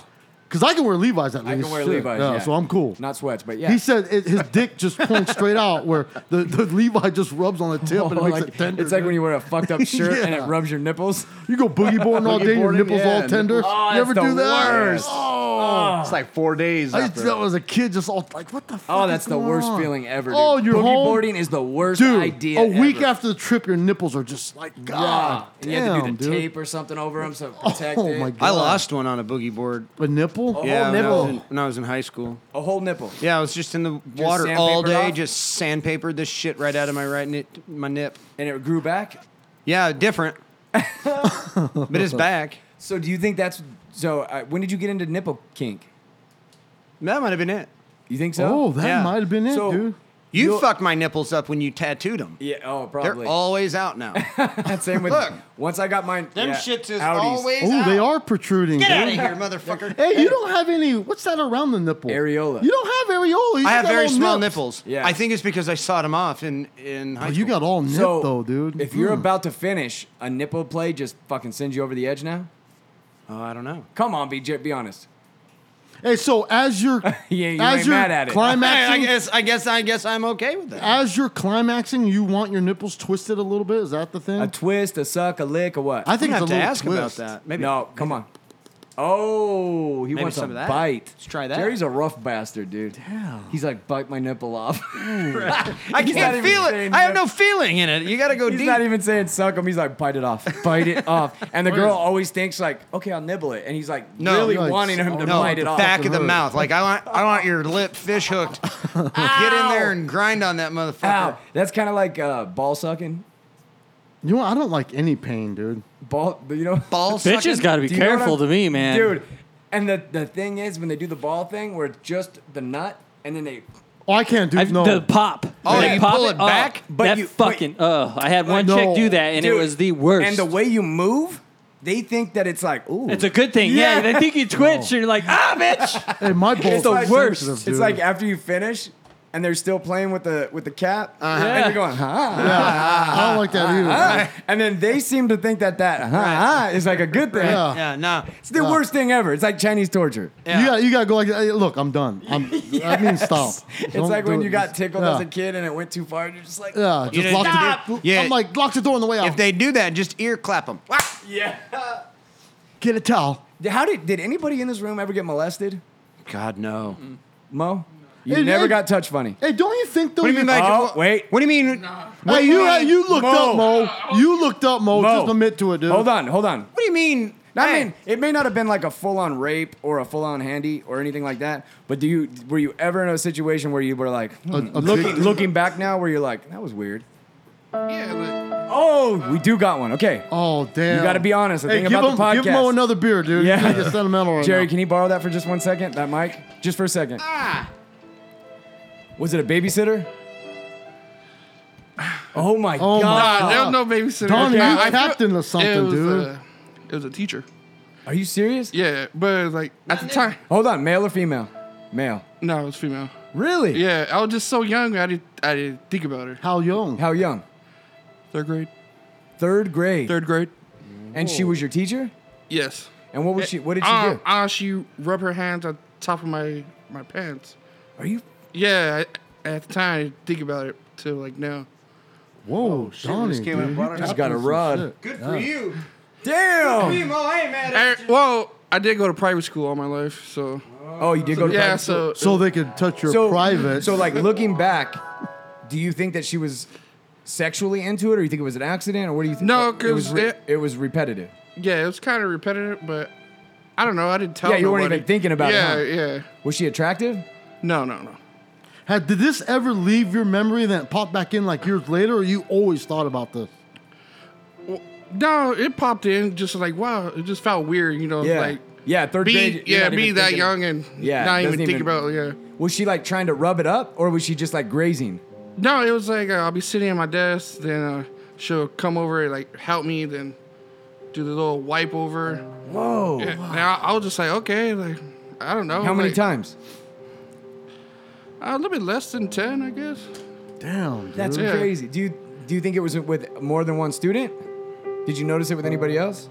C: Because I can wear Levi's at
D: I
C: least.
D: can wear
C: Shit.
D: Levi's.
C: Yeah,
D: Yeah,
C: so I'm cool.
D: Not sweats, but yeah.
C: He said it, his dick just points straight out, where the, the Levi just rubs on the tip and it
D: Oh,
C: makes
D: like-
C: it tender.
D: it's like when
C: dude.
D: you wear a fucked up shirt and it
C: Yeah.
D: rubs your nipples.
C: you go boogie boarding all
J: Boogie
C: day, your
J: boarding,
C: nipples
J: yeah,
C: all tender.
J: nipples.
D: Oh,
C: you ever
D: that's
C: do
D: the
C: that?
D: worst.
C: Oh,
J: It's like four days
C: I
J: after.
C: used that was a kid, just all like, what the? fuck
D: Oh,
C: is
D: that's the
C: going
D: worst
C: on?
D: feeling ever. Dude.
C: Oh, you're
D: Boogie
C: home,
D: boarding is the worst
C: dude.
D: idea.
C: a week
D: ever.
C: after the trip, your nipples are just like God
D: and you have to
C: damn,
D: do the
C: dude.
D: tape or something over them so it protect
C: Oh
D: it.
C: my god,
E: I lost one on a boogie board.
C: a nipple.
D: Oh,
E: yeah,
D: whole
E: when I, was
D: nipple.
E: in, when I was in high school.
D: A whole nipple.
E: Yeah, I was just in the water
D: sandpapered
E: all day,
D: off?
E: just sandpapered this shit right out of my right nip, my nip.
D: And it grew back.
E: Yeah, different, but it's back.
D: So do you think that's so? Uh, when did you get into nipple kink?
E: That might have been it.
D: You think so?
C: Oh, that
E: Yeah.
C: might have been it,
D: So-
C: dude.
E: You
D: You'll-
E: fucked my nipples up when you tattooed them.
D: yeah. Oh,
E: They're
D: probably.
E: always out now.
D: Same with
E: Look.
D: Once I got mine,
E: Them
D: yeah,
E: shits is
D: Audis.
E: always
C: Oh,
E: out.
C: they are protruding.
E: Get
C: dude.
E: out of here, motherfucker.
C: Hey, you don't have any. What's that around the nipple?
D: Areola.
C: You don't have areola. You
E: I have
C: got
E: very
C: all
E: small
C: nips.
E: nipples.
D: Yeah.
E: I think it's because I sawed them off in in
C: Oh,
E: high school.
C: you got all nip
D: So,
C: though, dude.
D: if you're
C: Mm.
D: about to finish, a nipple play just fucking sends you over the edge now.
E: Oh, I don't know.
D: Come on, BJ, be honest.
C: hey, so as you're,
D: Yeah, you
C: as
D: ain't
C: you're
D: mad at it.
E: I, I
C: climaxing,
E: guess I guess I guess I'm okay with that.
C: as you're climaxing, you want your nipples twisted a little bit. Is that the thing?
D: A twist, a suck, a lick, or what?
C: Hmm. I think
E: I
C: it's
E: have
C: a
E: to
C: little
E: ask
C: twist.
E: about that. Maybe
D: no, come on. Oh, he
E: Maybe
D: wants
E: some
D: a
E: of that.
D: bite.
E: Let's try that.
D: Jerry's a rough bastard, dude. Damn. He's like, bite my nipple off.
E: I
D: He's not
E: can't
D: even
E: feel it.
D: saying
E: I have
D: no-
E: no feeling in it. You got to go
D: He's
E: deep.
D: not even saying suck him. He's like, bite it off, bite it off. And the girl always thinks like, okay, I'll nibble it, and he's like,
E: No,
D: really
E: no, it's-
D: wanting him to
E: no,
D: bite
E: the
D: it off.
E: back of the mouth. Like I want, I want your lip fish hooked. Get in there and grind on that motherfucker.
D: Ow. That's kind of like uh, ball sucking.
C: You know, I don't like any pain, dude.
D: Ball, but you know,
E: Ball
F: Bitches
E: sucking?
F: got to be
D: Do you know what
F: careful
D: I'm-
F: to me, man.
D: dude. And the the thing is, when they do the ball thing, where it's just the nut, and then they
C: Oh, I can't do
F: I,
C: no.
F: The pop.
E: Oh,
F: The
E: you
F: pop
E: pull it
F: oh,
E: back?
D: But
F: that
D: you-
F: fucking. Oh, I had one
C: No.
F: chick do that, and it
D: Dude,
F: was the worst.
D: And the way you move, they think that it's like, ooh,
F: it's a good thing. Yeah,
D: Yeah.
F: they think you twitch, and you're like, ah, bitch.
C: hey, my balls
D: the
C: are
F: worst.
C: sensitive,
D: It's
C: dude.
D: like after you finish, and they're still playing with the with the cap,
E: Uh-huh.
D: and
F: Yeah.
D: you're going, huh?
C: Yeah,
D: ah,
C: I don't like that either.
D: huh? And then they seem to think that that huh, huh, is like a good thing.
C: Yeah.
E: Yeah, no.
D: It's the worst thing ever. It's like Chinese torture.
C: You got you got to go like hey, look. I'm done. I'm, I mean, stop.
D: It's
C: Don't
D: like when
C: do
D: you
C: it.
D: got tickled
C: yeah.
D: as a kid and it went too far. And you're just like,
C: Yeah,
E: You
C: just
E: know,
C: lock the door.
E: stop. Yeah.
C: I'm like lock the door on the way out.
E: If they do that, just ear clap them.
D: yeah.
C: get a towel,
D: How did did anybody in this room ever get molested,
E: God no.
D: Mo? You
C: It-
D: never
C: it-
D: got touch funny.
C: hey, don't you think though?
E: What do you mean by?
D: Oh, wait.
E: What do you mean?
C: Hey, you you looked
D: Mo.
C: up, Mo. You looked up, Mo.
D: Mo.
C: Just admit to it, dude.
D: Hold on, hold on.
E: What do you mean?
D: I
E: Hey,
D: mean, it may not have been like a full-on rape or a full-on handy or anything like that, but do you were you ever in a situation where you were like
C: A- a
D: hmm,
C: big-
D: looking looking back now, where you're like, that was weird.
J: Yeah, but
D: Oh, we do got one. Okay,
C: Oh damn!
D: You gotta be honest. The
C: Hey,
D: thing
C: give
D: about the
C: him- give
D: podcast-
C: Mo another beer, dude.
D: Yeah.
C: Yeah, get sentimental
J: Oh,
C: right
D: Jerry,
C: now.
D: can you borrow that for just one second? That mic, just for a second.
J: Ah.
D: Was it a babysitter? Oh my
C: Oh
D: god!
C: my God.
J: there was no babysitter.
C: Don,
J: Okay,
C: you
J: I- I feel-
C: captain or something,
J: it was,
C: dude.
J: uh, it was a teacher.
D: Are you serious?
J: Yeah, but it was like at the time,
D: Hold on, male or female? Male.
J: no, it was female.
D: Really?
J: Yeah, I was just so young, I didn't, I didn't think about her.
C: How young?
D: How young?
J: Third grade,
D: Third grade.
J: third grade.
D: And she was your teacher?
J: Yes.
D: And what was she? What did she
J: uh,
D: do?
J: Uh, she rubbed her hands on top of my my pants.
D: Are you?
J: Yeah, I, at the time, I didn't think about it till like now.
C: Whoa, Donnie,
H: came and
C: dude,
H: brought
C: you
H: it
D: Just
C: captain
D: got a
C: some
D: rod.
C: shit.
E: Good for you.
D: Damn.
J: I, well, I did go to private school all my life, so
D: Oh, you did go to
J: yeah.
D: private
J: So,
D: school.
C: So they could touch your private.
D: So, like, looking back, do you think that she was sexually into it, or you think it was an accident, or what do you think?
J: No,
D: it was
J: 'cause
D: re-
J: it-
D: it was repetitive.
J: yeah, it was kind of repetitive, but I don't know. I didn't tell.
D: Yeah, you weren't
J: nobody.
D: even thinking about it,
J: yeah,
D: huh?
J: Yeah,
D: Was she attractive?
J: No, no, no.
C: Had, did this ever leave your memory and then it popped back in like years later, or you always thought about this?
J: No, it popped in just like wow, it just felt weird, you know,
D: Yeah.
J: like
D: yeah, third
J: be
D: grade. you're
J: yeah,
D: not
J: be
D: even
J: that
D: thinking-
J: young and
D: Yeah,
J: not
D: doesn't
J: even think
D: even-
J: about yeah.
D: Was she like trying to rub it up, or was she just like grazing?
J: No, it was like uh, I'll be sitting at my desk, then uh, she'll come over and like help me, then do the little wipe over.
D: Whoa.
J: Yeah, and I, I was just like okay, like I don't know.
D: Oh, How many
J: like,
D: times?
J: A little bit less than ten, I guess.
C: Damn, dude.
D: That's
J: Yeah.
D: crazy. Do you do you think it was with more than one student? Did you notice it with anybody else?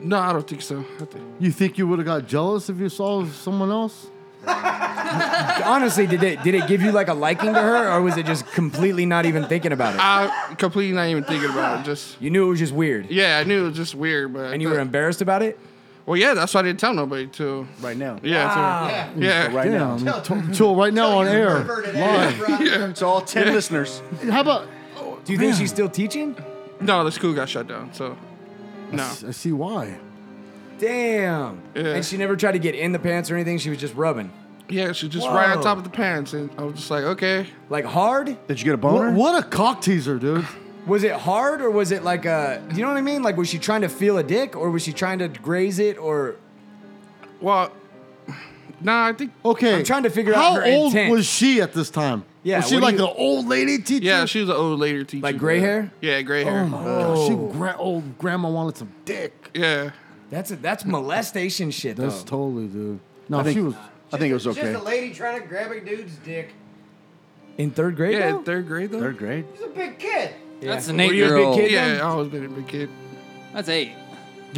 J: No, I don't think so. I think.
C: you think you would have got jealous if you saw someone else?
D: Honestly, did it did it give you like a liking to her, or was it just completely not even thinking about it?
J: I completely not even thinking about it. Just
D: You knew it was just weird,
J: yeah, I knew it was just weird, but I
D: and you were
J: thought-
D: embarrassed about it.
J: well, yeah, that's why I didn't tell nobody to.
H: right now.
J: Yeah, so, yeah,
H: Right now.
C: Damn, until right now on air.
H: To all 10 listeners.
C: How about?
D: Do you think she's still teaching?
J: No, the school got shut down, so no.
C: I see why.
D: Damn.
J: Yeah.
D: And she never tried to get in the pants or anything. She was just rubbing,
J: Yeah, she just right on
D: Whoa.
J: top of the pants, and I was just like, okay,
D: like hard.
H: Did you get a
C: What,
H: boner?
C: what a cock teaser, dude.
D: Was it hard or was it like a, you know what I mean? Like, was she trying to feel a dick or was she trying to graze it or
J: well, nah, I think
C: Okay,
D: I'm trying to figure out
C: how
D: her
C: old
D: intent.
C: was she at this time?
D: Yeah,
C: was she
D: what do
C: like
D: you-
C: an old lady teacher?
J: yeah, she was an old lady teacher.
D: like gray hair?
J: Yeah, gray hair.
C: Oh my gosh, she gra- old grandma wanted some dick.
J: Yeah,
D: That's a, that's molestation shit though.
C: That's totally, dude. No,
H: think-
C: she was.
H: I think it was okay.
L: Just a lady trying to grab a dude's dick.
D: in third grade.
J: yeah,
D: though?
J: third grade though.
H: Third grade?
L: He's a big kid.
F: That's an
D: Were you a big
F: eight-year-old.
D: kid?
J: yeah, I always been a big kid.
F: That's eight.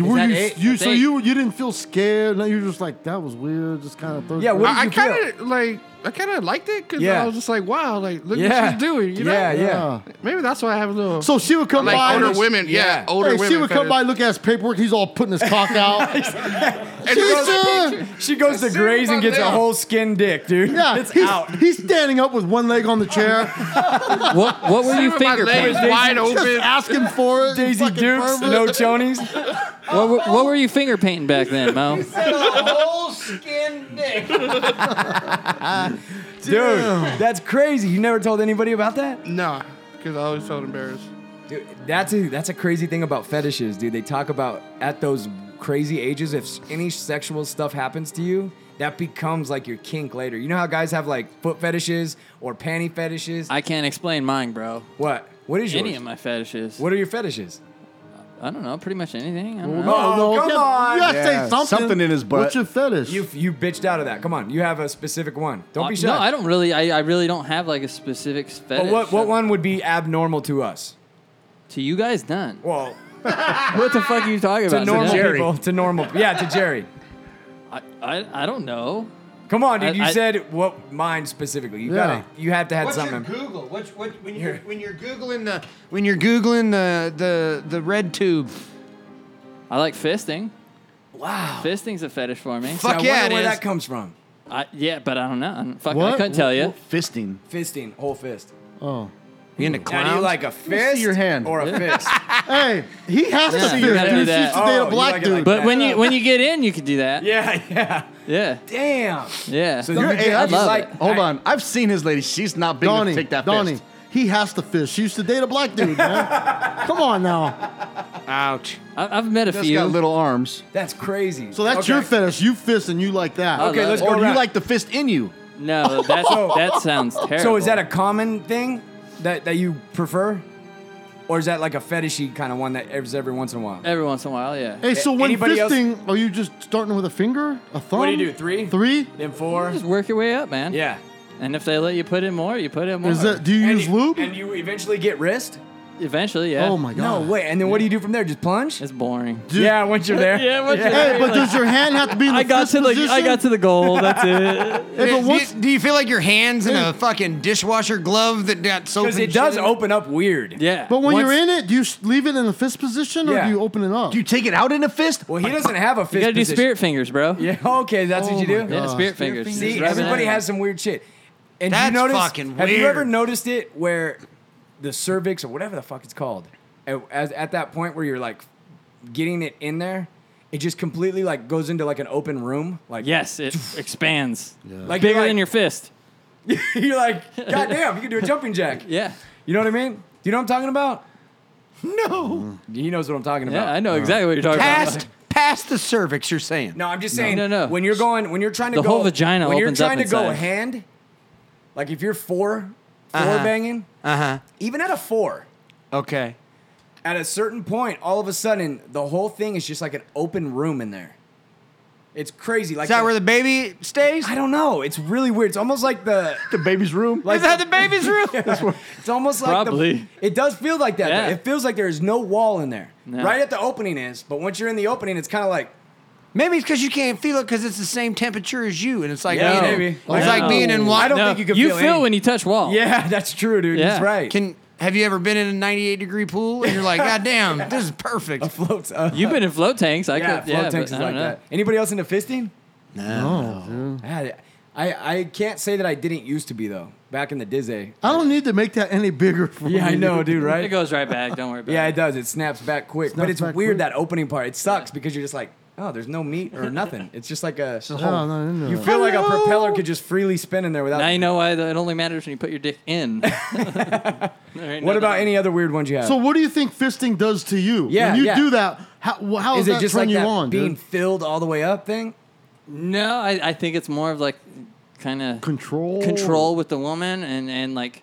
C: Were
F: that
C: you,
F: eight?
C: you
F: That's
C: so
F: eight.
C: you you didn't feel scared? No, you were just like that was weird. Just kind of.
D: Yeah, what-
J: I, I
D: did you
J: kind of like
M: I kind of liked it because
D: Yeah.
M: I was just like, wow, like look
D: Yeah.
M: what she's doing. You know?
D: Yeah, yeah.
M: Maybe that's why I have a little.
C: So she would come
M: like
C: by.
M: older women. Yeah, older
C: Hey,
M: women.
C: She would come
M: fetish.
C: by, look at his paperwork. He's all putting his cock out.
M: And
C: She's
M: those-
C: done.
D: She goes to Grays and gets a whole skin dick, dude.
C: Yeah,
D: it's
C: he's,
D: out.
C: he's standing up with one leg on the chair.
F: What, what were you
M: With my
F: finger
M: legs
F: painting?
M: wide open.
C: Just asking for it.
D: Daisy
C: fucking
D: Dukes,
C: pervert.
D: no chonies.
F: What, were- what were you finger painting back then, Mo?
L: whole skin dick.
D: Dude, that's crazy. You never told anybody about that?
M: Nah, because I always felt embarrassed.
D: Dude, that's a that's a crazy thing about fetishes, dude. They talk about at those crazy ages, if s- any sexual stuff happens to you, that becomes like your kink later. You know how guys have like foot fetishes or panty fetishes?
F: I can't explain mine, bro.
D: what? What is yours?
F: Any of my fetishes.
D: what are your fetishes?
F: I don't know. Pretty much anything. I don't know.
C: No, no,
D: Oh, come
C: yeah,
D: on.
C: Oh, You gotta
H: Yeah,
C: say something.
H: something in his butt.
C: What's your fetish?
D: You you bitched out of that. Come on, you have a specific one. Don't be shy.
F: Uh, No, I don't really. I, I really don't have like a specific
D: But
F: fetish.
D: what what one would be abnormal to us?
F: To you guys, none.
D: Well,
F: What the fuck are you talking
D: to
F: about?
D: normal
F: Jerry.
D: people, to normal, yeah, to Jerry.
F: I, I, I don't know.
D: Come on, dude.
F: I-
D: you
F: I-
D: said what mine specifically? You
C: Yeah.
D: gotta, you had to have
L: What's your
D: something.
L: Google? What's what when you're when you're googling the
E: When you're googling the the the red tube,
F: I like fisting. Wow. Fisting's a fetish for me.
D: I
E: fuck
D: wonder
E: yeah, it
D: where
E: is.
D: that comes from.
F: I, yeah, but I don't know. I, don't- fuck, I
C: What?
F: couldn't tell you.
H: Fisting.
D: Fisting, whole fist.
C: oh.
E: you into
D: Now, do you
E: clowns?
D: like a
H: me see
D: fist
H: your hand.
D: or a fist?
C: Hey, he has
F: Yeah,
C: to be.
F: you gotta do
C: Dude,
F: that.
C: she's to date
D: Oh,
C: a
D: you
C: black
D: like it
C: dude.
D: like
F: But when you when you get in, you can do that.
D: yeah, yeah.
F: Yeah.
D: Damn.
F: Yeah.
D: So you're, hey,
F: I
D: I'm just
F: love
D: like,
F: it.
H: Hold
D: I-
H: on, I've seen his lady. She's not big
C: Donnie,
H: enough to take that
C: Donnie,
H: fist.
C: he has to fish. She used to date a black dude, man. Come on now.
M: Ouch.
F: I, I've met a
H: That's
F: few.
H: got little arms.
D: That's crazy.
C: So that's
D: Okay.
C: your fetish. You fist and you like that.
F: I
D: Okay,
F: love
D: let's
F: it.
D: go
H: Or you
D: around.
H: like the fist in you?
F: No, that's, that sounds terrible.
D: So is that a common thing that, that you prefer? Or is that like a fetishy kind of one that is every once in a while?
F: Every once in a while, yeah.
C: Hey, so when
D: Anybody else-
C: fisting, are you just starting with a finger, a thumb?
D: What do you do? Three?
C: Three?
D: Then four?
F: Just work your way up, man.
D: Yeah.
F: And if they let you put in more, you put in more.
C: Is that? Do you
D: And
C: use
D: you-
C: lube?
D: And you eventually get wrist?
F: Eventually, yeah.
C: oh my god.
D: No, wait. And then what do you do from there? Just plunge?
F: It's boring.
D: yeah, once you're there.
F: Yeah, once you're
C: Hey,
F: there,
C: but
F: like,
C: does your hand have to be in the
F: I got
C: fist
F: to the
C: position?
F: I got to the goal. That's it.
C: If it
E: Do you,
C: wants-
E: do you feel like your hands in a fucking dishwasher glove that got soap?
D: Because
E: and
D: it does
E: shit?
D: open up weird.
F: Yeah.
C: but when you're
F: Once-
C: in it, do you s- leave it in the fist position or
D: Yeah.
C: do you open it up?
H: Do you take it out in a fist?
D: Well, he doesn't have a fist
F: you gotta do
D: position.
F: spirit fingers, bro. Yeah,
D: Yeah, okay, that's what
C: Oh
D: you do?
C: my God.
F: spirit fingers.
D: See,
F: Just rub it
D: everybody
F: in.
D: has some weird shit. And
E: That's
D: you notice,
E: fucking
D: Have you
E: weird.
D: ever noticed it where the cervix or whatever the fuck it's called, at, as, at that point where you're like getting it in there, it just completely like goes into like an open room. Like
F: Yes, it expands.
D: like
F: Bigger
D: you're like,
F: than your fist.
D: you're like, God damn, you can do a jumping jack.
F: Yeah.
D: You know what I mean? Do you know what I'm talking about? No. He knows what I'm talking about.
F: Yeah, I know exactly what you're talking about.
E: past past the cervix. You're saying
D: No, I'm just saying.
F: No, no.
D: When you're going, when you're trying to
F: The
D: go,
F: whole vagina
D: When you're
F: opens up
D: trying to go
F: inside.
D: hand, like if you're four, 4
E: Uh-huh.
D: banging,
E: Uh huh.
D: even at a four,
E: Okay.
D: at a certain point, all of a sudden, the whole thing is just like an open room in there. It's crazy. Like
E: Is that
D: the-
E: where the baby stays?
D: I don't know. It's really weird. It's almost like the.
H: The baby's room.
D: Like
E: Is that the baby's room?
D: It's almost like the-
F: Probably.
D: it does feel like that. though.
F: Yeah.
D: It feels like there is no wall in there.
F: No.
D: Right at the opening is, but once you're in the opening, it's kind of like
E: Maybe it's because you can't feel it because it's the same temperature as you, and it's like
D: Yeah,
E: being in-
D: maybe.
E: it's like
F: No.
E: being in
D: I
E: water.
D: don't think you can
F: you
D: feel
F: feel,
D: any-
F: when you touch wall.
D: yeah, that's true, dude. That's
F: Yeah.
D: right.
E: Can have you ever been in a 98 degree pool and you're like, God damn, this is perfect?
D: floats up.
F: You've been in float tanks. I
D: Yeah,
F: could,
D: float
F: yeah,
D: tanks
F: but
D: is
F: I
D: like
F: don't know.
D: that. Anybody else into fisting?
C: No, Oh, dude.
D: I, I, I can't say that I didn't used to be though. Back in the dizzy.
C: I don't need to make that any bigger for
D: Yeah, I
C: me.
D: know, dude.
F: It
D: Right?
F: goes right back. Don't worry about
D: Yeah, it
F: it.
D: does. It snaps back quick, but
C: Snaps
D: it's
C: back
D: weird
C: quick.
D: that opening part. It sucks because you're just like, oh, there's no meat or nothing. It's just like a. oh,
C: No, oh, no, no, no.
D: You feel like a propeller could just freely spin in there without.
F: Now you know why the- it only matters when you put your dick in.
D: What about any other weird ones you have?
C: so what do you think fisting does to you?
D: Yeah,
C: When you
D: yeah.
C: do that, how, wh- how
D: is
C: does
D: it
C: that
D: just
C: turn
D: like
C: you
D: that
C: on,
D: being
C: dude?
D: filled all the way up thing?
F: No, I, I think it's more of like kind of
C: Control.
F: control with the woman, and and like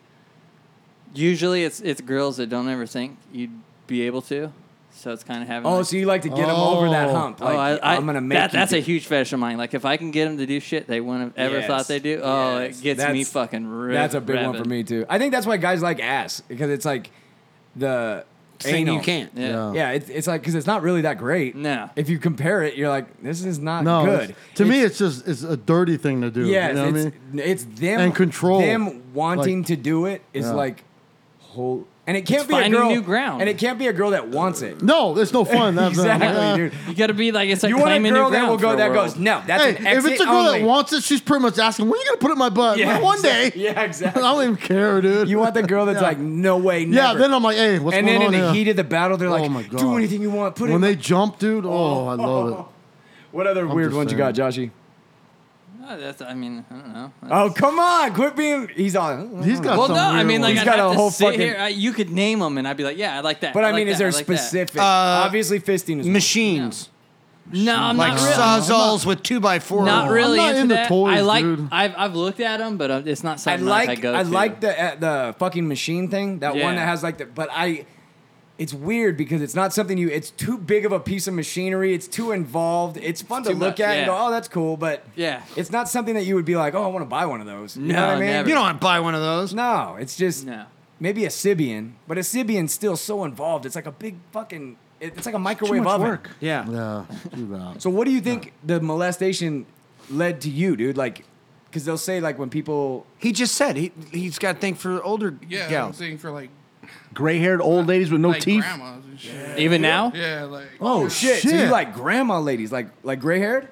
F: usually it's it's girls that don't ever think you'd be able to, so it's kind of having.
D: Oh,
F: like-
D: so you like to get them over that
C: Oh.
D: hump?
F: oh,
D: Like
F: I, I,
D: am gonna
F: that-
D: make. you
F: that's
D: do-
F: a huge fetish of mine. Like if I can get them to do shit they wouldn't have ever
D: Yes.
F: thought they do. Oh,
D: Yes.
F: it gets me
D: That's-
F: fucking. Rip,
D: That's a big one for me too. I think that's why guys like ass because it's like the
E: saying
D: anal.
E: you can't.
D: Yeah, it's, it's like because it's not really that great. No. If you compare it, you're like, this is not
C: No,
D: good.
C: it's- to me, it's just it's a dirty thing to do.
D: yeah,
C: you know what I
D: it's,
C: mean?
D: it's them
C: and control
D: Them wanting
C: Like,
D: to do it is
C: Yeah.
D: like whole, and it can't
F: It's
D: be a
F: finding
D: girl
F: new ground.
D: and it can't be a girl that wants it.
C: No, it's no fun. That's
D: exactly,
C: yeah.
D: dude.
F: You got to be like it's like
D: You want a
F: claiming
D: girl
F: new
D: that
F: ground
D: will go-
F: for a
D: that
F: world.
D: goes, "No, that's
C: hey,
D: an
C: if
D: exit
C: it's a girl
D: only."
C: that wants it, she's pretty much asking, "When are you gonna put it in my butt?"
D: Yeah,
C: Like, one
D: exactly.
C: day.
D: Yeah, exactly.
C: I don't even care, dude.
D: You want the girl that's like, no way,
C: Yeah,
D: never.
C: then I'm like, hey, what's
D: and
C: going
D: then
C: on
D: in the
C: here?
D: heat of the battle, they're like,
C: oh my God.
D: do anything you want. Put
C: when
D: it.
C: they jump, dude. Oh, I love it.
D: What other
C: I'm
D: weird
C: just
D: ones you
C: saying.
D: got, Joshy?
F: No, that's, I mean, I don't know.
D: Oh come on, quit being. He's on.
C: He's got
F: well, no, I mean, like,
D: He's
F: I'd
D: got
F: have
D: a
F: to
D: whole
F: sit
D: fucking.
F: here. I, you could name them, and I'd be like, yeah, I like that.
D: but I
F: like
D: mean,
F: that,
D: is there
F: I like that.
D: specific?
E: Uh,
D: Obviously, fisting is
E: Machines.
F: No, I'm
E: like
F: not really.
E: sawzalls with two by four.
F: Not really
C: not
F: into
C: into
F: that.
C: toys,
F: I like.
C: dude.
F: I've I've looked at them, but uh, it's not
D: I
F: something
D: like.
F: I go
D: I
F: to.
D: like the uh, the fucking machine thing. That one
F: Yeah.
D: that has like the. But I. It's weird because it's not something you. It's too big of a piece of machinery. It's too involved. It's fun to
F: too
D: look
F: much,
D: at and
F: yeah.
D: go, "Oh, that's cool," but
F: Yeah.
D: it's not something that you would be like, "Oh, I want to buy one of those." You know
F: No,
D: what I mean?
F: never.
E: You don't want to buy one of those.
D: No, it's just
F: No.
D: maybe a Sibian, but a Sibian's still so involved. It's like a big fucking. it- It's like a microwave
E: much
D: oven.
E: work.
D: Yeah.
C: Yeah, do that.
D: So what do you think the molestation led to you, dude? Like, because they'll say like when people
E: He just said he he's got a thing for older
M: Yeah, I'm
E: gals.
M: saying for like,
J: Gray-haired old ladies with no
M: like
J: teeth.
M: grandmas and shit.
F: Even now,
M: Yeah, like
D: oh shit, so you
C: shit.
D: like grandma ladies, like like gray haired.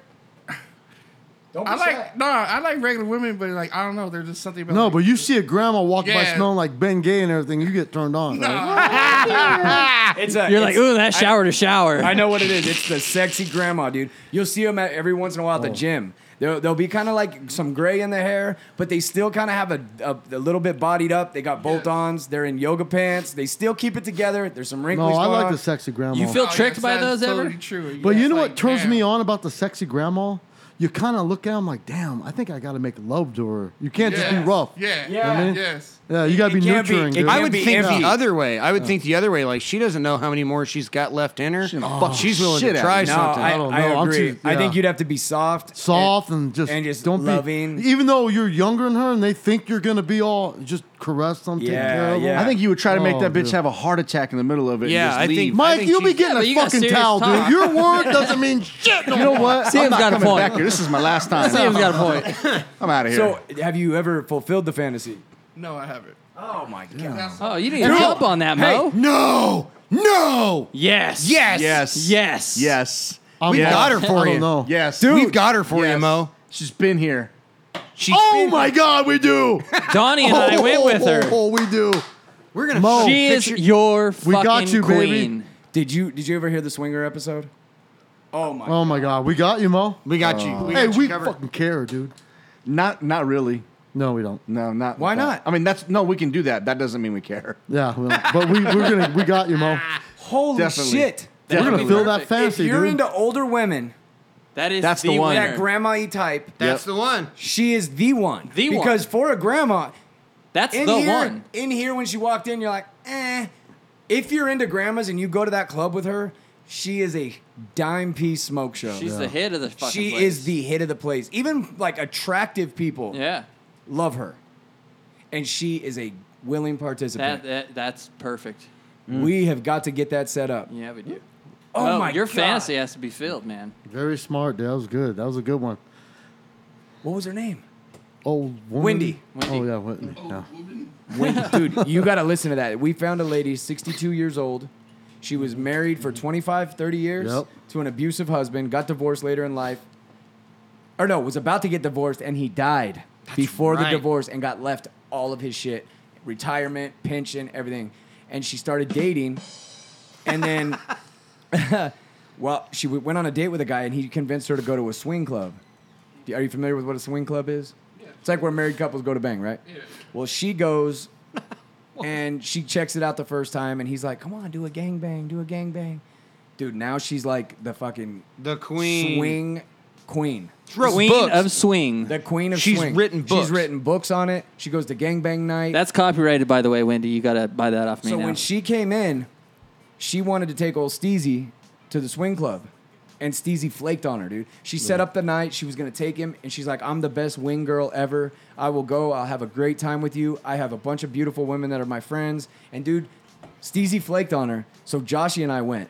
D: Don't be
M: I
D: shy.
M: like no, I like regular women, but like I don't know, there's just something about
C: No,
M: like,
C: but you see a grandma walk by
M: Yeah.
C: smelling like Ben Gay and everything, you get turned on. right?
D: It's a,
F: you're
D: it's-
F: like, ooh, that shower to shower.
D: I know what it is. It's the sexy grandma, dude. You'll see them at, every once in a while at
C: Oh.
D: the gym. They'll, they'll be kind of like some gray in the hair, but they still kind of have a, a, a little bit bodied up. They got bolt ons. They're in yoga pants. They still keep it together. There's some wrinkles.
C: No, I
D: going
C: like
D: on.
C: the sexy grandma.
F: You feel
M: oh, yeah,
F: tricked by
M: that's
F: those
M: totally
F: ever?
M: True.
C: but you
M: It's
C: know
M: like,
C: what turns me
M: damn.
C: on about the sexy grandma? You kind of look at them like, damn, I think I got to make love to her. You can't just be
M: Yes.
C: rough.
M: Yeah.
D: Yeah.
M: I
D: mean-
M: Yes.
C: Yeah, you got to
D: It
C: be
D: can't be-
C: nurturing.
D: it
C: dude.
D: can't
E: I would
D: be
E: think
D: empty.
E: the other way. I would think the other way. Like she doesn't know how many more she's got left in her. but she's willing
J: shit
E: to
J: out
E: try
D: No,
E: something.
D: I,
C: I don't
D: I
C: know. I'm
D: agree.
C: too-
D: I think
C: yeah.
D: you'd have to be soft.
C: soft and, just
D: and just
C: don't
D: loving.
C: be even though you're younger than her and they think you're gonna be all just caress them, take
D: Yeah,
C: care of them.
D: yeah.
J: I think you would try to make
C: Oh,
J: that bitch
C: dude.
J: have a heart attack in the middle of it.
E: Yeah,
J: and just
E: I
J: leave.
E: think-
C: Mike, you'll be
F: she's- yeah,
C: getting
F: but
C: a
F: you got
C: fucking
F: serious
C: towel,
F: talk.
C: dude. Your word doesn't mean shit. No
J: You know what?
F: Sam's
J: I'm not
F: got a
J: coming
F: point.
J: back here. This is my last time.
F: Sam's got a point.
J: I'm out of here.
D: So, have you ever fulfilled the fantasy?
M: No, I haven't.
D: Oh my god!
M: That's-
F: Oh, you need to jump on that, Mo.
J: no, no.
F: Yes. Yes.
J: Yes.
F: Yes.
J: Yes.
C: I'm
E: We've
C: all-
E: got her for
C: I
E: you.
C: don't know.
J: Yes.
E: We've got her for you,
J: Yes.
E: Mo.
J: She's been here.
E: She's
J: Oh my God, we do.
F: Donnie and I went with her.
C: Oh, we do.
E: We're gonna.
C: Mo.
F: She is your fucking
C: We got you, baby.
F: queen.
D: Did you did you ever hear the swinger episode? Oh my!
C: Oh my god, we got you, Mo.
E: We got you. We
C: hey,
E: got you
C: we
E: covered.
C: fucking care, dude.
J: Not, not really.
C: No, we don't.
J: No, not.
D: Why
J: with that.
D: not?
J: I mean, that's no. We can do that. That doesn't mean we care.
C: Yeah, we don't. but we we're gonna we got you, Mo.
D: Holy
J: Definitely.
D: shit!
C: We're gonna
F: That'd be
C: fill that
F: perfect.
D: If
C: fantasy,
D: you're
C: dude.
D: into older women,
F: That is
J: That's the one.
F: winner.
D: that grandma y type,
J: That's
E: the one.
D: she is the one.
F: The one.
D: because for a grandma,
F: That's
D: in
F: the
D: here,
F: one.
D: in here when she walked in, you're like, eh. If you're into grandmas and you go to that club with her, she is a dime piece smoke show.
F: She's the head of the fucking
D: she
F: place.
D: is the hit of the place. Even like attractive people
F: Yeah.
D: love her, and she is a willing participant.
F: That, that that's perfect.
D: We have got to get that set up.
F: Yeah, we do.
D: Oh, my
F: your
D: God.
F: fantasy has to be filled, man.
C: Very smart, dude. That was good. That was a good one.
D: What was her name?
C: Old woman.
D: Wendy.
C: Oh yeah, Wendy. Yeah.
D: When, dude, you got to listen to that. We found a lady, 62 years old. She was married for 25, 30 years
C: Yep.
D: to an abusive husband, got divorced later in life. Or no, was about to get divorced and he died before
E: right.
D: the divorce and got left all of his shit retirement, pension, everything. And she started dating. And then, well, she w- went on a date with a guy and he convinced her to go to a swing club. Are you familiar with what a swing club is? It's like where married couples go to bang, right? Yeah. Well, she goes and she checks it out the first time, and he's like, "Come on, do a gangbang, do a gangbang." Dude, now she's like the fucking
E: The queen.
D: swing queen,
F: Queen
E: books.
F: of swing.
D: the queen of
E: She's
D: swing.
E: written books.
D: She's written books on it. She goes to gangbang night.
F: That's copyrighted, by the way, Wendy. You gotta buy that off me
D: so
F: now.
D: when she came in, she wanted to take old Steezy to the swing club. And Steezy flaked on her, dude. She set up the night. She was gonna take him, and she's like, "I'm the best wing girl ever. I will go. I'll have a great time with you. I have a bunch of beautiful women that are my friends." And dude, Steezy flaked on her, so Joshy and I went.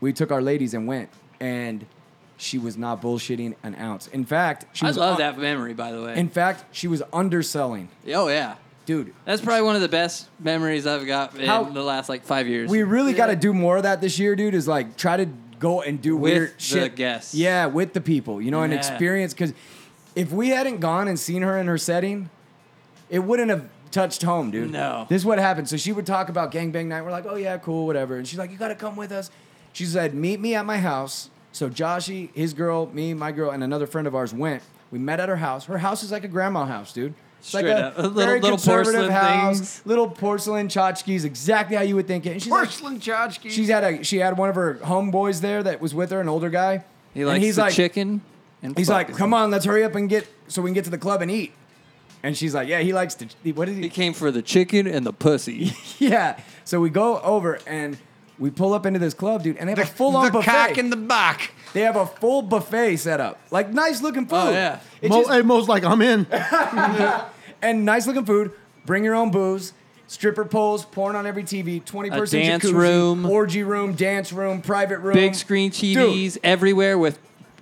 D: We took our ladies and went, and she was not bullshitting an ounce. In fact, she
F: I
D: was
F: love
D: un-
F: that memory, by the way.
D: In fact, she was underselling.
F: oh yeah,
D: dude,
F: that's probably one of the best memories I've got in
D: How-
F: the last like five years.
D: We really got to do more of that this year, dude. Is like try to go and do
F: With
D: weird
F: the
D: shit.
F: guests.
D: Yeah, with the people, you know, and
F: Yeah.
D: experience. Because if we hadn't gone and seen her in her setting, it wouldn't have touched home, dude.
F: No.
D: This is what happened. So she would talk about gangbang night. We're like, oh yeah, cool, whatever. And she's like, you got to come with us. She said, meet me at my house. So Joshy, his girl, me, my girl, and another friend of ours went. We met at her house. Her house is like a grandma house, dude. It's
F: Straight
D: like a,
F: up. Little-
D: very
F: little
D: conservative
F: porcelain
D: house,
F: things.
D: little porcelain tchotchkes, exactly how you would think it. And she's like,
E: Porcelain tchotchkes.
D: She's had a she had one of her homeboys there that was with her, an older guy.
F: He
D: And
F: likes
D: he's
F: the
D: like,
F: chicken. And
D: He's
F: fuck
D: like,
F: is
D: come
F: it?"
D: on, let's hurry up and get so we can get to the club and eat. And she's like, yeah, he likes to. he- What is he?
F: He came for the chicken and the pussy.
D: Yeah. So we go over and we pull up into this club, dude, and they have a full on
E: the
D: buffet.
E: cock in the back.
D: They have a full buffet set up, like nice looking food.
F: Oh, yeah.
D: It
C: Mo,
D: just-
C: hey, Mo's like, I'm in.
D: and nice looking food. Bring your own booze. Stripper poles, porn on every TV, twenty
F: A
D: person
F: dance
D: jacuzzi,
F: room.
D: orgy room, dance room, private room,
F: Big screen TVs everywhere with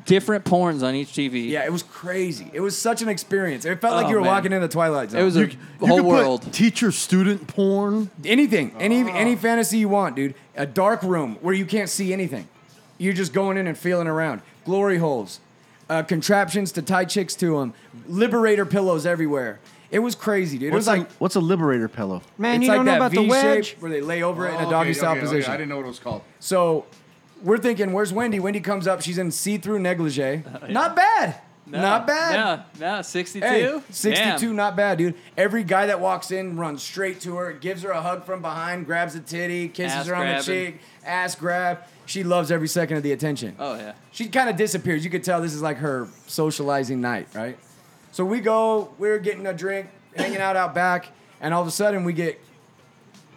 F: different porns on each TV.
D: Yeah, it was crazy. It was such an experience. It felt like
F: Oh,
D: you were
F: man.
D: walking in the twilight zone.
F: It was a
C: could
F: whole
C: put
F: world.
C: teacher student porn.
D: anything,
F: Oh.
D: any any fantasy you want, dude. A dark room where you can't see anything. You're just going in and feeling around. Glory holes, uh, contraptions to tie chicks to them, liberator pillows everywhere. It was crazy, dude. It was
J: What's,
D: like
J: a, what's a liberator pillow?
E: Man,
D: it's
E: you
D: like
E: don't know
D: that
E: about
D: v
E: the wedge.
D: shape where they lay over it in
H: Oh,
D: a doggy style
H: okay,
D: position.
H: I didn't know what it was called.
D: So we're thinking, where's Wendy? Wendy comes up. She's in see-through negligee. Not bad. Not bad.
F: No, no, 62?
D: Hey, 62, not bad, dude. Every guy that walks in runs straight to her, gives her a hug from behind, grabs a titty, kisses
F: Ass
D: her on the
F: grabbing.
D: cheek, ass grab. She loves every second of the attention.
F: Oh, yeah.
D: She kind of disappears. You could tell this is like her socializing night, right? So we go, we're getting a drink, hanging out out back, and all of a sudden we get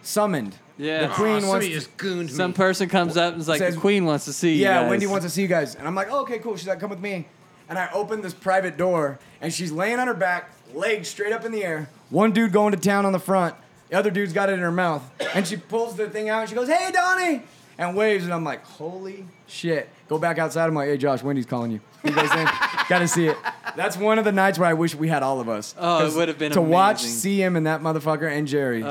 D: summoned.
F: Yeah.
D: The queen wants.
E: gooned
F: Some person comes up and is like,
D: Says-
F: the queen wants to see you.
D: yeah,
F: guys."
D: Wendy wants to see you guys. And I'm like, oh, okay, cool. She's like, come with me. And I open this private door, and she's laying on her back, legs straight up in the air. One dude going to town on the front, the other dude's got it in her mouth. And she pulls the thing out, and she goes, hey, Donnie, and waves. And I'm like, holy shit. Go back outside. I'm like, hey, Josh, Wendy's calling you. You guys in? Gotta see it. That's one of the nights where I wish we had all of us.
F: Oh, it
D: 'Cause
F: would've been
D: to watch
F: amazing. Oh,
D: CM and that motherfucker and Jerry.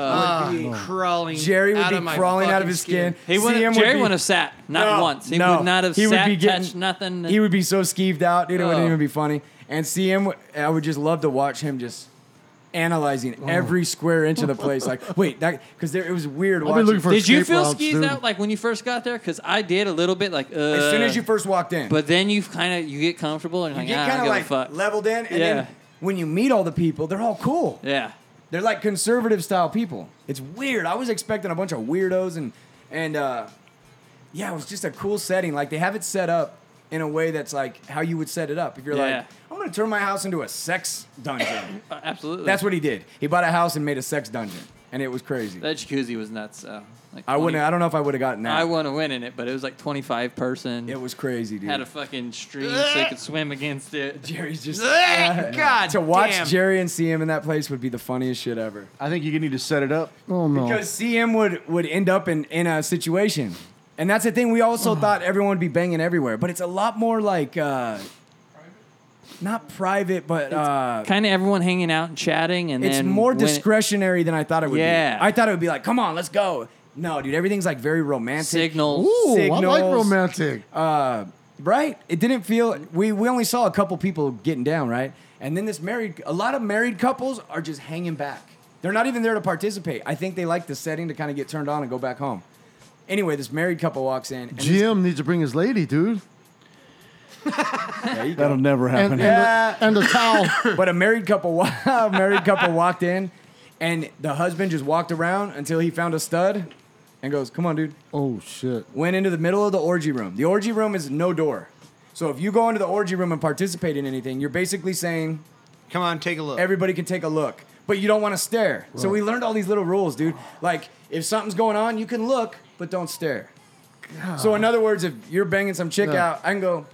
E: crawling.
D: Jerry would
E: out
D: be
E: of my
D: crawling out of
E: fucking
D: his skin.
F: He would
D: CM
F: Jerry
D: be-
F: would have sat. Not
D: No,
F: once. He
D: no.
F: would not have
D: He would
F: sat,
D: be getting-
F: touched nothing.
D: He would be so skeeved out, dude. It wouldn't
F: Oh.
D: even be funny. And see him, I would just love to watch him just analyzing every square inch of the place. Like, wait, that because there it was weird.
C: been
D: watching.
C: looking for-
F: did you
C: escape
F: feel
C: routes,
F: skeezed
C: dude.
F: out like when you first got there? Because I did a little bit. Like, uh,
D: as soon as you first walked in,
F: But then you kind of you get comfortable and
D: you
F: you're
D: get
F: like, ah, I
D: kind
F: don't
D: of
F: give
D: like
F: a fuck.
D: leveled in, and
F: Yeah.
D: then when you meet all the people, they're all cool.
F: yeah.
D: They're like conservative style people. It's weird. I was expecting a bunch of weirdos and and uh, yeah, it was just a cool setting. Like they have it set up in a way that's like how you would set it up. If you're
F: Yeah.
D: like, I'm gonna turn my house into a sex dungeon.
F: Uh, Absolutely.
D: that's what he did. He bought a house and made a sex dungeon, and it was crazy.
F: that jacuzzi was nuts. So, like
D: I wouldn't. I don't know if I would have gotten that.
F: I won a win in it, but it was like 25 person.
D: it was crazy, dude.
F: had a fucking stream so you could swim against it.
D: Jerry's just
E: God
D: to watch
E: damn.
D: Jerry and CM in that place would be the funniest shit ever.
J: I think you need to set it up.
C: Oh no.
D: Because CM would would end up in in a situation, and that's the thing. We
F: Uh-huh.
D: also thought everyone would be banging everywhere, but it's a lot more like. Uh, not private, but uh,
F: Kind of everyone hanging out and chatting, and
D: it's
F: then
D: more
F: when it-
D: discretionary than I thought it would
F: Yeah.
D: be. I thought it would be like, come on, let's go. No, dude, everything's like very romantic.
F: Signals.
C: Ooh, Oh, I like
D: signals.
C: romantic.
D: uh, right? It didn't feel. We we only saw a couple people getting down, right? And then this married, a lot of married couples are just hanging back. They're not even there to participate. I think they like the setting to kind of get turned on and go back home. Anyway, this married couple walks in. And this-
C: GM needs to bring his lady, dude.
D: there you go.
J: That'll never happen.
C: And, and, a, and a towel.
D: but a married couple, wa- a married couple walked in, and the husband just walked around until he found a stud, and goes, "Come on, dude."
C: oh shit.
D: went into the middle of the orgy room. The orgy room is no door. So if you go into the orgy room and participate in anything, you're basically saying
E: Come on, take a look.
D: everybody can take a look, but you don't want to stare. So we learned all these little rules, dude. Like if something's going on, you can look, but don't stare. So in other words, if you're banging some chick
C: Yeah.
D: out, I can go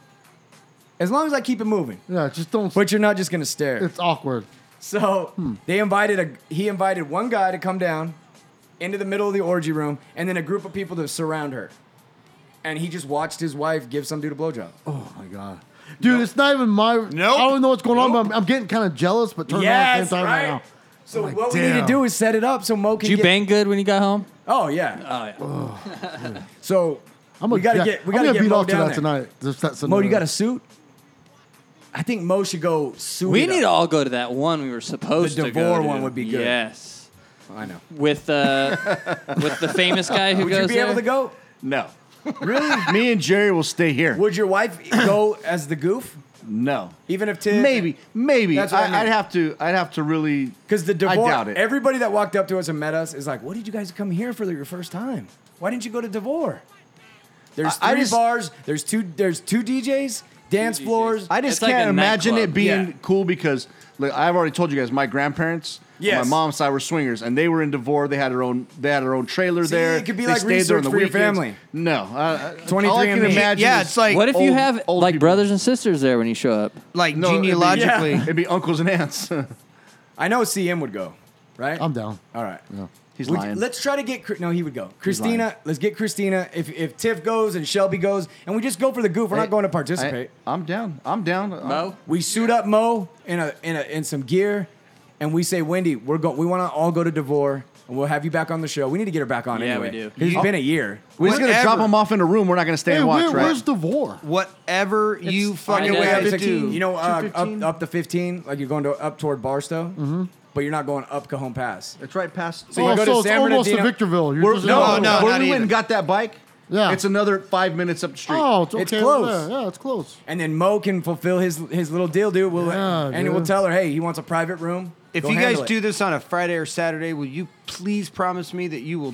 D: as long as I keep it moving.
C: Yeah, just don't.
D: But you're not just gonna stare.
C: it's awkward.
D: So they invited a he invited one guy to come down, into the middle of the orgy room, and then a group of people to surround her. And he just watched his wife give some dude a blowjob.
C: Oh my god. Dude, it's not even my. No, I don't know what's going on, but I'm, I'm getting kind of jealous, but turned on at
D: Yes,
C: the same time
D: right.
C: right now.
D: So
C: like,
D: what we need
C: damn.
D: to do is set it up so Mo can.
F: Did you
D: get-
F: bang good when you got home?
D: Oh yeah.
F: Oh yeah.
D: so
C: I'm
D: we
C: a
D: gotta
C: jack-
D: get we
C: I'm
D: gotta
C: gonna
D: get
C: beat
D: Mo
C: off to
D: down
C: that
D: there.
C: tonight. Just that
D: Mo, you
C: scenario.
D: got a suit? I think Mo should go suit.
F: we need to all go to that one we were supposed
D: The
F: to go.
D: Devore
F: to.
D: one would be good.
F: Yes.
D: I know.
F: With uh, with the famous guy who
D: Would
F: goes
D: you be
F: there.
D: able to go?
H: No.
D: Really?
H: Me and Jerry will stay here.
D: Would your wife go as the goof?
H: No.
D: Even if Tim
H: Maybe, maybe.
D: That's what I,
H: I, would have to. I'd have to really.
D: Because the
H: I
D: Devore,
H: doubt it.
D: everybody that walked up to us and met us is like, "What did you guys come here for your first time? Why didn't you go to Devore?" There's three
H: I- I just-
D: bars. There's two. There's two DJs, dance floors.
H: I just can't imagine it being cool because look, I've already told you guys my grandparents, on
D: Yes.
H: my mom's side were swingers, and they were in Devore. They had their own. They had their own trailer
D: See,
H: there.
D: it could be
H: They
D: like
H: stayed there
D: research
H: on the
D: for your
H: weekends.
D: family.
J: uh,
H: No, I- I- all I can
F: 23andMe.
H: imagine. is
F: what if you
H: old-
F: have like brothers and sisters there when you show up?
E: Like
H: No, it'd be-
D: genealogically.
H: it'd be uncles and aunts.
D: I know CM would go, right?
C: I'm down.
D: All right.
H: He's
D: Would-
H: lying.
D: Let's try to get. Chri- No, he would go.
H: He's lying.
D: Christina, let's get Christina. If if Tiff goes and Shelby goes, and we just go for the goof, we're
H: Hey,
D: not going to participate.
H: I, am down. I'm down. Mo?
D: We suit up Mo in a in a in some gear, and we say, Wendy, we're go. We want to all go to Devore, and we'll have you back on the show. We need to get her back on
F: Yeah,
D: anyway.
F: we do.
D: 'Cause It's
F: You-
D: been a year.
H: We're just gonna drop
E: Whatever.
H: them off in a room. We're not gonna stay
E: Hey,
H: and watch.
E: where-
H: right?
E: where's
C: the war?
E: Whatever you fucking
D: way
E: have to do.
D: You know, uh, up up to fifteen, like you're going to up toward Barstow, but you're not going up Cajon Pass.
H: It's right
C: Oh,
H: past.
D: So you go to
C: so it's
D: San
C: almost to
D: Bernardino-
C: Victorville. You're
H: Where-
C: just-
E: no,
H: no, no. Where
E: not
H: we went
E: either.
H: and got that bike.
C: Yeah.
H: It's another five minutes up the street.
C: Oh, it's, okay
D: It's
C: over
D: close.
C: there. Yeah, it's close.
D: And then Mo can fulfill his his little deal, dude. We'll,
C: Yeah,
D: and
C: dude.
D: we'll tell her, hey, he wants a private room.
E: If
D: Go
E: you guys
D: handle it.
E: do this on a Friday or Saturday, will you please promise me that you will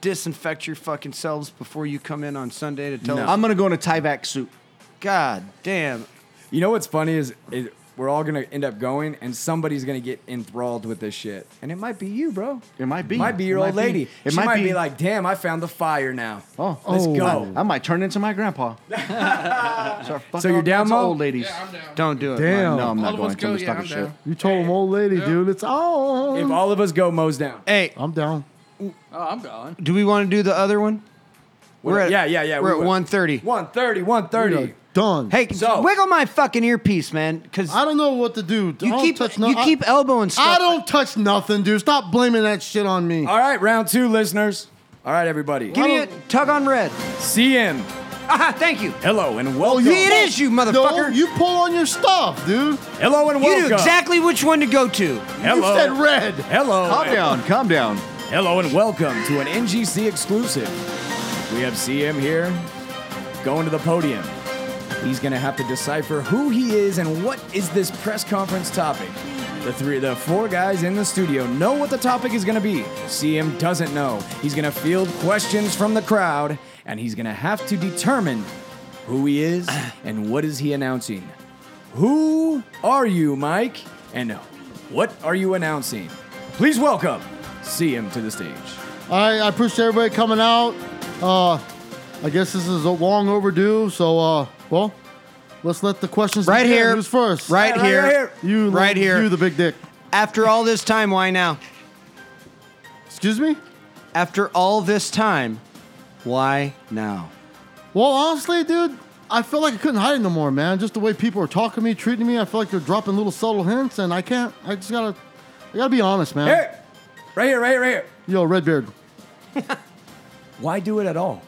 E: disinfect your fucking selves before you come in on Sunday to tell us?
H: I'm gonna go in a Tyvek suit.
E: God damn.
D: You know what's funny is, is we're all gonna end up going, and somebody's gonna get enthralled with this shit, and it might be you, bro.
H: It might be.
D: might be your
H: It
D: old
H: might be.
D: lady.
H: It
D: she
H: might
D: might,
H: be.
D: be. like, damn, I found the fire now.
H: Oh,
D: Let's go.
H: I might turn into my grandpa. Start fucking
D: So you're
H: all kinds
D: down,
H: of
D: Mo?
H: old ladies.
M: Yeah, I'm down.
E: Don't do it.
C: Damn.
H: No,
M: All
H: I'm not
M: of
H: going
M: us
H: to
M: go.
H: this
M: Yeah,
H: type
M: I'm
H: of shit.
M: down.
C: You told him, old lady, dude, it's on.
D: If all of us go, Mo's down.
E: Hey,
C: I'm down.
F: Oh, I'm going.
E: do we want to do the other one? We're at,
D: yeah, yeah, yeah.
E: We're
D: we
E: at
D: will.
E: 130.
D: 130,
C: We
D: 130.
C: are done.
E: Hey,
D: So-
E: wiggle my fucking earpiece, man, because
C: I don't know what to do. I
E: you
C: don't
E: keep
C: touch no-
E: you
C: I-
E: keep elbowing stuff.
C: I don't touch nothing, dude. Stop blaming that shit on me.
D: All right, round two, listeners. All right, everybody.
E: Give me a tug on red.
D: CM.
E: Ah, thank you.
D: Hello and welcome.
E: Yeah, it is you,
C: No,
E: motherfucker.
C: you pull on your stuff, dude.
D: Hello and
E: you
D: welcome.
E: knew exactly which one to go to.
C: You
D: Hello.
C: said red.
D: Hello.
H: Calm
D: and-
H: down, calm down.
D: Hello and welcome to an NGC exclusive. We have CM here going to the podium. He's going to have to decipher who he is and what is this press conference topic. The three, the four guys in the studio know what the topic is going to be. CM doesn't know. He's going to field questions from the crowd, and he's going to have to determine who he is and what is he announcing. Who are you, Mike? And what are you announcing? Please welcome CM to the stage.
C: I, I appreciate everybody coming out. Uh, I guess this is a long overdue, so uh, well, let's let the questions
E: Right
C: begin.
E: here.
C: Who's first?
E: Right,
D: Right
E: here.
D: here.
C: You
E: Right
C: little-
E: here.
C: You the big dick.
E: After all this time, why now?
C: Excuse me.
E: After all this time, why now?
C: Well, honestly, dude, I feel like I couldn't hide it no more, man. Just the way people are talking to me, treating me, I feel like they're dropping little subtle hints, and I can't. I just gotta. I gotta be honest, man.
D: Here, right here, right here, right here.
C: Yo, Redbeard.
D: Why do it at all?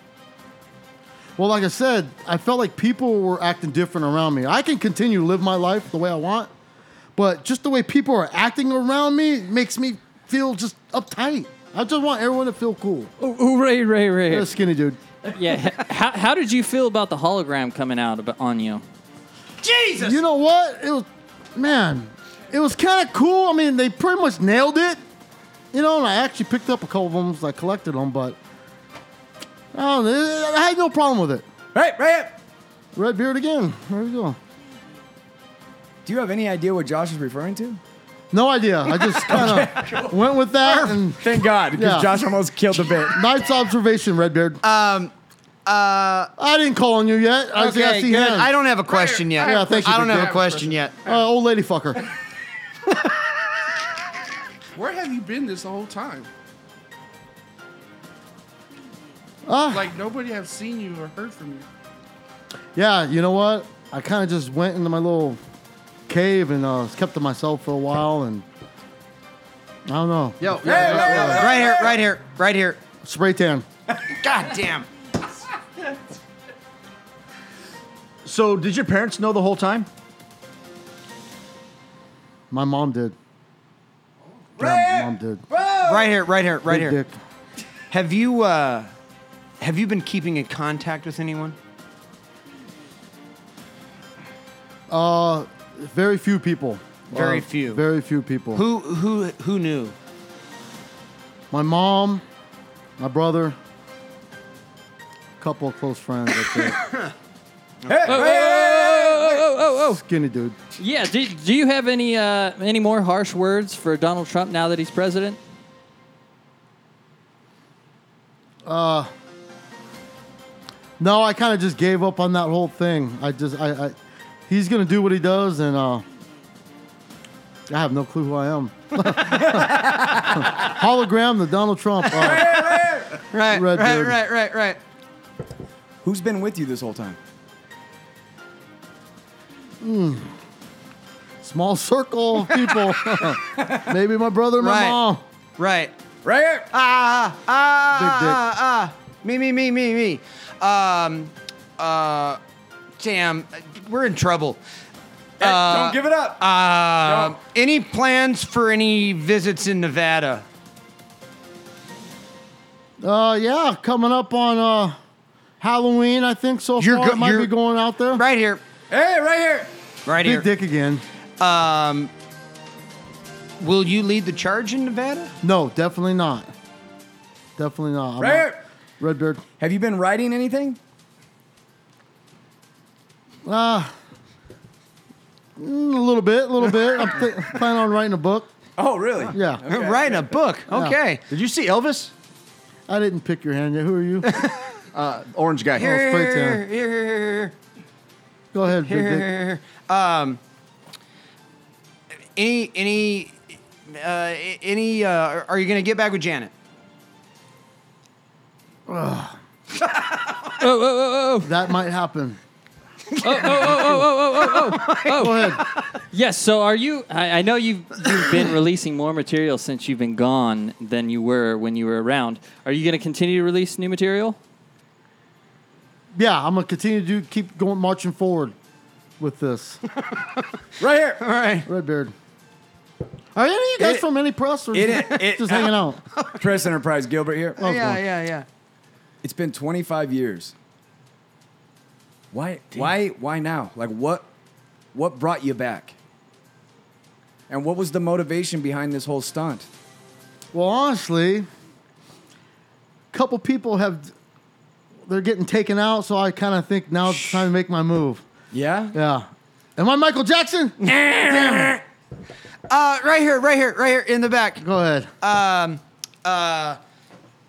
C: Well, like I said, I felt like people were acting different around me. I can continue to live my life the way I want, but just the way people are acting around me makes me feel just uptight. I just want everyone to feel cool.
F: Ooh, Ray, Ray,
C: You're
F: Ray.
C: a skinny dude.
F: Yeah. How, how did you feel about the hologram coming out ab- on you?
E: Jesus!
C: You know what? It was, man, it was kind of cool. I mean, they pretty much nailed it. You know, and I actually picked up a couple of them. so I collected them, but I, don't know, I had no problem with it.
D: Right, right here.
C: Red beard again. There we go.
D: Do you have any idea what Josh is referring to?
C: No idea. I just kind of went with that and.
D: Thank God, because
C: Yeah.
D: Josh almost killed the bit.
C: Nice observation, Redbeard.
E: Um, uh,
C: I didn't call on you yet. I see, I
E: okay,
C: see
E: good.
C: hands.
E: I don't have a question yet.
M: I have
C: Yeah, thank you,
E: I don't
C: Big
E: have
C: Dick.
E: a question yet.
C: Uh, old lady fucker.
M: Where have you been this whole time?
C: Ah.
M: Like nobody has seen you or heard from you.
C: Yeah, you know what? I kind of just went into my little cave and uh, kept to myself for a while, and I don't know.
E: Yo, yo, yo, yo. right here, right here, right here.
C: Spray tan.
E: God damn.
J: So, did your parents know the whole time?
C: My mom did. Yeah, my mom did.
E: Right here, right here, right
C: Big
E: here. Have you uh, have you been keeping in contact with anyone?
C: Uh, very few people.
E: Very
C: Uh,
E: few.
C: Very few people.
E: Who who who knew?
C: My mom, my brother, couple of close friends. That's it.
F: Oh, oh, oh, oh, oh,
C: Skinny dude.
F: oh. Yeah. Do, do you have any uh, any more harsh words for Donald Trump now that he's president?
C: Uh, no, I kind of just gave up on that whole thing. I just, I, I, he's gonna do what he does, and uh, I have no clue who I am. Hologram the Donald Trump. Uh,
E: Right,
C: Red
E: right,
C: dude.
E: right, right, right.
D: Who's been with you this whole time?
C: mm. Small circle of people. Maybe my brother, and my
E: Right.
C: mom.
E: Right.
D: Right here.
E: Ah, ah, ah,
C: dick.
E: ah, ah. Me, me, me, me, me. Um, uh, damn, we're in trouble.
D: don't give it up.
E: Uh, any plans for any visits in Nevada?
C: Uh, yeah, coming up on uh, Halloween, I think. So
E: You're
C: far,
E: go-
C: I might be
E: you're-
C: going out there.
E: Right here.
D: Hey, right here.
E: Right
C: Big
E: here.
C: dick again.
E: Um, will you lead the charge in Nevada?
C: No, definitely not. Definitely not. I'm
D: Right
C: not-
D: here.
C: Red Beard.
D: Have you been writing anything?
C: Ah, mm, a little bit, a little bit. I'm th- planning on writing a book.
D: Oh, really?
C: Yeah.
E: Writing a book.
C: Yeah.
E: Okay.
J: Did you see Elvis?
C: I didn't pick your hand yet. Who are you?
J: Uh, orange guy.
C: Here. spray
E: Here, here,
C: tan.
E: here,
C: Go ahead,
E: here,
C: Big Dick.
E: here, here. Um, any, any, uh, any, uh, are- are you going to get back with Janet?
F: Oh, oh, oh,
C: That might happen.
F: oh, oh, oh, oh, oh, oh, oh, oh,
C: Go
F: oh.
C: ahead.
F: Yes. So, are you? I, I know you've you've been releasing more material since you've been gone than you were when you were around. Are you going to continue to release new material?
C: Yeah, I'm gonna continue to do, keep going, marching forward with this.
D: Right here.
E: All right.
C: Red Beard. Are any of you guys
D: It-
C: from any press or
D: it-
C: just,
D: it-
C: just hanging out?
D: Press Enterprise Gilbert here.
C: Oh,
E: yeah,
C: boy.
E: yeah, yeah.
D: It's been 25 years. Why? Why? Why now? Like what? What brought you back? And what was the motivation behind this whole stunt?
C: Well, honestly, couple people have they're getting taken out, so I kind of think now it's time to make my move.
D: Yeah.
C: Yeah. Am I Michael Jackson?
E: Uh, right here, right here, right here in the back.
C: Go ahead.
E: Um, uh,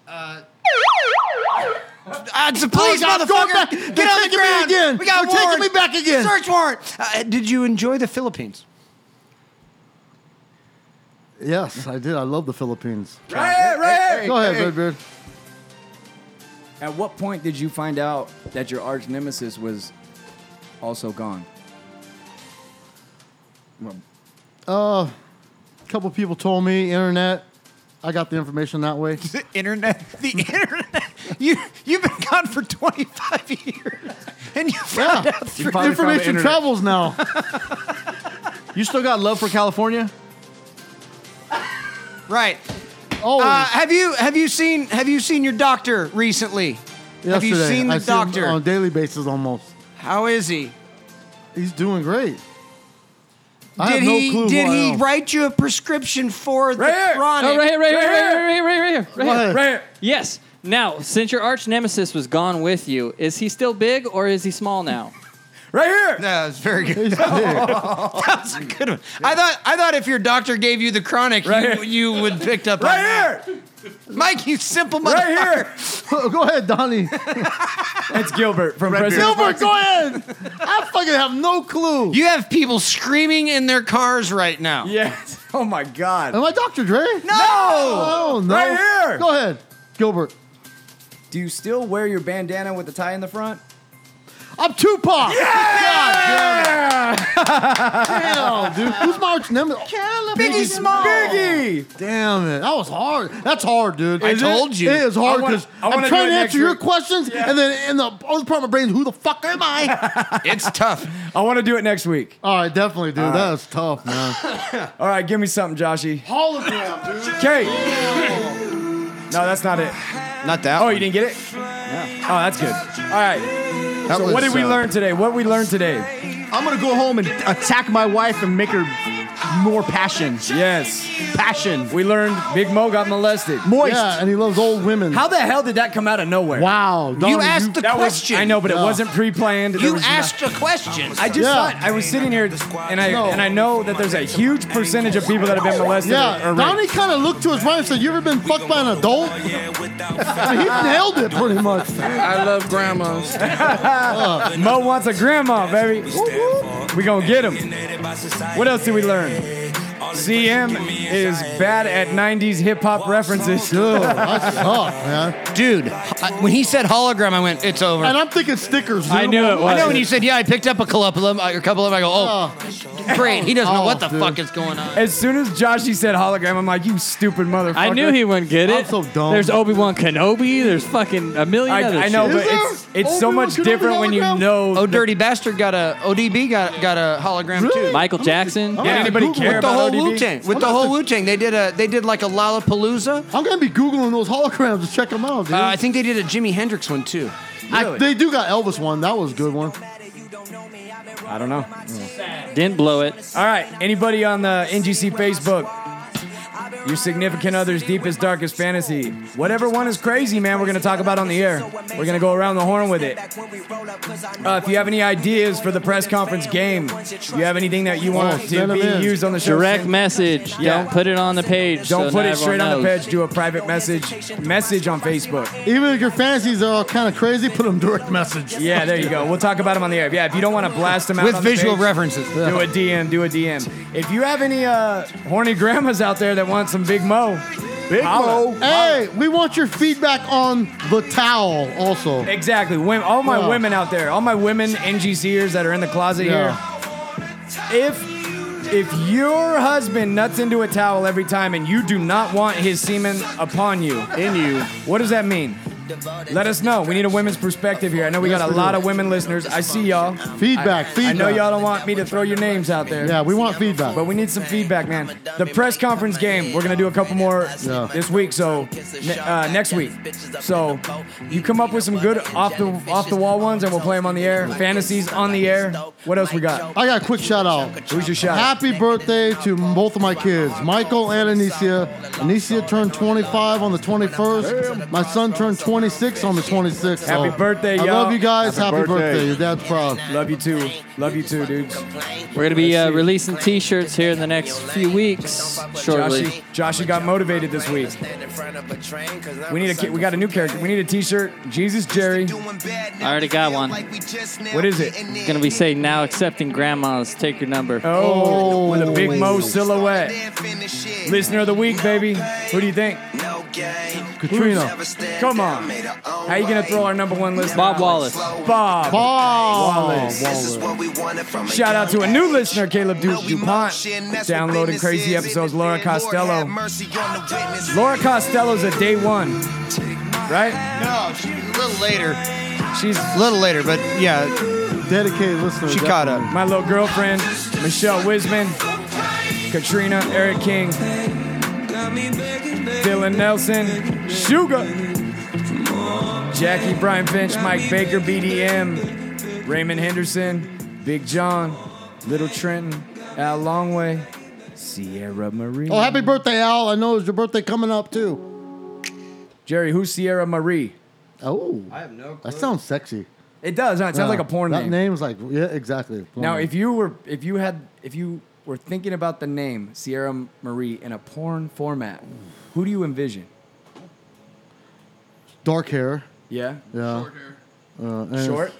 E: uh, uh, it's the police,
C: God, go
E: motherfucker!
C: back.
E: Get
C: They're
E: on the
C: taking me
E: ground
C: again.
E: We got
C: They're taking
E: warrant.
C: me back again.
E: Search warrant. Uh, did you enjoy the Philippines?
C: Yes, I did. I love the Philippines.
D: Right here. Right here.
C: Go ahead, Redbeard.
D: At what point did you find out that your arch nemesis was also gone?
C: Uh, couple people told me internet. I got the information that way.
E: The internet. The internet. You you've been gone for 25 years, and you found
C: Yeah.
E: out
J: You
E: through.
J: finally found the
C: information
J: internet.
C: travels now.
J: You still got love for California?
E: Right.
C: Always.
E: Uh, have you have you seen have you seen your doctor recently? have you
C: Yesterday,
E: seen the
C: I him
E: doctor?
C: on a daily basis almost?
E: How is he?
C: He's doing great. I
E: did
C: have no
E: he
C: clue who
E: did
C: I
E: he
C: am.
E: write you a prescription for the
D: Right here.
E: chronic?
F: Oh, right here, right here,
D: Right
F: right
D: here.
F: here, right here, right here, right here.
C: Go ahead.
D: Right here.
F: Yes. Now, since your arch nemesis was gone with you, is he still big or is he small now?
D: Right here.
E: No, it's very good.
C: He's big.
E: That was a good one. I thought I thought if your doctor gave you the chronic,
D: Right
E: you, you would picked up on that.
D: Right here.
E: Mike, you simple motherfucker.
D: Right here.
C: go ahead, Donnie.
D: It's Gilbert from
J: Red
D: Press
J: beard.
D: Enterprise.
C: Gilbert, go ahead. I fucking have no clue.
E: You have people screaming in their cars right now.
D: Yes. Oh my God.
C: Am I Dr. Dre?
E: No!
C: Oh no!
D: Right here.
C: Go ahead, Gilbert.
D: Do you still wear your bandana with the tie in the front?
C: I'm Tupac.
D: Yeah!
C: Damn, dude. Who's my arch enemy?
D: Biggie Smalls. Biggie.
C: Damn it. That was hard. That's hard, dude.
E: I told you.
C: It is hard
E: I wanna-
C: because
E: I wanna
C: I'm
E: do
C: trying
E: it
C: to
E: next
C: answer your
E: week.
C: questions, and then in the other part of my brain, who the fuck am I?
E: it's tough.
D: I want to do it next week.
C: All right, Oh, definitely, dude.
D: All right.
C: That was tough, man.
D: All right, give me something, Joshy.
C: Hologram, dude.
D: Okay. No, that's not it.
E: Not that.
D: Oh, you didn't get it? Oh, that's good. All right.
H: That
D: so what
H: was,
D: did we
H: uh,
D: learn today? What we learned today?
H: I'm gonna go home and attack my wife and make her more passion.
D: Yes.
H: Passion.
D: We learned Big Mo got molested.
H: Moist.
C: Yeah, and he loves old women.
D: How the hell did that come out of nowhere?
C: Wow. Donnie,
E: You asked the
D: That was-
E: question.
D: I know, but it
C: Yeah.
D: wasn't pre-planned. There
E: You
D: was
E: asked a question.
D: I just
C: Yeah.
D: thought I was sitting here, and I and I know that there's a huge percentage of people that have been molested.
C: Yeah,
D: or raped.
C: Donnie kind of looked to his right and said, "You ever been fucked by an adult?" I mean, he nailed it pretty much.
M: I love grandmas.
D: Mo wants a grandma, baby. We gonna get him. What else did we learn? CM is bad at '90s hip hop references.
C: Dude, that's tough, man.
E: Dude, I- when he said hologram, I went, it's over.
C: And I'm thinking stickers. Dude.
F: I knew it
E: I
F: was.
E: know when you said, yeah, I picked up a couple of them, a couple of them, I go, oh, great. He doesn't know
C: Oh,
E: what the
C: dude.
E: fuck is going on.
D: As soon as Joshy said hologram, I'm like, you stupid motherfucker.
F: I knew he wouldn't get it.
C: I'm so dumb.
F: There's Obi Wan Kenobi. There's fucking a million
D: I,
F: other
D: I know,
F: shit.
D: but
C: Is there?
D: it's it's so
C: Obi-Wan
D: much different when you
C: Kenobi hologram?
D: know.
E: Oh, Dirty Bastard got a, ODB got, got a hologram too.
F: Michael Jackson.
D: Did anybody care
E: With the
D: about
E: whole
D: ODB?
E: Wu Tang, with
C: I'm
E: the
C: not
E: whole
C: the-
E: Wu Tang, they did a they did like a Lollapalooza. Uh,
C: I'm gonna be googling those holograms to check them out, dude.
E: I think they did a Jimi Hendrix one too.
C: I- they do got Elvis one. That was a good one.
D: I don't know.
F: Didn't blow it.
D: All right, anybody on the NGC Facebook? Your significant other's deepest, darkest fantasy. Whatever one is crazy, man, we're going to talk about on the air. We're going to go around the horn with it. Uh, if you have any ideas for the press conference game, you have anything that you want
C: Oh,
D: to
C: send 'em
D: be
C: in.
D: used on the show,
F: Direct
D: send-
F: message.
D: Yeah.
F: Don't put it on the page.
D: don't
F: so
D: put
F: now
D: it straight on the
F: everyone
D: page. Do a private message message on Facebook.
C: Even if your fantasies are all kind of crazy, put them direct message.
D: Yeah, there you go. We'll talk about them on the air. Yeah, if you don't want to blast them out
E: With
D: on the
E: visual
D: page,
E: references.
D: do a DM. Do a DM. If you have any uh, horny grandmas out there that want some Big Mo, Big Mo.
C: Hey, we want your feedback on the towel also.
D: Exactly. Women, all my
C: Yeah.
D: women out there, all my women NGCers that are in the closet
C: Yeah.
D: here. If if your husband nuts into a towel every time and you do not want his semen upon you, in you, what does that mean? Let us know. We need a women's perspective here. I know we
C: Yes,
D: got a
C: we
D: lot
C: do.
D: of women listeners. I see y'all.
C: Feedback,
D: I
C: feedback.
D: know y'all don't want me to throw your names out there.
C: Yeah, we want feedback.
D: But we need some feedback, man. The press conference game, we're going to do a couple more
C: Yeah.
D: this week, so ne- uh, next week. So you come up with some good off the off the wall ones, and we'll play them on the air. Fantasies on the air. What else we got?
C: I got a quick shout out.
D: Who's your shout?
C: Happy birthday to both of my kids, Michael and Anicia. Anicia turned 25 on the 21st. My son turned 26 on the 26th. so
D: Happy birthday,
C: I
D: y'all.
C: love you guys. Happy,
H: birthday.
C: birthday. Your dad's proud.
D: Love you too. Love you too, dudes.
F: We're gonna be uh, releasing T-shirts here in the next few weeks, shortly.
D: Joshy, Joshy got motivated this week. We need a ki- we got a new character. We need a T-shirt. Jesus Jerry.
F: I already got one. It's
D: What is it?
F: gonna be saying now accepting grandmas. Take your number.
D: Oh, with a big Mo silhouette. Listener of the week, baby. Who do you think?
C: Katrina.
D: Come on. How you gonna throw our number one listener?
F: Bob
D: out?
F: Wallace.
D: Bob. Wallace. Shout out to a new listener, Caleb Du- DuPont. Downloading crazy episodes. Laura Costello. Laura Costello's a day one, right?
E: No, a little later.
D: She's
E: A little later, but yeah,
C: Dedicated listener.
E: she caught up.
D: my little girlfriend, Michelle Wisman, Katrina, Eric King, Dylan Nelson, Sugar, Jackie, Brian Finch, Mike Baker, BDM, Raymond Henderson, Big John, Little Trenton, Al Longway, Sierra Marie.
C: Oh, happy birthday, Al. I know it's your birthday coming up, too.
D: Jerry, who's Sierra Marie?
C: Oh. I have no That sounds sexy.
D: It does, huh? It sounds like a porn
C: Uh, that
D: name.
C: name's like, yeah, exactly. Porn
D: Now,
C: name.
D: if you were, if you had, if you were thinking about the name Sierra Marie in a porn format, who do you envision?
C: Dark hair.
D: Yeah,
C: Yeah. Uh, and-
D: short.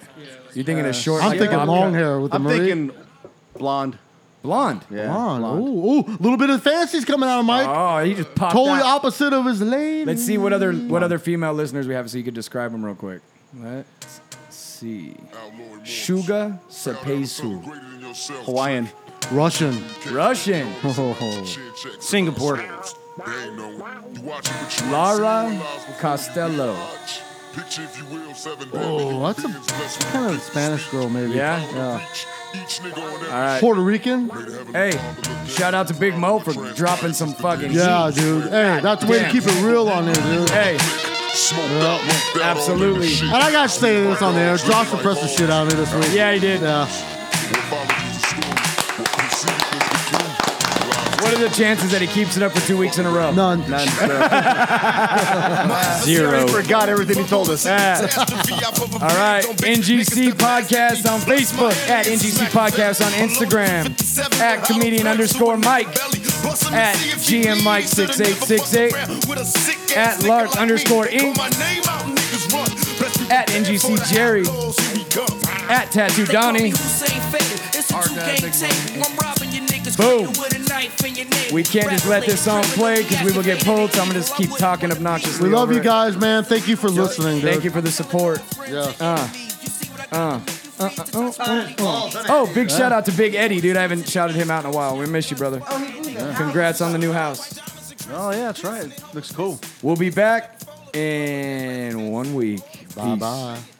D: You're thinking a short.
C: I'm
D: like
C: thinking
D: Bobcat?
C: long hair with the
H: I'm
C: Marie.
H: thinking blonde.
D: Blonde.
C: Yeah, blonde. Ooh, ooh, little bit of fantasy's coming out of Mike.
D: Oh, he just popped
C: Totally
D: out.
C: opposite of his lane.
D: Let's see what other what other female listeners we have so you could describe them real quick. Let's see. Shuga Sepesu. Hawaiian.
C: Russian.
D: Russian. Singapore. Lara Costello.
C: Oh, that's a kind of Spanish girl, maybe.
D: Yeah? All right.
C: Puerto Rican.
D: Hey, shout out to Big Mo for dropping some fucking
C: Yeah,
D: heat.
C: dude. Hey, that's the way to
D: Damn.
C: keep it real on here, dude.
D: Hey. Absolutely.
C: And I gotta say this on the air. Josh impressed the shit out of me this week.
D: Yeah, he did.
C: Yeah.
D: What are the chances that he keeps it up for two weeks in a row?
C: None.
D: None. bro. Zero.
J: forgot everything he told us.
D: Yeah. All right, NGC Podcast on Facebook, at NGC Podcast on Instagram, at comedian underscore Mike, at GM Mike 6868, at Lark underscore Inc, at NGC Jerry, at Tattoo Donnie. Boom. We can't just let this song play because we will get pulled, so I'm going to just keep talking obnoxiously.
C: We love
D: over
C: you
D: it.
C: guys, man. Thank you for listening, dude.
D: Thank you for the support.
C: Yeah.
D: Uh, uh, uh, uh, uh, uh. Oh, big shout out to Big Eddie, dude. I haven't shouted him out in a while. We miss you, brother. Congrats on the new house.
J: Oh yeah, that's right. Looks cool.
D: We'll be back in one week. Bye
C: Bye-bye.